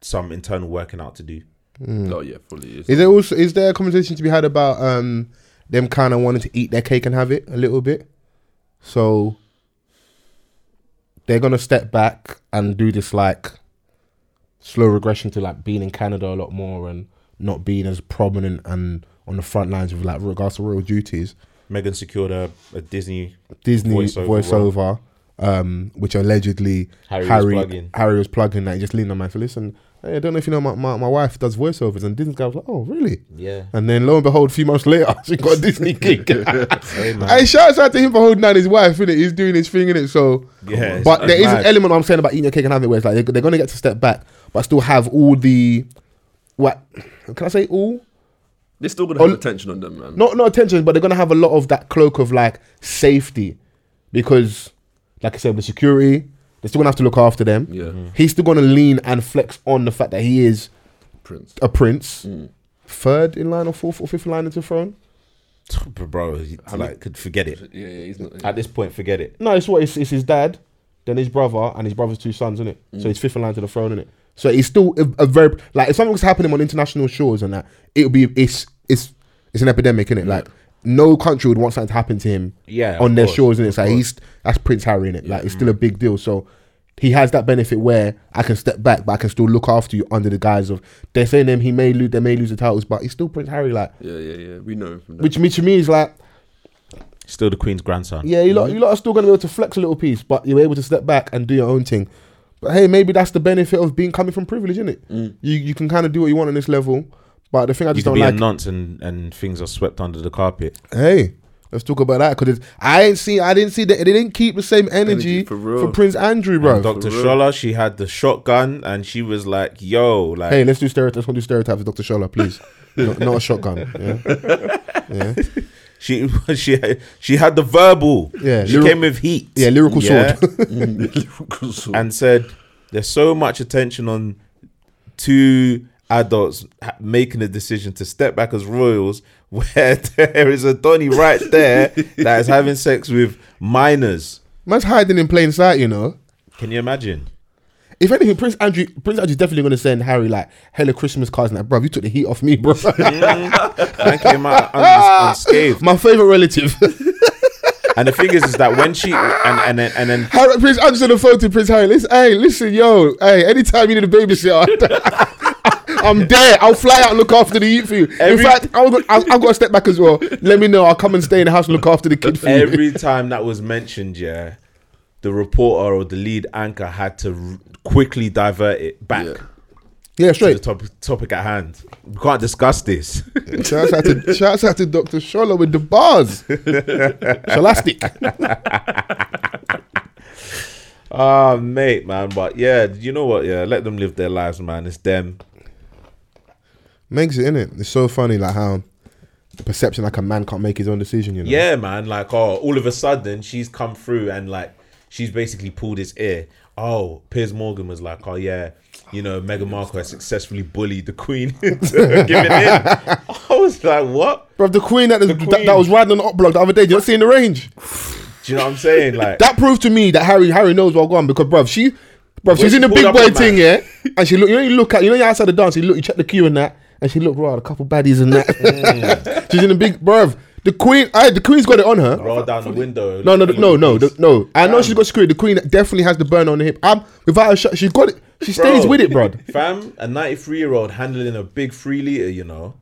some internal working out to do. Oh yeah, fully is. Hmm. is there also is there a conversation to be had about um them kind of wanting to eat their cake and have it a little bit? So they're gonna step back and do this like slow regression to like being in Canada a lot more and not being as prominent and on the front lines with like regards to royal duties. Megan secured a, a Disney. Disney Voiceover voiceover, um, which allegedly Harry Harry was Harry was plugging. plugging. that. He just leaned on my for listen. Hey, I don't know if you know my, my, my wife does voiceovers, and Disney guy was like, oh really? [laughs] Yeah. And then lo and behold, a few months later, [laughs] she got a [laughs] Disney gig. and shouts out to him for holding down his wife, innit? He's doing his thing, innit? So, Yeah, it's but there is mad. an element I'm saying about eating your cake and having it where it's like they're, they're going to get to step back, but still have all the, what, can I say all? They're still gonna have Oh, attention on them, man. not not attention, but they're gonna have a lot of that cloak of like safety, because like I said, with security, they're still gonna have to look after them. Yeah. Mhm. Mm. he's still gonna lean and flex on the fact that he is Prince. a prince, Mm. third in line or fourth or fifth in line into the throne. Bro, you- like could forget it Yeah, yeah, he's not. at this point. Forget it. No, it's what it's, it's his dad, then his brother, and his brother's two sons, is it? Mm. So he's fifth in line to the throne, is it? So it's still a, a very like if something's happening on international shores and that, it'll be it's it's it's an epidemic, is it? Like no country would want something to happen to him Yeah, of on their course, shores, and it's like he's that's Prince Harry in it. Like it's still a big deal. So he has that benefit where I can step back, but I can still look after you under the guise of they're saying them he may lose, they may lose the titles, but he's still Prince Harry. Like Yeah, yeah, yeah. We know him from that. which me to me is like Still the Queen's grandson. yeah, you lot, you lot are still going to be able to flex a little piece, but you're able to step back and do your own thing. But hey, maybe that's the benefit of being coming from privilege, isn't it? Mm. You you can kind of do what you want on this level. But the thing I You just could don't be like, a nonce and, and things are swept under the carpet. hey, let's talk about that because I ain't see, I didn't see that they didn't keep the same energy, Energy, for for, real. Prince Andrew, bro. And Dr. Scholler, she had the shotgun and she was like, yo, like hey, let's do stereotypes. Let's not do stereotypes with Dr. Scholler, please. not, not a shotgun. Yeah. She [laughs] she she had the verbal. Yeah, she lyri- came with heat. Yeah, lyrical sword. [laughs] [laughs] and said, "There's so much attention on two adults ha- making a decision to step back as royals, [laughs] where there is a Donny right there that is having sex with minors. Man's hiding in plain sight, you know. Can you imagine? If anything, Prince Andrew, Prince Andrew's definitely gonna send Harry like hella Christmas cards and like, bro, you took the heat off me, [laughs] bro. And came out un- unscathed. [laughs] My favorite relative. And the thing is, is that when she and and then, and then Harry, Prince, I'm just on the phone to Prince Harry. Listen, hey, listen, yo, hey, anytime you need a babysitter, [laughs] I'm there. I'll fly out and look after the youth for you. Every- In fact, I've got, I've, I've got to step back as well. Let me know. I'll come and stay in the house and look after the kid for you. every time that was mentioned, yeah, the reporter or the lead anchor had to r- quickly divert it back. Yeah. yeah, to the straight. top, topic at hand. We can't discuss this. Shouts out to, shouts out to Dr. Shola with the bars. Scholastic. Ah, mate, man. But yeah, you know what? Yeah, let them live their lives, man. It's them. Makes it in it. It's so funny, like how the perception like a man can't make his own decision. You know. Yeah, man. Like, oh, all of a sudden she's come through and like she's basically pulled his ear. Oh, Piers Morgan was like, oh yeah, you know, Meghan Markle has successfully bullied the Queen [laughs] into giving in. I was like, what? Bro, the queen that that- queen. that was riding on the up block the other day. You not seeing the range? Do you know what I'm saying? Like, That proved to me that Harry Harry knows well gone because bruv, she bruv, she's she in the pulled big up boy on thing, man. yeah. And she look you know you look at you know you outside the dance, you look you check the queue and that, and she looked right, a couple baddies and that. [laughs] she's in the big bruv. The queen I, the queen's got it on her. roll down the window. No, no, no, no, no, no. I know she's got security. The queen definitely has the burn on the hip. I'm without her shot, she's got it. She [laughs] stays Bro. with it, bruv. [laughs] Fam, a 93 year old handling a big three liter, you know.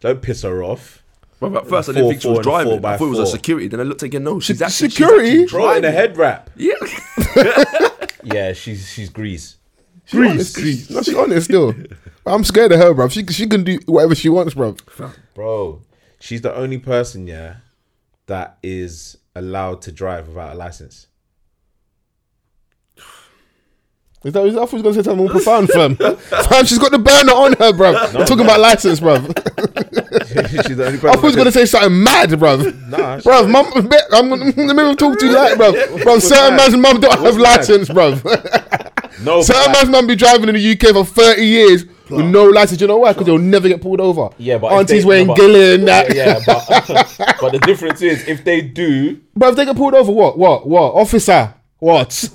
Don't piss her off. Bro, at first Four, I didn't think she four was and driving. four by I thought it was a four. security. Then I looked again. No, she's Se- actually she's security? actually Bro, in a driving. head wrap. Yeah. [laughs] Yeah, she's she's grease. She's honest. No, she's honest still. But I'm scared of her, bruv. She she can do whatever she wants, bruv. Bro, she's the only person, yeah, that is allowed to drive without a license. [laughs] Is that, is that I thought you was gonna say something more profound, [laughs] fam? fam, she's got the burner on her, bruv. We're talking about license, [laughs] bruv. she's the only person. I thought you was that can- gonna say something mad, bruv. Nah, she- Bruv, mum, I'm gonna maybe I'm talking too light, bruv. Bruv, What's certain mad? man's mum don't have What's mad? license, bruv. no, certain but- [laughs] man's mum be driving in the UK for 30 years with no license. You know why? Because they'll never get pulled over. yeah, but if aunties they- wearing no, but- gilly and that. Yeah, but, [laughs] but the difference is if they do, Bruv, if they get pulled over, what? What? What? Officer, what?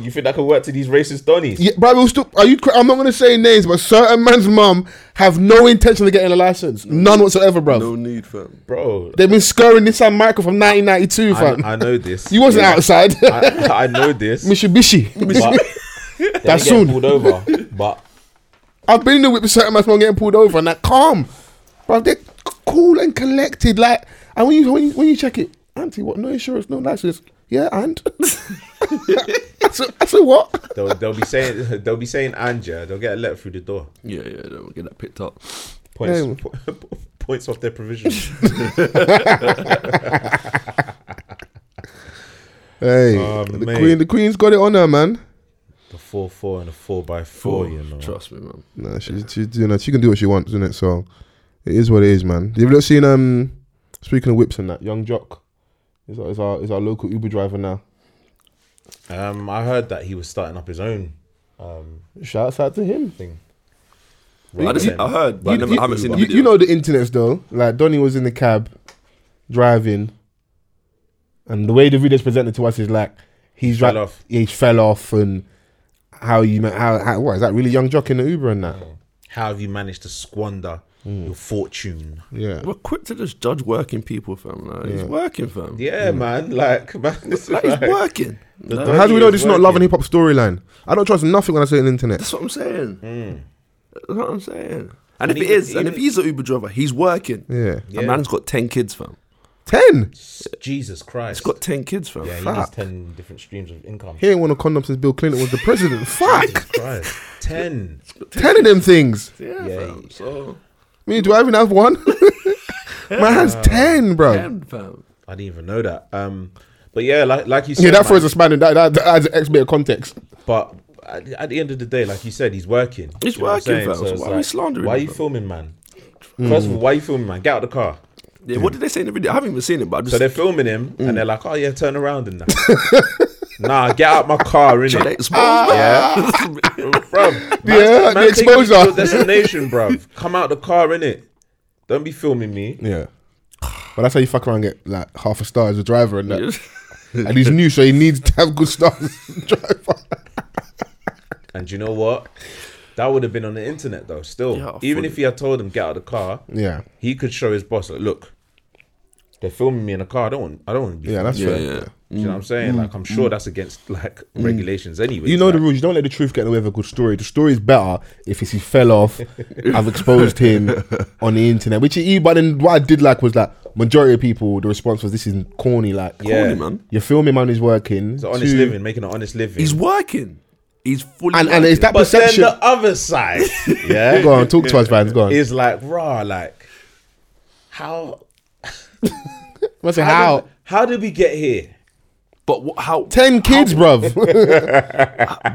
you think that could work to these racist donnies? Yeah, bruv, we'll still, are you? cra- I'm not gonna say names, but certain man's mum have no intention of getting a license, Mm. none whatsoever, bruv. No need, fam. Bro, They've been scurrying this San Michael from 1992, fam. I, I know this. you wasn't Yeah. outside. I, I know [laughs] this. [laughs] Mitsubishi. but That's that's soon. soon. Pulled over, but I've been in the whip with certain man's mum getting pulled over and that calm. Bro, they're c- cool and collected. Like, and when you when you, when you check it, auntie, what? No insurance, no license. Yeah, and? [laughs] I said, I said, what? they'll, they'll be saying they'll be saying Anja. They'll get a letter through the door. Yeah, yeah, they'll get that picked up. Points Yeah. po- [laughs] points off their [laughs] provision. Hey, Oh, the mate. queen, the queen's got it on her, man. the four four and the four by four. you know. Trust me, man. No, she's she's you know she can do what she wants, isn't it? So it is what it is, man. You've not seen um speaking of whips and that young jock is our is our, is our local Uber driver now. Um, I heard that he was starting up his own um Shouts out to him. thing. I, just, I heard, but I, never, I haven't seen the you, video. you know the internet's though. Like Donny was in the cab driving, and the way the video's presented to us is like he's Fell dri- off. He fell off, and how you ma- how, how what is that really young jock in the Uber and that? Oh. How have you managed to squander your fortune? Yeah, We're quick to just judge working people, fam. Like, He's Yeah. working, fam. Yeah, man. Like, [laughs] man, this is Like, he's like- working. Like, How do we know Donny this is is not love and working. hip hop storyline? I don't trust nothing when I say it on the internet. That's what I'm saying. That's what I'm saying. And And, if it even- is, and if even- he's an Uber driver, he's working. Yeah, A man's got 10 kids, fam. ten. Jesus Christ. He's got 10 kids, fam. yeah, he Fuck. needs ten different streams of income. He ain't worn a condom since Bill Clinton was [laughs] the president. Fuck! Jesus Christ. [laughs] Ten. Ten of them things. Yeah, Yeah, fam. So, Me, do I even have one? [laughs] My hand's Uh, ten, bro. 10, fam. I didn't even know that. Um, but yeah, like like you said, Yeah, that man, throws a span in. That, that, that adds an X bit of context. But at, at the end of the day, like you said, he's working. He's You know what I'm working, saying? fam. So it's why are we slandering Why are him, you fam? filming, man? First of all, why are you filming, man? Get out of the car. Yeah, what did they say in the video? I haven't even seen it, but I just. So they're filming him, Mm. and they're like, "Oh yeah, turn around and that." [laughs] nah, get out my car, Should they innit? [laughs] expose me? Ah. [laughs] bro. Yeah, the exposure. Your destination, bro. Come out the car, innit? Don't be filming me. Yeah. [sighs] But that's how you fuck around and get like half a star as a driver and that. [laughs] Yeah. and he's new, so he needs to have good stars as [laughs] a driver. And you know what? That would have been on the internet though. Still, Yeah, even fully. if he had told him get out of the car, Yeah. he could show his boss, like, look, they're filming me in a car. I don't want, I don't want to be. Yeah, that's Yeah, fair. yeah. Do you know what Mm. I'm saying? Like, I'm sure that's against like regulations anyway. You know like, the rules. You don't let the truth get in the way of a good story. The story is better if it's he fell [laughs] off. I've exposed him on the internet, which he. But then what I did like was that majority of people, the response was this is corny. Like, Yeah. Corny, man. you're filming man who's working. it's honest Two- living, making an honest living. He's working. He's fully. And and it's that but then perception. the other side, [laughs] yeah, go on, talk to us, man. Go on. is like raw. Like, how I say how? How, How did we get here? But what, how? Ten [laughs] kids, bruv.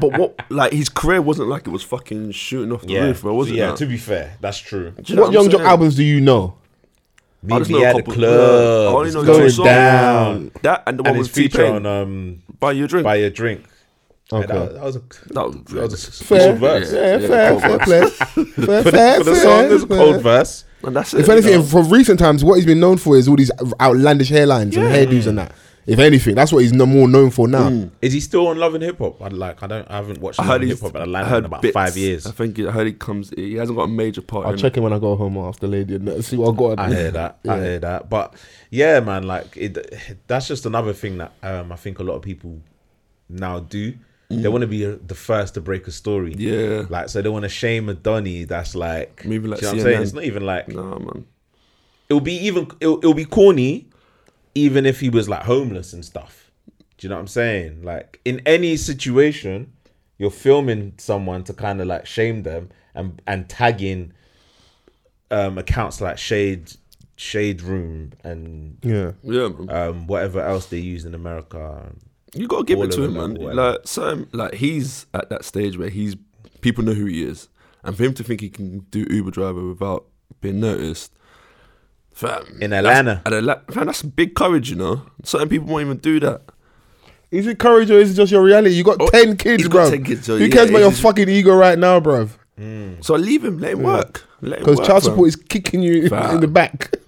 [laughs] But what? Like his career wasn't like it was fucking shooting off the roof, bro. Was it? yeah. now? To be fair, that's true. Do you know what I'm Young Jock saying? albums do you know? I just Meet know me a at the couple- yeah, I club. only It's know going two songs. down. That and the one And his with feature T-Pain. on um, Buy you a drink. buy a drink. Okay. And That, that was a that was, that was a Fair, cold verse. fair, yeah, fair, cold fair, verse. [laughs] play. fair, For the, fair, for the fair, song, there's a fair. cold verse. and that's it. If anything, you know? from recent times, what he's been known for is all these outlandish hairlines and hairdos and that. If anything, that's what he's no more known for now. Is he still on Love and Hip Hop? I like. I don't. I haven't watched I Love heard and he's. Hip Hop at I Atlanta heard in about bits. five years. I think he- I heard he comes. He hasn't got a major part. I'll in check him when I go home after Lady and that, see what I got. I [laughs] hear that. I hear that. But yeah, man, like it, that's just another thing that um, I think a lot of people now do. They want to be uh, the first to break a story. Mm. Yeah. Like, so they want to shame a Donny that's like, Maybe like do you know what I'm saying? CNN. It's not even like, it. Nah, man. it'll be even, it'll, it'll be corny, even if he was like homeless and stuff. Do you know what I'm saying? Like, in any situation, you're filming someone to kind of like shame them and, and tagging um, accounts like Shade, Shade Room and Yeah. Yeah, man. um, whatever else they use in America. You gotta give all it to of him, them, man. like, whatever. Like certain, like he's at that stage where he's people know who he is, and for him to think he can do Uber driver without being noticed, fam. In that's- Atlanta. at Ala- fam, that's big courage, you know. Certain people won't even do that. Is it courage or is it just your reality? You got Oh, 10 kids, he's got bro. 10 kids, so Who yeah, cares about it's your just- fucking ego right now, bro? So I leave him, let him work, let him Because work, child fam. support is kicking you in Fam. the back. [laughs]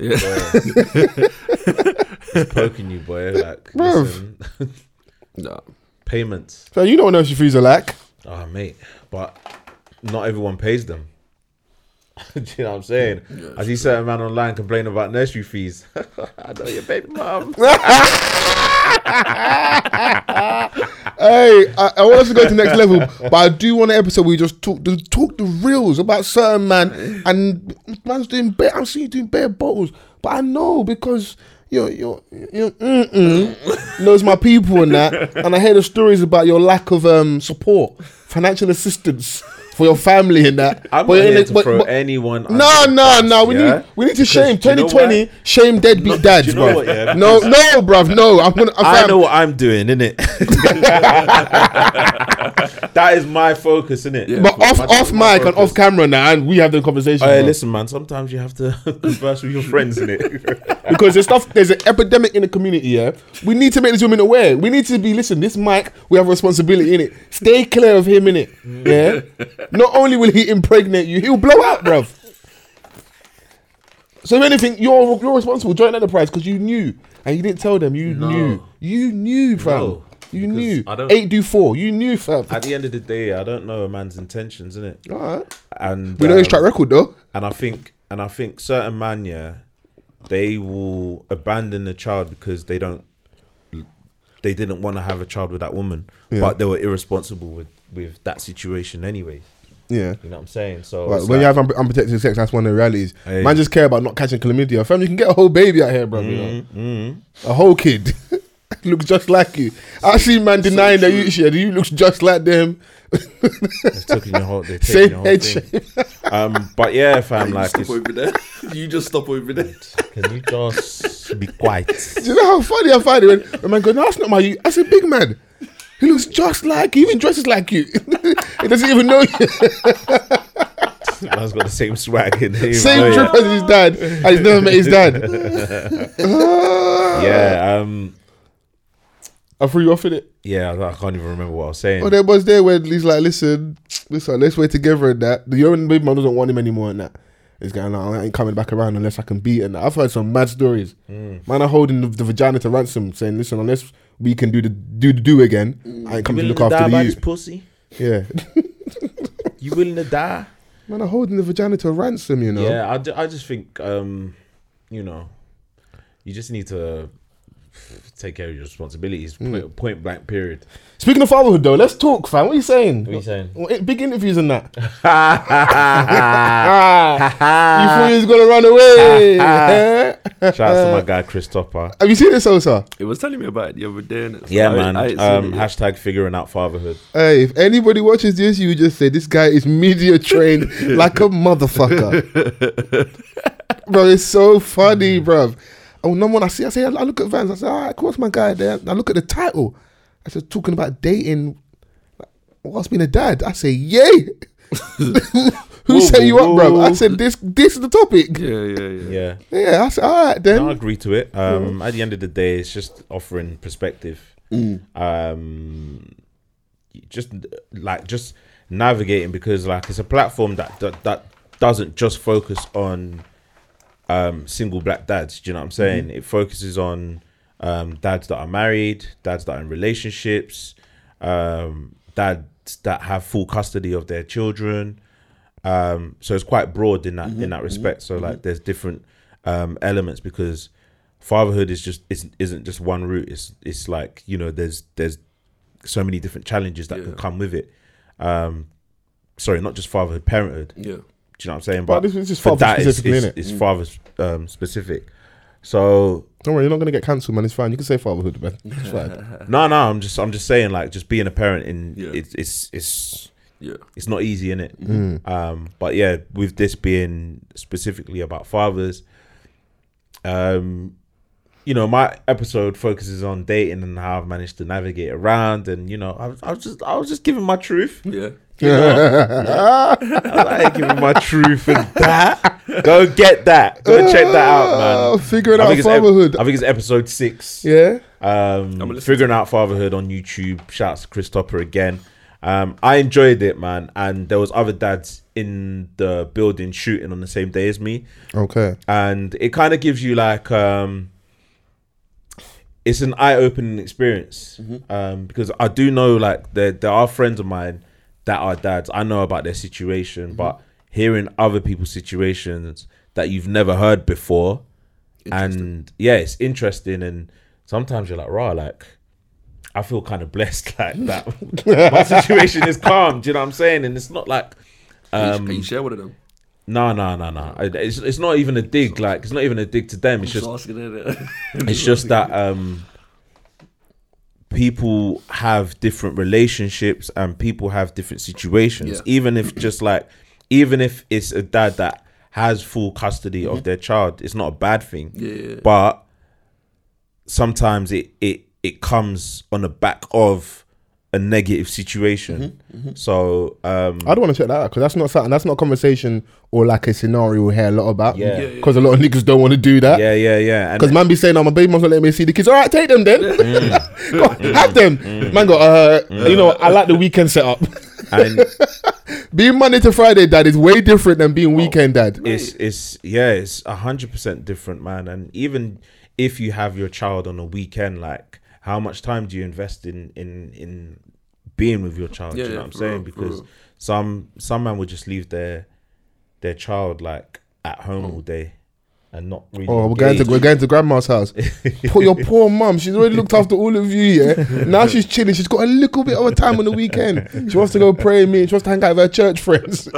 Yeah. It's [laughs] poking you, boy. Like, Bruv. listen, [laughs] [laughs] nah. payments. So you don't know what your fees are like. Oh, mate. But not everyone pays them. [laughs] Do you know what I'm saying? I see certain man online complain about nursery fees. [laughs] I know your baby mum. Hey, I, I want us to go to the next level, but I do want an episode where we just talk the talk the reels about certain man and man's doing bare. I'm seeing you doing bare bottles, but I know because you're you're you're mm-mm, knows my people and that, and I hear the stories about your lack of um support, financial assistance for your family and that. I'm not But you're in here the- to but- throw but- anyone. no, under the no, bus, no. We yeah? need we need to Because shame do you know 2020. why? shame deadbeat dads, do you know bruv. what, yeah? no, no, bruv. No, I'm gonna. I'm I know what I'm doing, [laughs] innit? [laughs] that is my focus, innit? Oh, Yeah. But off My- off my mic and focus. off camera now, and we have the conversation Hey, bro. listen, man. Sometimes you have to [laughs] converse with your friends, innit? [laughs] [laughs] because there's stuff. There's an epidemic in the community. Yeah, we need to make these women aware. We need to be listen. This mic, we have a responsibility in it. Stay clear of him in it. [laughs] Yeah. Not only will he impregnate you, he'll blow out, bruv. So if anything, you're you're responsible. Joint enterprise because you knew and you didn't tell them. You No. knew. You knew, fam. No, you because knew. I don't- Eight do four. You knew, fam. At the end of the day, I don't know a man's intentions, innit? All right. And We know his um, track record though. and I think and I think certain man, yeah, they will abandon the child because they don't they didn't want to have a child with that woman, but they were irresponsible with with that situation anyway. Yeah. You know what I'm saying? So Like, it's when you like- have un- unprotected sex, that's one of the realities. Hey. Man just care about not catching chlamydia. Fam, you can get a whole baby out here, bro. you know? A whole kid [laughs] looks just like you. I see man denying that you shit. You looks just like them. it's taking your whole, [laughs] they're taking Same your whole head thing. shape. Um, but yeah, fam, [laughs] You like, stop it's- over there. [laughs] you just stop over there. can you just be quiet? Do you know how funny I find it when, when man goes, "No, that's not my you." I said, "Big man." He looks just like you. He even dresses like you. [laughs] he doesn't even know you. Man's got the same swag in there. Same trip as his dad, and he's never met his dad. Yeah, um, I threw you off in it. yeah, I I can't even remember what I was saying. But there was there when he's like, listen, listen, let's wait together and that. The Young Big Man doesn't want him anymore and that. He's going, no, I ain't coming back around unless I can beat and that. I've heard some mad stories. Mm. Man are holding the, the vagina to ransom, saying, listen, unless we can do the do the do again, I ain't coming to willing look to die after by the this you. pussy? Yeah. [laughs] You willing to die? Man are holding the vagina to ransom, you know. Yeah, I, ju- I just think, um, you know, you just need to take care of your responsibilities. Point, point blank, period. Speaking of fatherhood though, let's talk, fam. What are you saying? What are you saying? Well, Big interviews and [laughs] that. [laughs] Ah. you thought he was gonna [laughs] run away. [laughs] Shout out to my guy, Chris Topper. Have you seen this, Osa? It was telling me about it the other day. innit? So Yeah, I- man. I ain't seen um, it yet. hashtag figuring out fatherhood. Hey, if anybody watches this, you just say this guy is [laughs] media trained [laughs] Mm. like a motherfucker. bro, it's so funny, bro. Oh, no one I see, I say, I I look at Vans. I say, all right, cool, that's my guy there. And I look at the title. I said, talking about dating. What's being a dad? I say, yay. [laughs] Who Whoa, set you up, bro? whoa. I said, this this is the topic. Yeah, yeah, yeah. Yeah. Yeah, I said, all right then. No, I agree to it. Um, At the end of the day, it's just offering perspective. Um, just like just navigating because like it's a platform that that, that doesn't just focus on um, single black dads. Do you know what I'm saying? It focuses on um, dads that are married, dads that are in relationships, um, dads that have full custody of their children. Um, so it's quite broad in Mm-hmm, that in that respect. So like, there's different um, elements because fatherhood is just isn't, isn't just one route. It's it's like you know there's there's so many different challenges that can come with it. Um, sorry, not just fatherhood, parenthood. Yeah. Do you know what I'm saying? But this is just for father that, it's- specifically, it's, innit? Mm. it's father um, specific. So Don't worry, you're not gonna get cancelled, man. It's fine. You can say fatherhood, man. It's [laughs] fine. [laughs] no, no, I'm just I'm just saying like just being a parent in Yeah. it's it's it's Yeah. it's not easy in it. Mm. Um, but yeah, with this being specifically about fathers, um, you know, my episode focuses on dating and how I've managed to navigate around, and you know, I was, I was just I was just giving my truth. Yeah. I ain't giving my truth [laughs] and that. Go get that. Go check that out, man. Figuring I out think, it's ep- fatherhood. I think it's episode six. yeah. Um, listen figuring out fatherhood on YouTube. Shouts to Chris Topper again. Um, I enjoyed it, man. And there was other dads in the building shooting on the same day as me, Okay. and it kind of gives you like um, it's an eye-opening experience um, because I do know like there there are friends of mine that are dads. I know about their situation, but hearing other people's situations that you've never heard before, and yeah, it's interesting. And sometimes you're like, rah, like I feel kind of blessed [laughs] like that. [laughs] My situation is calm. Do you know what I'm saying? And it's not like Can you- Um, can you share one of them? no, no, no, no. I- It's it's not even a dig. Like it's not even a dig to them. It's Just just asking it. it's just that um people have different relationships and people have different situations Yeah. even if just like even if it's a dad that has full custody of their child it's not a bad thing Mm-hmm. Yeah. but sometimes it it it comes on the back of a negative situation Mm-hmm, so um I'd want to check that out because that's not something. That's not a conversation or like a scenario we hear a lot about. Yeah. Yeah, yeah. Because a lot of niggas don't want to do that. yeah yeah yeah and Because man be saying, "Oh, my baby mom's not letting me see the kids." All right, take them [laughs] then. Mm. Go on, have them. Man go. Uh, you know, I like the weekend [laughs] setup. and being Monday to Friday dad is way different than Oh. being weekend dad. it's it's yeah it's a hundred percent different man and even if you have your child on a weekend like how much time do you invest in in in being with your child Do Yeah, you know yeah, what i'm for saying real, for because real. some some man would just leave their their child like at home Mm. all day and not really Oh, we're going to engage. we're going to [laughs] grandma's house. Poor your poor mum. She's already looked after all of you. Yeah. Now she's chilling. She's got a little bit of a time on the weekend. She wants to go pray me. She wants to hang out with her church [laughs] friends.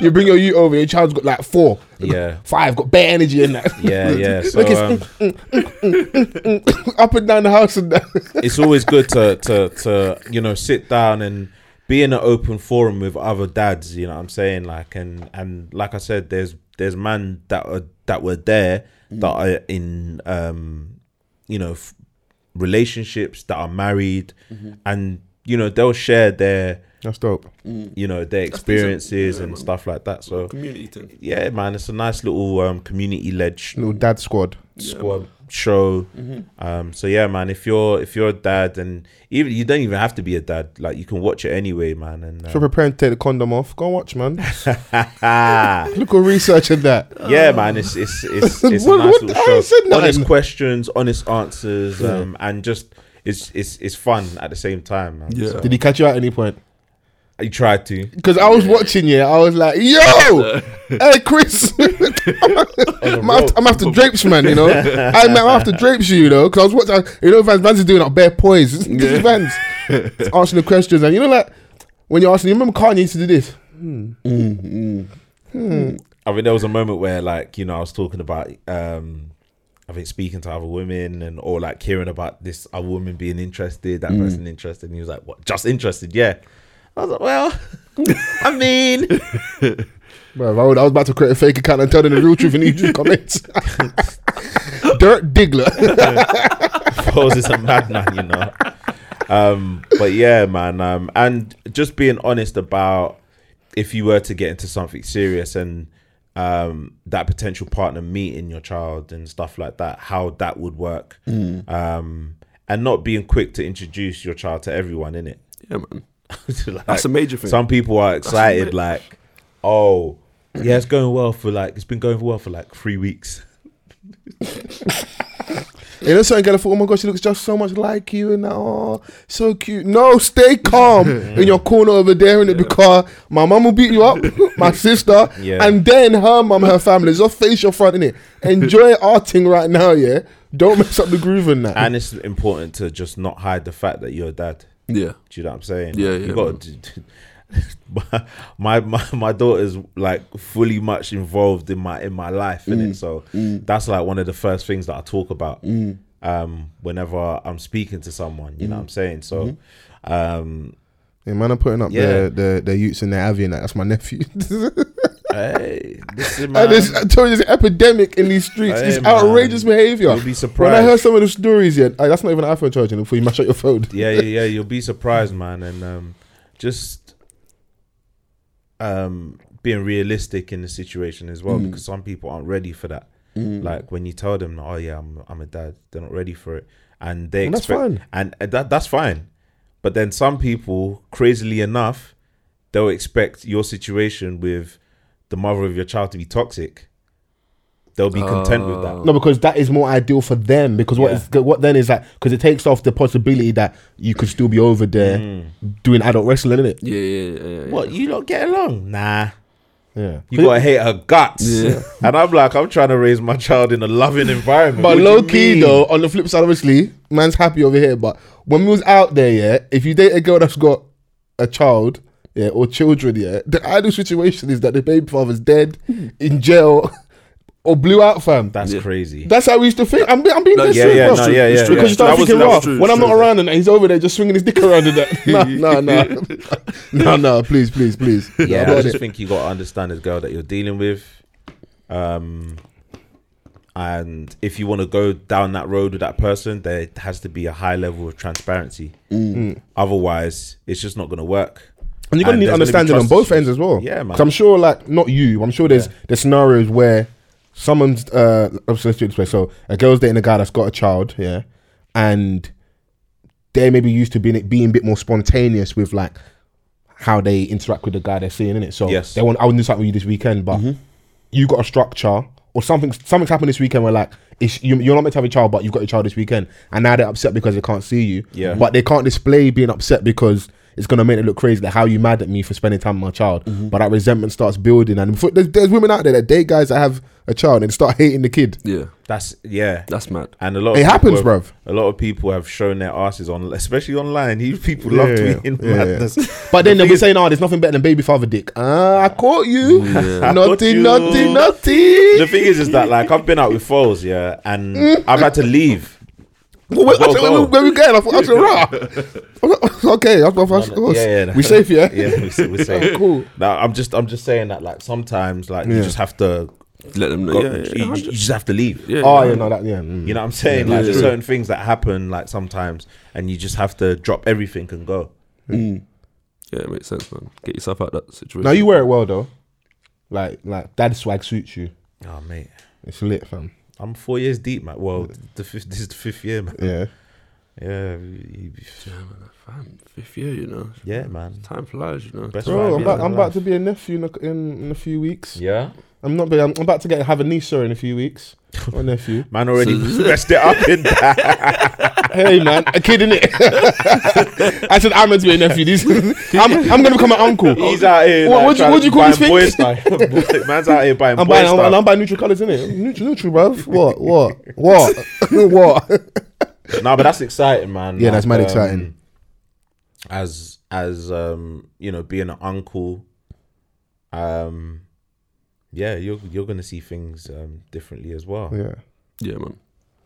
you bring your youth over. Your child's got like four, yeah five. Got bare energy in that. yeah yeah so [laughs] Look, it's um, [laughs] up and down the house and that. it's always good to to to you know sit down and be in an open forum with other dads you know what i'm saying like and and like i said there's there's man that are that were there that are in um you know f- relationships that are married and you know they'll share their That's dope. you know their experiences and stuff like that so [laughs] Community thing. yeah man it's a nice little um community led sh- Little dad squad. squad show. Um, so yeah, man, if you're if you're a dad and even you don't even have to be a dad, like you can watch it anyway, man. And So uh, preparing to take the condom off. Go and watch, man. [laughs] ah, Look at research in that. yeah, man, it's it's [laughs] it's, it's What- a nice what- I little ain't said show. nothing. Honest questions, honest answers, um, and just it's it's it's fun at the same time, man. Yeah. So, Did he catch you at any point? he tried to Because I was watching you, I was like, [laughs] yo, hey, Chris. [laughs] I'm, after, I'm after drapes, [laughs] man, you know? I'm, I'm after drapes, you know? Because I was watching, you know, Vans, Vans is doing up bare poise. [laughs] This is Vans It's answering the questions. And you know, like, when you're asking, you remember Kanye used to do this? I mean, there was a moment where, like, you know, I was talking about, um, I think speaking to other women and or like hearing about this a woman being interested, that person interested, [laughs] and he was like, "What? Just interested? Yeah." I was like, "Well, I mean, Bro, I was- I was about to create a fake account and tell them the real truth, and [laughs] you just comments. [laughs] Dirt Diggler. [laughs] Pose is a madman, you know. Um, but yeah, man. Um, and just being honest about if you were to get into something serious and um, that potential partner meeting your child and stuff like that, how that would work. Um, and not being quick to introduce your child to everyone in it. Yeah, man. That's a major thing. Some people are excited, like, oh, yeah, it's going well for like it's been going well for like three weeks. and then certain girl thought, oh my gosh, she looks just so much like you, and oh, so cute. No, [laughs] stay calm in your corner over there in it because my mum will beat you [laughs] up, my sister, Yeah. and then her mum, her family. Just face your front in it. [laughs] Enjoy arting right now, yeah. Don't mess up the groove and that. And it's important to just not hide the fact that you're a dad. yeah. Do you know what I'm saying? Yeah, you yeah, got my, [laughs] my my my daughter's like fully much involved in my in my life, Mm, innit? So that's like one of the first things that I talk about Mm. um, whenever I'm speaking to someone. You know what I'm saying? So um, yeah, man, I'm putting up Yeah. their, their their utes and their avi and that. That's my nephew. [laughs] Mm-hmm. hey, this [laughs] is And my this, I told you, it's an epidemic in these streets. Hey, it's man. outrageous behavior. You'll be When I surprised. heard some of the stories, yeah, like, that's not even an iPhone charging before you mash up your phone. yeah, yeah, yeah. You'll be surprised, man, and um, just um, being realistic in the situation as Mm. well, because some people aren't ready for that. Like when you tell them, "Oh yeah, I'm I'm a dad," they're not ready for it, and they And that's expect, fine. and uh, that that's fine. But then some people, crazily enough, they'll expect your situation with the mother of your child to be toxic. They'll be content with that. [laughs] No, because that is more ideal for them. Because what Yeah. is what then is that? Because it takes off the possibility that you could still be over there Mm. doing adult wrestling, innit? Yeah, yeah, yeah, yeah, yeah. What you don't get along? Nah. Yeah. You gotta hate her guts. Yeah. [laughs] And I'm like, I'm trying to raise my child in a loving environment. What But do low you key mean? though, on the flip side, obviously, man's happy over here. But when we was out there, yeah, if you date a girl that's got a child, yeah, or children, yeah, the ideal situation is that the baby father's dead, Hmm. in jail, [laughs] or blew out, fam. that's Yeah. crazy. That's how we used to think. I'm, be- I'm being No, dead yeah, serious, yeah, bro. no, yeah, yeah, Because you yeah. start That was- thinking, that wow, was true, when I'm true. not around and he's over there just swinging his dick around and that. [laughs] No, no, no. No, no, please, please, please. No, yeah, I'm not I on just it. think you gotta understand this girl that you're dealing with. Um and if you want to go down that road with that person, there has to be a high level of transparency. Mm. Otherwise, it's just not going to work. And you're gonna And need there's gonna be understanding on trust both issues. ends as well. Yeah, man. 'Cause I'm sure, like, not you. I'm sure there's there's scenarios where someone's uh, obviously let's do it this way. So a girl's dating a guy that's got a child, yeah, and they maybe used to being being a bit more spontaneous with like how they interact with the guy they're seeing in it. So Yes. Mm-hmm. they want I want to do something with you this weekend, but you got a structure or something. Something's happened this weekend where like it's, you, you're not meant to have a child, but you've got your child this weekend, and now they're upset because they can't see you. Yeah. but they can't display being upset because. It's gonna make it look crazy. Like, how you mad at me for spending time with my child? Mm-hmm. But that resentment starts building, and before- there's, there's women out there that date guys that have a child and start hating the kid. Yeah, That's yeah. that's mad. And a lot of It people happens, have- bruv. A lot of people have shown their asses on, especially online. These people love Yeah, tweeting yeah, yeah. madness. [laughs] But then they'll be saying, "Oh, there's nothing better than baby father dick." Ah, I caught you. [laughs] I caught Naughty, you. naughty, the naughty. thing is, is that like I've been out with foes, yeah, and I've had to leave. Well, wait, Go, I said, go. Where, where we going? I thought, I said, [laughs] rah. [laughs] okay, I thought, of course. Yeah, yeah. We safe, yeah. [laughs] Yeah, we sa- we're safe. [laughs] Cool. Now I'm just, I'm just saying that like sometimes, like you Yeah. just have to, Let them know. go, Yeah, you, yeah, you yeah. just have to leave. yeah, Oh, yeah. yeah, no, that, yeah. mm. You know what I'm saying? like yeah, there's true. certain things that happen, like sometimes, and you just have to drop everything and go. Mm. mm. Yeah, it makes sense, man. Get yourself out of that situation. Now you wear it well though. Like, like dad swag suits you. Oh mate, It's lit, fam. I'm I'm four years deep, man. Well, the fifth, this is the fifth year, man. yeah. Yeah, you- you- Fam, fifth year, you know. yeah, man. Time flies, you know. Best Bro, five I'm years about, of I'm my about life. to be a nephew in a, in, in a few weeks. Yeah, I'm not. Big, I'm, I'm about to get have a niece sir, in a few [laughs] weeks. Or nephew. man [laughs] already messed it up in that. hey man, a [laughs] kid in it. I said I'm meant to be a nephew. This, I'm, I'm gonna become an uncle. He's out here. What- like, what do you- trying what do you call to buy this [laughs] boy stuff. Man's out here buying [laughs] I'm boy buying, stuff. I'm, I'm buying neutral colours, innit? Neutral, neutral, bruv. What, what, [laughs] what, what? [laughs] no, but that's exciting, man. Yeah, that's mad um, exciting. As as um, you know, being an uncle, um, yeah, you're you're gonna see things um differently as well. Yeah. Yeah, man.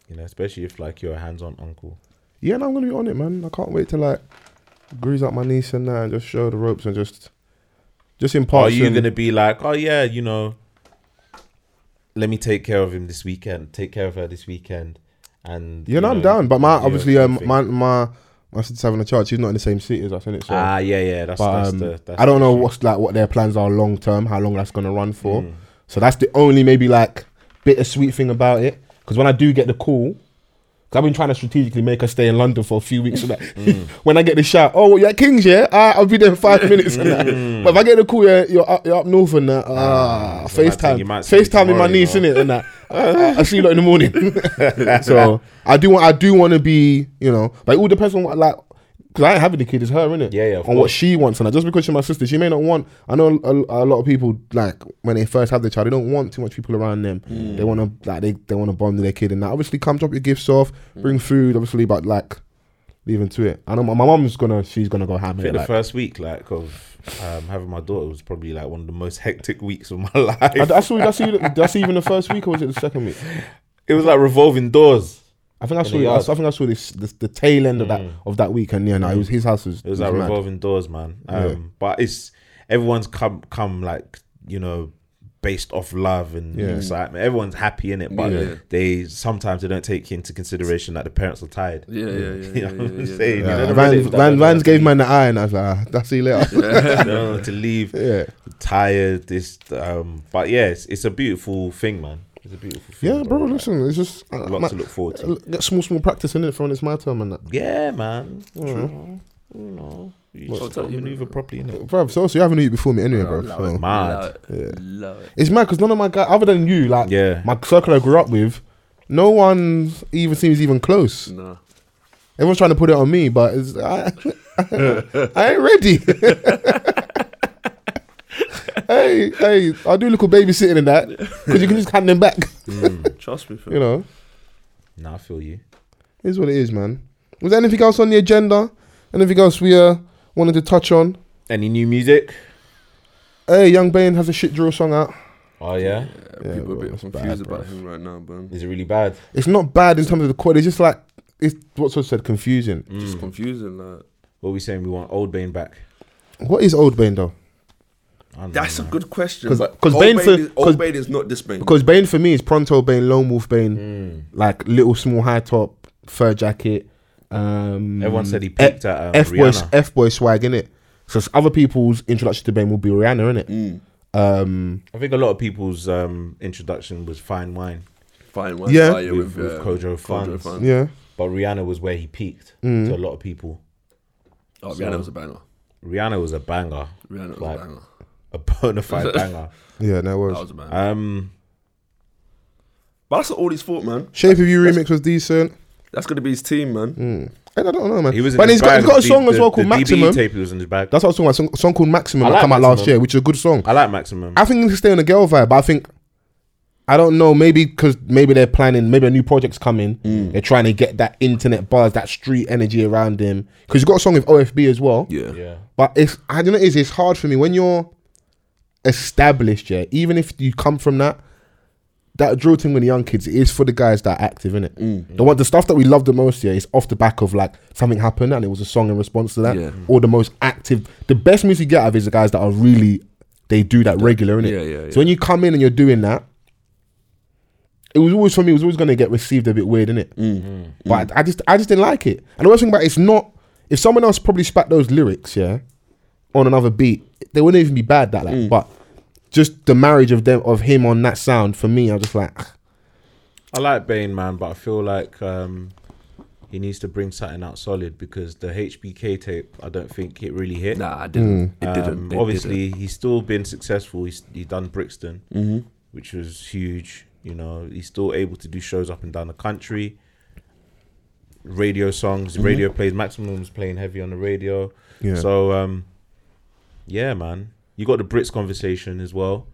You know, especially if like you're a hands-on uncle. Yeah, no, I'm gonna be on it, man. I can't wait to like grease up my niece and that and just show her the ropes and just Just in Are part. you and- gonna be like, oh yeah, you know, let me take care of him this weekend, take care of her this weekend, and Yeah, you no, I'm know, down. But my do obviously, your um, thing. my my my sister's having a child. She's not in the same city as us, innit? So, ah yeah yeah that's but that's um, the that's I don't the know issue. Mm. what's like what their plans are long term, how long that's gonna run for. So that's the only maybe like bittersweet thing about it. Because when I do get the call, 'cause I've been trying to strategically make her stay in London for a few weeks. So that Mm. [laughs] when I get the shout, oh, well, you're at Kings, yeah? Ah, I'll be there [laughs] in five minutes. [laughs] And that. But if I get the call, yeah, you're up, you're up north and that. Ah, so I think FaceTime. you might see me FaCetime with my tomorrow, you niece, know. innit? And that. Ah, I'll see you lot in [laughs] the morning. so I do want, I do want to be, you know, but it all depends on what, like, because I ain't having the kid, it's her, innit? Yeah, yeah, of On what course. she wants. And that. just because she's my sister, she may not want. I know a, a lot of people like when they first have their child, they don't want too much people around them. Mm. They want to like they, they want to bond with their kid and that. Obviously, come drop your gifts off, Mm. bring food, obviously, but like leaving to it. I know my, my mom's gonna she's gonna go ham I here. think the like. first week like of um, having my daughter was probably like one of the most [laughs] hectic weeks of my life. I, that's, all- that's, even, that's even the first week or was it the second week? it was like revolving doors. I think I saw the it, I, yard. Mm. saw- I think I saw this, this the tail end of that of that week and yeah, no, it was his house was, It was like mad. revolving doors, man. Um, Yeah. But it's everyone's come come like you know based off love and Yeah. excitement. Everyone's happy in it, but Yeah. they sometimes they don't take into consideration that the parents are tired. Yeah, yeah, [laughs] yeah. You yeah, know what I'm yeah, yeah. saying? You Yeah, know, the Vans, relatives that Vans, don't Vans know [laughs] gave man the eye and I was like, ah, that's see you later. to- don't know to leave. [laughs] yeah. Tired. This, um, but yeah, it's, it's a beautiful thing, man. It's a beautiful thing. Yeah, bro. Like, Listen, it's just uh, lot my- to look forward to. uh, Get small, small practice in it for when it's my turn and that. Yeah, man. True. You know, you just What's up, gotta you maneuver properly in it. Bro, so also you haven't eaten before me anyway, bro. Love so. it, Mad. love it, love it. It's mad because none of my guys, other than you, like Yeah. my circle I grew up with, no one even seems even close. No. Everyone's trying to put it on me, but it's, I, [laughs] I ain't ready. hey, hey, I do little babysitting in that because you can just hand them back. Mm. Trust me, fam. You know, Nah, I feel you. it is what it is, man. Was there anything else on the agenda? Anything else we uh, wanted to touch on? Any new music? Hey, Young Bane has a shit drill song out. Oh yeah, Yeah, Yeah, bro, people are a bit that's bad, confused bro. Mm. about him right now, bro. is it really bad? It's not bad in terms of the quality. It's just like it's what's also said confusing. Just confusing, like. What are we saying? We want old Bane back. What is Old Bane though? I don't That's a know. good question. Mm. 'Cause- but 'cause Old Bane Bane said- is- 'cause- Old Bane is not this Bane. Because Bane for me is Pronto Bane, Lone Wolf Bane, Mm. like little small high top fur jacket. Um, Everyone said he peaked at um, F boy Rihanna. F boy swag in it. So it's other people's introduction to Bane will be Rihanna in it. Um, I think a lot of people's um, introduction was Fine Wine, Fine, one Yeah. fire With- with, with uh, Kojo Funds. Funds. yeah, but Rihanna was where he peaked Mm. to a lot of people. Oh, Rihanna was a banger. Rihanna was a banger, Rihanna was Like- a banger. a bona fide banger. yeah, that That was. was a banger. Um, but that's all his fault, man. Shape of You remix was decent. That's gonna be his team, man. And I don't know, man. he was. In but his he's got, bag he's got a with song the, as well the- called the DBE Maximum. tape he was in his bag. That's what I was talking about. A song, song called Maximum I that like came out last Maximum. year, which is a good song. I like Maximum. I think you can stay on the girl vibe, but I think I don't know. Maybe because maybe they're planning, maybe a new project's coming. Mm. They're trying to get that internet buzz, that street energy around them. Because you got a song with OFB as well. Yeah. yeah, But it's I don't know. Is it's hard for me when you're established, yeah. Even if you come from that. That drill thing with the young kids it is for the guys that are active in it. Mm. The one, the stuff that we love the most, yeah, is off the back of like something happened and it was a song in response to that, Yeah. or the most active. The best music you get out of it is the guys that are really they do that regular, innit? Yeah, yeah, So when you come in and you're doing that, it was always for me. It was always going to get received a bit weird, innit? Mm-hmm. But I just, I just didn't like it. And the worst thing about it, it's not. If someone else probably spat those lyrics, yeah, on another beat, they wouldn't even be bad that like. But just the marriage of them of him on that sound for me, I'm just like, ah, I like Bane, man, but I feel like um, he needs to bring something out solid because the HBK tape, I don't think it really hit. Nah, I didn't. It Um, didn't. It obviously, he's still been successful. He's he done Brixton, which was huge. You know, he's still able to do shows up and down the country. Radio songs, radio plays. Maximum's playing heavy on the radio. Yeah. So, um, yeah, man, you got the Brits conversation as well.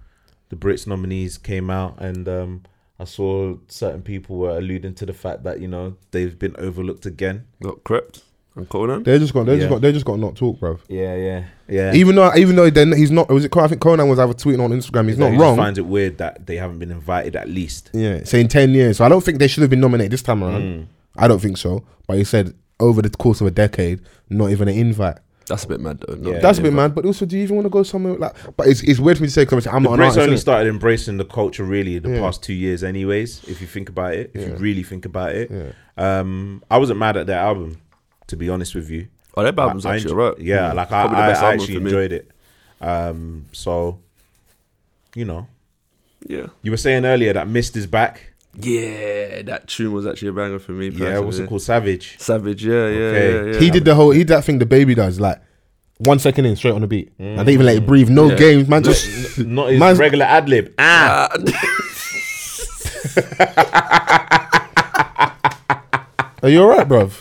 The Brits nominees came out, and um, I saw certain people were alluding to the fact that you know they've been overlooked again. didn't. Got crept and Conan. they're just going, they're just Yeah. going, they're just going to not talk, bro. Yeah, yeah, yeah. Even though, even though then he's not. Was it? Con- I think Conan was either tweeting on Instagram. He's He not just wrong. Finds it weird that they haven't been invited at least. Yeah, saying ten years. So I don't think they should have been nominated this Mm. time around. I don't think so. But he said over the course of a decade, not even an invite. That's a bit mad though. no. Yeah. That's a bit mad, but also, do you even want to go somewhere like? But it's, it's weird for me to say because I'm not the an Brits artist. only innit? started embracing the culture really the Yeah. past two years, anyways. If you think about it, if you really think about it, Yeah. um, I wasn't mad at their album, to be honest with you. Oh, that album's I- I actually enj- alright. Yeah, Mm. like I, Probably the I, best I album actually for me. enjoyed it. Um, so, you know, Yeah. you were saying earlier that Mist is back. Yeah, that tune was actually a banger for me. Yeah, what's personally. it called? Savage. Savage. Yeah, yeah, Okay. yeah, yeah. He did the whole. He did that thing the baby does, like one second in, straight on the beat. I didn't even let it breathe. No Yeah. games, man. Just Not his Man's- regular ad lib. Ah, Ah, are you alright, bruv?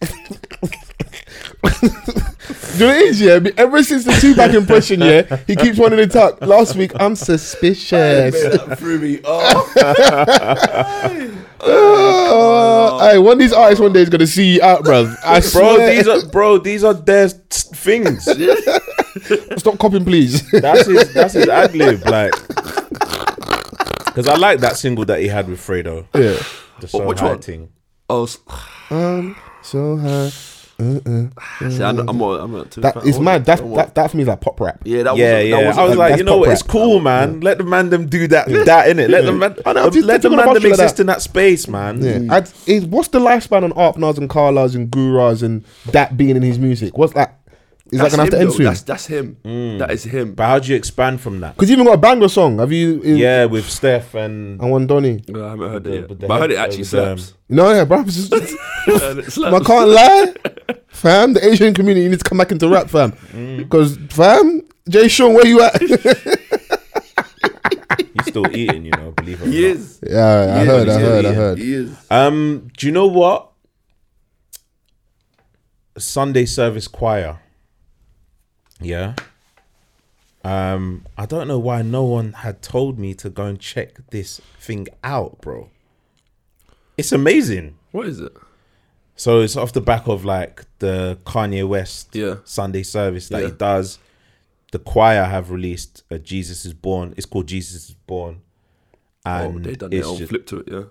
Do you know what it is, yeah? Be- Ever since the two back impression, yeah, he keeps wanting to talk. Last week, I'm suspicious. that threw me [laughs] off. Oh, hey, one of these artists one day is gonna see you out, bruv. I bro, swear. these are bro, these are their t- [laughs] things. Stop copying, please. That's his. That's his ad lib. Like, because I like that single that he had with Fredo. yeah. The so which High one? thing. [laughs] Oh, s- [sighs] Um. So high. see, I don't- I'm not. I'm not too That fan- is I mad. wasn't- That I that wasn't- that for me is like pop rap. Yeah, that yeah, wasn't, yeah. Oh, That wasn't I was the- like, that's you know pop what? It's rap. cool, man. Let the man them do that. That in it. Let the man. I know, I'm just let the thinking man about them you like exist that. in that space, man. Yeah. I'd- is- what's the lifespan on Arpnars and Carlas and Guras and that being in his music? What's that? Is that that's gonna have him, to end though. soon? That's that's him. Mm. That is him. But how do you expand from that? Because you even got a banger song. Have you? Is, Yeah, with Steph and And one Donny. No, I haven't heard the- it. with Yet. the But I heard it head- actually with, um, slaps. No, yeah, [laughs] bro. I it slaps. can't lie, fam. The Asian community needs to come back into rap, fam. Mm. Because fam, Jay Sean, where you at? [laughs] yeah, he's still eating. You know, believe it. Or He not. is. I He heard, is, I he heard, I is, heard. He is. Um, do you know what? Sunday service choir. Yeah. Um, I don't know why no one had told me to go and check this thing out, bro. It's amazing. What is it? So it's off the back of like the Kanye West Yeah. Sunday service that he Yeah. does. The choir have released a Jesus is Born. It's called Jesus is Born. Oh, And they done it's it. I'll just- flip to it. Yeah.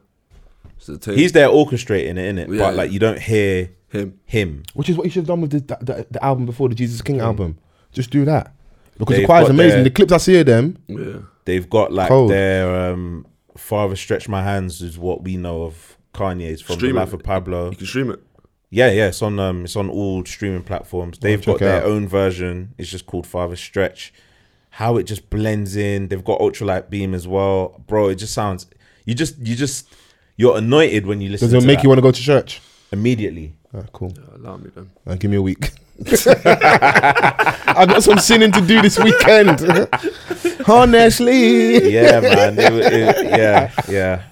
It's the tape. he's there orchestrating it, innit? Yeah. But like you don't hear him. him. Which is what you should have done with the, the, the album before the Jesus King album. Just do that because the Mm. They've choir's got amazing. their- The clips I see of them, Yeah. They've got like Cold. their um Father Stretch My Hands is what we know of Kanye's from Streaming. the Life of Pablo. You can stream it. Yeah, yeah, it's on um it's on all streaming platforms. They've check got their it out. own version. It's just called Father Stretch. How it just blends in. They've got ultralight beam as well. Bro, it just sounds you just you just you're anointed when you listen does it to make that you want to go to church? immediately. Ah, cool. Oh, Allow me then. Uh, give me a week. [laughs] I've got some sinning to do this weekend. [laughs] Honestly. yeah, man. It, wa- it- yeah, yeah,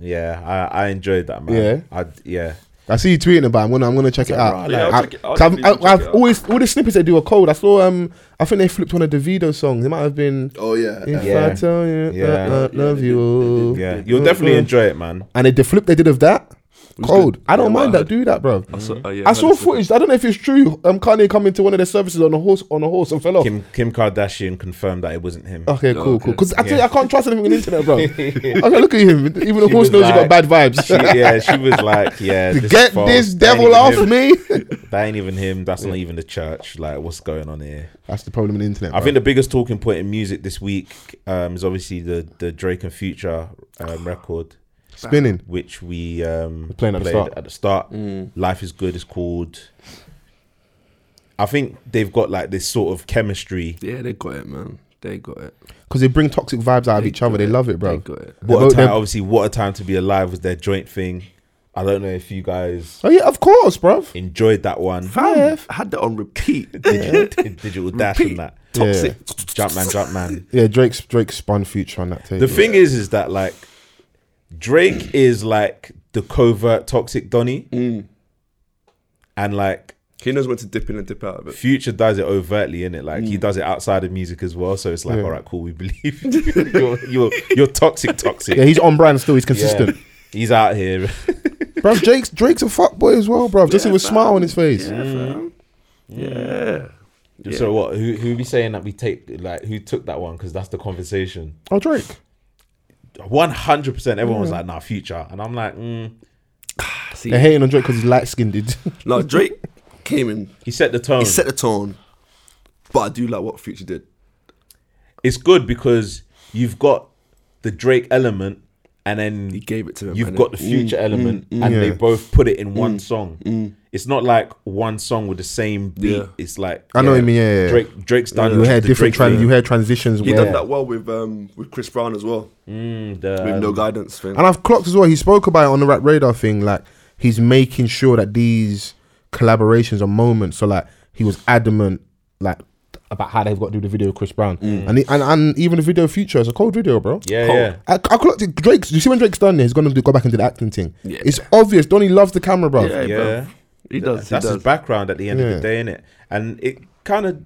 yeah. I, I enjoyed that, man. Yeah. I, yeah. I see you tweeting about it. I'm gonna, I'm gonna check it out. Yeah, I'll I, check it- I'll have definitely check it out. always all the snippets they do are cold. I saw um I think they flipped one of Davido's songs. It might have been Oh yeah. If Yeah. I tell you Yeah. that I love they did, you. Yeah. You'll definitely Mm-mm. enjoy it, man. And they, the flip they did of that, was cold. good. I don't Yeah, mind what I that. Do that, bro. I saw, oh, yeah, I heard saw it's a- footage. I don't know if it's true. Um, Kanye coming to one of their services on a horse on a horse and fell off. Kim Kim Kardashian confirmed that it wasn't him. Okay, cool, okay. cool. Because I tell Yeah. you, I can't trust anything on the [laughs] internet, bro. okay, look at him. Even the horse was knows you like- got bad vibes. She, [laughs] yeah, she was like, yeah, this is Get false. this That ain't devil even off him. me. [laughs] That ain't even him. That's not even the church. Like, what's going on here? That's the problem in the internet. I think the biggest talking point in music this week um, is obviously the the Drake and Future um, record, spinning. which we um, playing at the played start. at the start. Life is good is called. I think they've got like this sort of chemistry. Yeah, they got it, man. They got it. Because they bring toxic vibes out of each other. They love it, They bro. got it. What both- a time, they're- obviously, what a time to be alive was their joint thing. I don't know if you guys Oh, yeah, of course, bro. enjoyed that one. Fam had that on repeat. Digital, digital dash and Repeat. that. Toxic. Jumpman, Jumpman. Yeah, Drake's Drake spun future on that tape. The thing is, is that like Drake is like the covert toxic Donny, Mm. and like [laughs] He knows when to dip in and dip out of it. Future does it overtly in it. Like Mm. he does it outside of music as well. So it's like, Yeah. all right, cool, we [laughs] believe [laughs] you. you're, you're you're toxic, toxic. Yeah, he's on brand still. He's consistent. He's out here. [laughs] bro, Drake's Drake's a fuckboy as well, bro. Just with a smile on his face. Yeah, fam. Yeah. So what? Who who be saying that we take like who took that one? Because that's the conversation. Oh, Drake. One hundred percent. Everyone was like, nah, Future, and I'm like, mm, See, [laughs] They're hating on Drake because he's light skinned, dude. no, Drake. came in, He set the tone. he set the tone. But I do like what Future did. it's good because you've got the Drake element, and then He gave it to him. you've and got the then- future element, and they Mm, yeah. Mm, both put it in one song. It's not like one song with the same beat. Yeah. It's like I know what you mean, yeah, yeah. Drake, Drake's done. You had the different Drake trans, thing. you had transitions He where, done that well with um with Chris Brown as well Mm, the, with no um, guidance thing. and I've clocked as well. He spoke about it on the Rap Radar thing, like he's making sure that these collaborations are moments. So like he was adamant, like about how they've got to do the video with Chris Brown, and, he, and and even the video feature is a cold video, bro. Yeah, Cold. yeah. I, I clocked it. Drake's. You see when Drake's done there, he's gonna do, go back and do the acting thing. Yeah. It's obvious. Donny loves the camera, bro. yeah, Yeah. bro. he does. That's he his does. background at the end of Yeah. the day, innit? And it kind of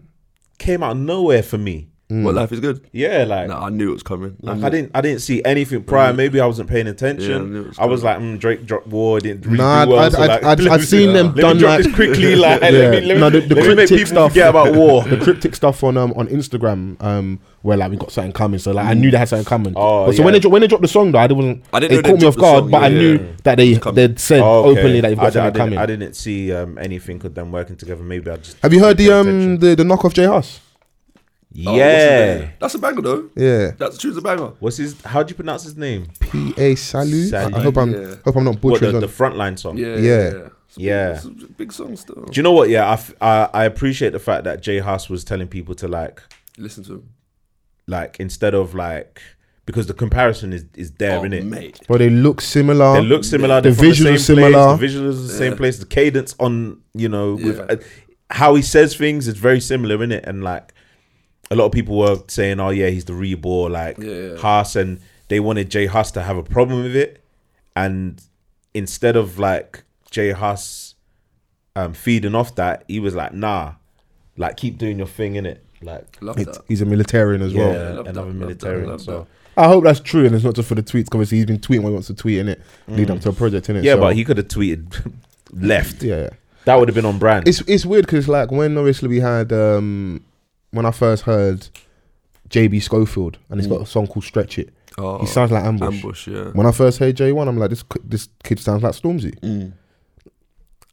came out of nowhere for me. But life is good. Yeah, like Nah, I knew it was coming. Like, I didn't I didn't see anything Mm. prior. Maybe I wasn't paying Yeah, I knew attention. it was I was like, mm, Drake dropped war. Didn't really Nah, do well. I'd- so I'd- like, I'd- [laughs] let I've me- seen them let me done drop like- this quickly. [laughs] Like, [laughs] let me, let me, No, the- the let me make cryptic people stuff. forget about war. the cryptic stuff on um on Instagram um where like we got something coming. So like I knew they had something coming. Oh, but so when yeah. they dro- when they dropped the song though, I didn't. I didn't they know they caught me off dropped the guard, song, but I yeah. knew that they coming. they'd said Oh, okay. openly that you've got I, d- I something didn't, coming. I didn't see um, anything of them working together. Maybe I just Have you heard the pay um attention. the, the knockoff J Hus? oh, what's his yeah. name? that's a banger though. Yeah. That's choose a banger. What's his? How do you pronounce his name? P A Salu. I, I Salu, hope I'm yeah. hope I'm not What, butchering. the, on- the frontline song. Yeah, Yeah. It's a Yeah. Big, it's a big song still. Do you know what? Yeah, I, f- I I appreciate the fact that Jay Huss was telling people to like Listen to him. like instead of like because the comparison is is there Oh, in it. mate. Bro, they look similar. They look similar. The they're from visuals are the same similar. Place, the visuals are the same place. The cadence on you know with Yeah. uh, how he says things is very similar in it, and like a lot of people were saying, "Oh yeah, he's the reborn like Yeah. Huss," and they wanted Jay Huss to have a problem with it, and instead of like Jay Huss um, feeding off that, he was like, "Nah, like keep doing your thing in it." Like Love It's- that. he's a militarian as well. yeah, love that, another love that, military. love So that. I hope that's true, and it's not just for the tweets. 'cause Obviously, he's been tweeting what he wants to tweet in it, lead up to a project in it. Mm. yeah, but he could have tweeted [laughs] left. yeah. That would have been on brand. It's it's weird because like when obviously we had um when I first heard JB Schofield and Mm. he's got a song called Stretch It. Oh, He sounds like Ambush. ambush. Yeah. When I first heard J1, I'm like this ki- this kid sounds like Stormzy. Mm.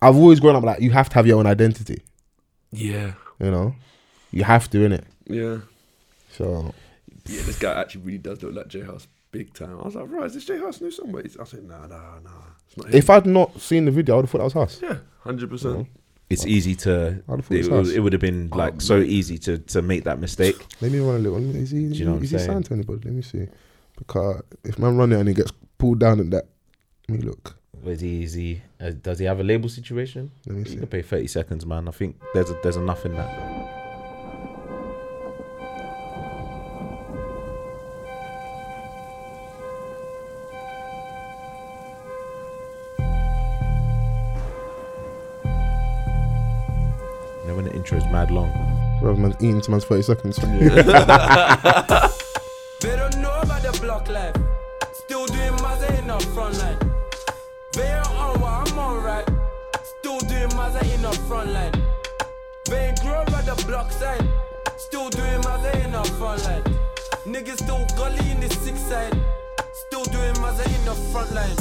I've always grown up like you have to have your own identity, Yeah. you know, you have to in it. Yeah. So Yeah. This guy actually really does look like J House big time. I was like, right, is this J House new somewhere? I said, nah, nah, nah. It's not. if him. I'd not seen the video, I would have thought that was us. yeah, hundred percent. it's easy to I'd have thought it, it's was- us. it would have been like so easy to to make that [sighs] mistake Let me run a little. Is he you know what is I'm he saying? signed to anybody? Let me see. Because if man run it and he gets pulled down at that, let me look. was he easy uh, does he have a label situation Let me you see. can pay 30 seconds man i think there's a, there's enough in that You know when the intro is mad long Bro, man's eating to man's thirty seconds. [laughs] They don't know about the block life. Still doing Mazza in the front line. They ain't on what I'm on, right? Still doing Mazza in the front line. They ain't grow by the block side. Still doing Mazza in the front line. Niggas still gully in the six side. Still doing Mazza in the front line.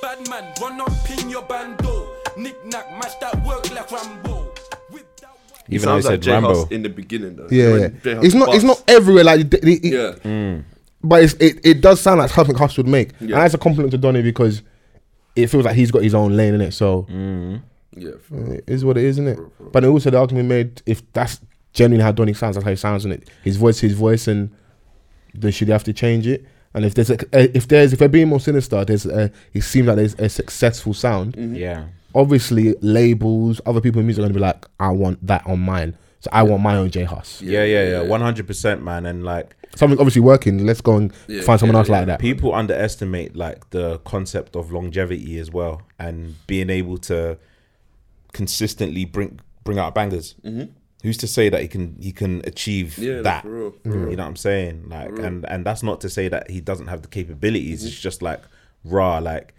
Bad man, run up in your bando. Knick knack, match that work like Rambo. Whip that white- even though i said rambo in the beginning though. Yeah, When yeah. J-House it's not. It's not busts. everywhere. Like, it- it- it- Yeah. but it's, it it does sound like something Huss would make, and Yeah. that's a compliment to Donny because it feels like he's got his own lane in it. So Yeah. it is what it is, isn't it? But also the argument made if that's genuinely how Donny sounds, that's how he sounds, in it. His voice, his voice, and they should have to change it. And if there's a, eh, if there's if they're being more sinister, there's a, it seems like there's a successful sound. yeah Obviously, labels, other people in music are gonna be like, I want that on mine. So I want my own J Huss. yeah yeah yeah 100% man and like Something obviously working. Let's go and Yeah, find someone yeah, else like that. people underestimate like the concept of longevity as well and being able to consistently bring bring out bangers who's to say that he can he can achieve Mm-hmm. Yeah, that for real, for you know what i'm saying like and and that's not to say that he doesn't have the capabilities Mm-hmm. it's just like raw like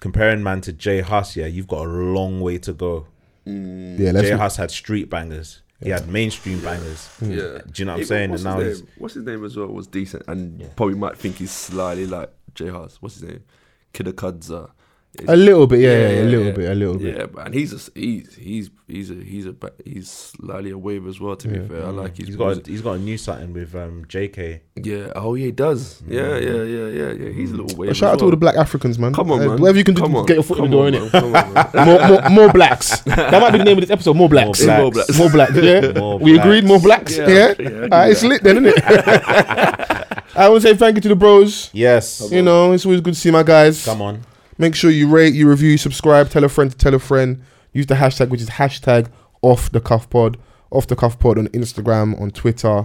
comparing man to jay huss yeah you've got a long way to go Yeah, let's jay huss had street bangers he had mainstream bangers Yeah. do you know what i'm Even saying What's and now his he's name? What's his name as well was decent and probably might think he's slightly like J House. What's his name? Kidakadza. A little bit, yeah, yeah, a little bit, a little bit. Yeah, man, he's a s he's he's he's a he's a ba- he's slightly a wave as well. To be fair, I like his He's got music. a, he's got a new something with um JK. yeah. Oh, yeah, he does. Yeah, yeah, yeah, yeah, yeah. He's a little wave. But Mm. shout as out to all well. the black Africans, man. Come on, Uh, man. Whatever you can do, Come on. get your foot in Come the door, on, innit? man. Come on, [laughs] man. more, more, more blacks. That might be the name of this episode. More blacks. More More blacks. blacks. More black, yeah. More we agreed, more blacks, Yeah, yeah. yeah, I do Ah, it's that. lit then, isn't it? [laughs] I want to say thank you to the bros. Yes. You know, it's always good to see my guys. Come on. Make sure you rate, you review, subscribe, tell a friend to tell a friend. Use the hashtag, which is hashtag off the cuff pod, off the cuff pod on Instagram, on Twitter.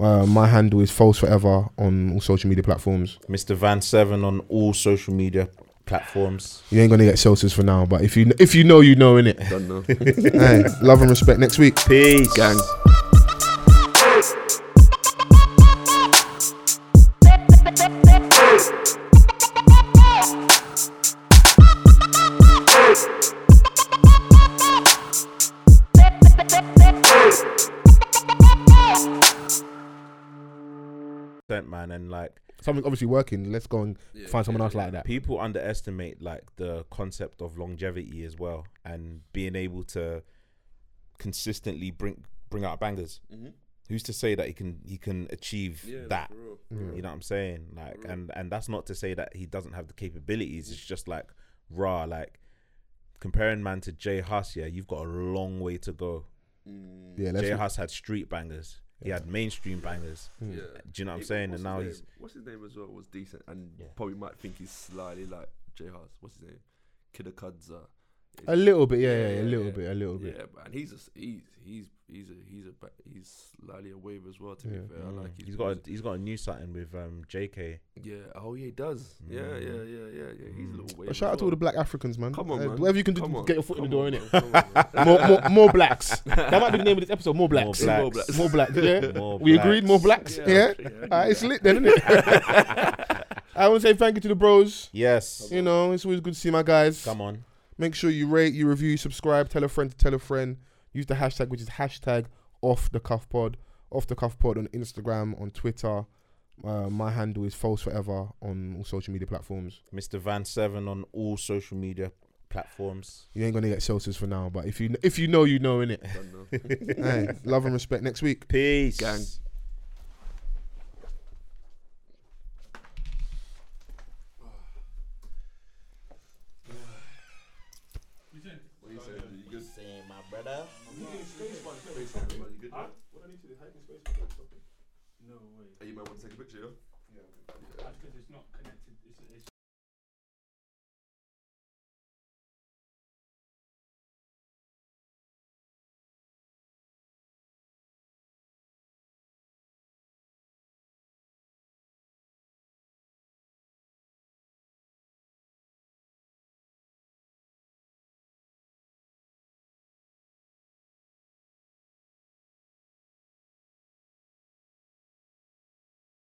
Uh, my handle is false forever on all social media platforms. Mr. Van Seven on all social media platforms. You ain't gonna get Celsius for now, but if you if you know, you know, [laughs] innit. Done now. Alright, love and respect. Next week. Peace. Gang. Man, and like Something's obviously working. Let's go and find someone else like that. people underestimate like the concept of longevity as well, and being able to consistently bring bring out bangers. Who's to say that he can he can achieve that? You know what I'm saying? Like, and and that's not to say that he doesn't have the capabilities. It's just like raw. Like comparing man to Jay Huss, yeah, you've got a long way to go. Yeah, let's Jay Huss had street bangers. He had mainstream bangers. Hmm. Do you know what I'm saying? And now he's What's his name as well was decent and probably might think he's slightly like J Hus. What's his name? Kidakudza. a little bit. Yeah, yeah, yeah, a yeah, little yeah. bit, a little Yeah, bit. man, he's a, s- he's he's he's a he's a ba- he's slightly a wave as well. To be fair, I like his he's got a, music. he's got a new something with um JK. yeah. Oh yeah, he does. Yeah, yeah, yeah, yeah, yeah. He's a little wave. Mm. But shout out as to all well. the black Africans, man. Come on, Uh, man. Whatever you can do, Come to on. get your foot in the Come door, on, innit? man. Come on, [laughs] man. More, more, more [laughs] blacks. That might be the name of this episode. More blacks. blacks. More blacks. More [laughs] blacks. Yeah. More we blacks. agreed. More blacks. Yeah, Yeah. yeah, I Ah, it's lit then, isn't it? [laughs] I want to say thank you to the bros. Yes. You know, it's always good to see my guys. Come on. Make sure you rate, you review, subscribe, tell a friend to tell a friend. Use the hashtag, which is hashtag off the cuff pod, off the cuff pod on Instagram, on Twitter. Uh, my handle is false forever on all social media platforms. Mr. Van Seven on all social media platforms. You ain't gonna get Celsius for now, but if you if you know, you know, innit. Done [laughs] now. hey, love and respect. Next week. Peace. Gang. Hey, you might want to take a picture. Yeah? Because it's not connected. It's, it's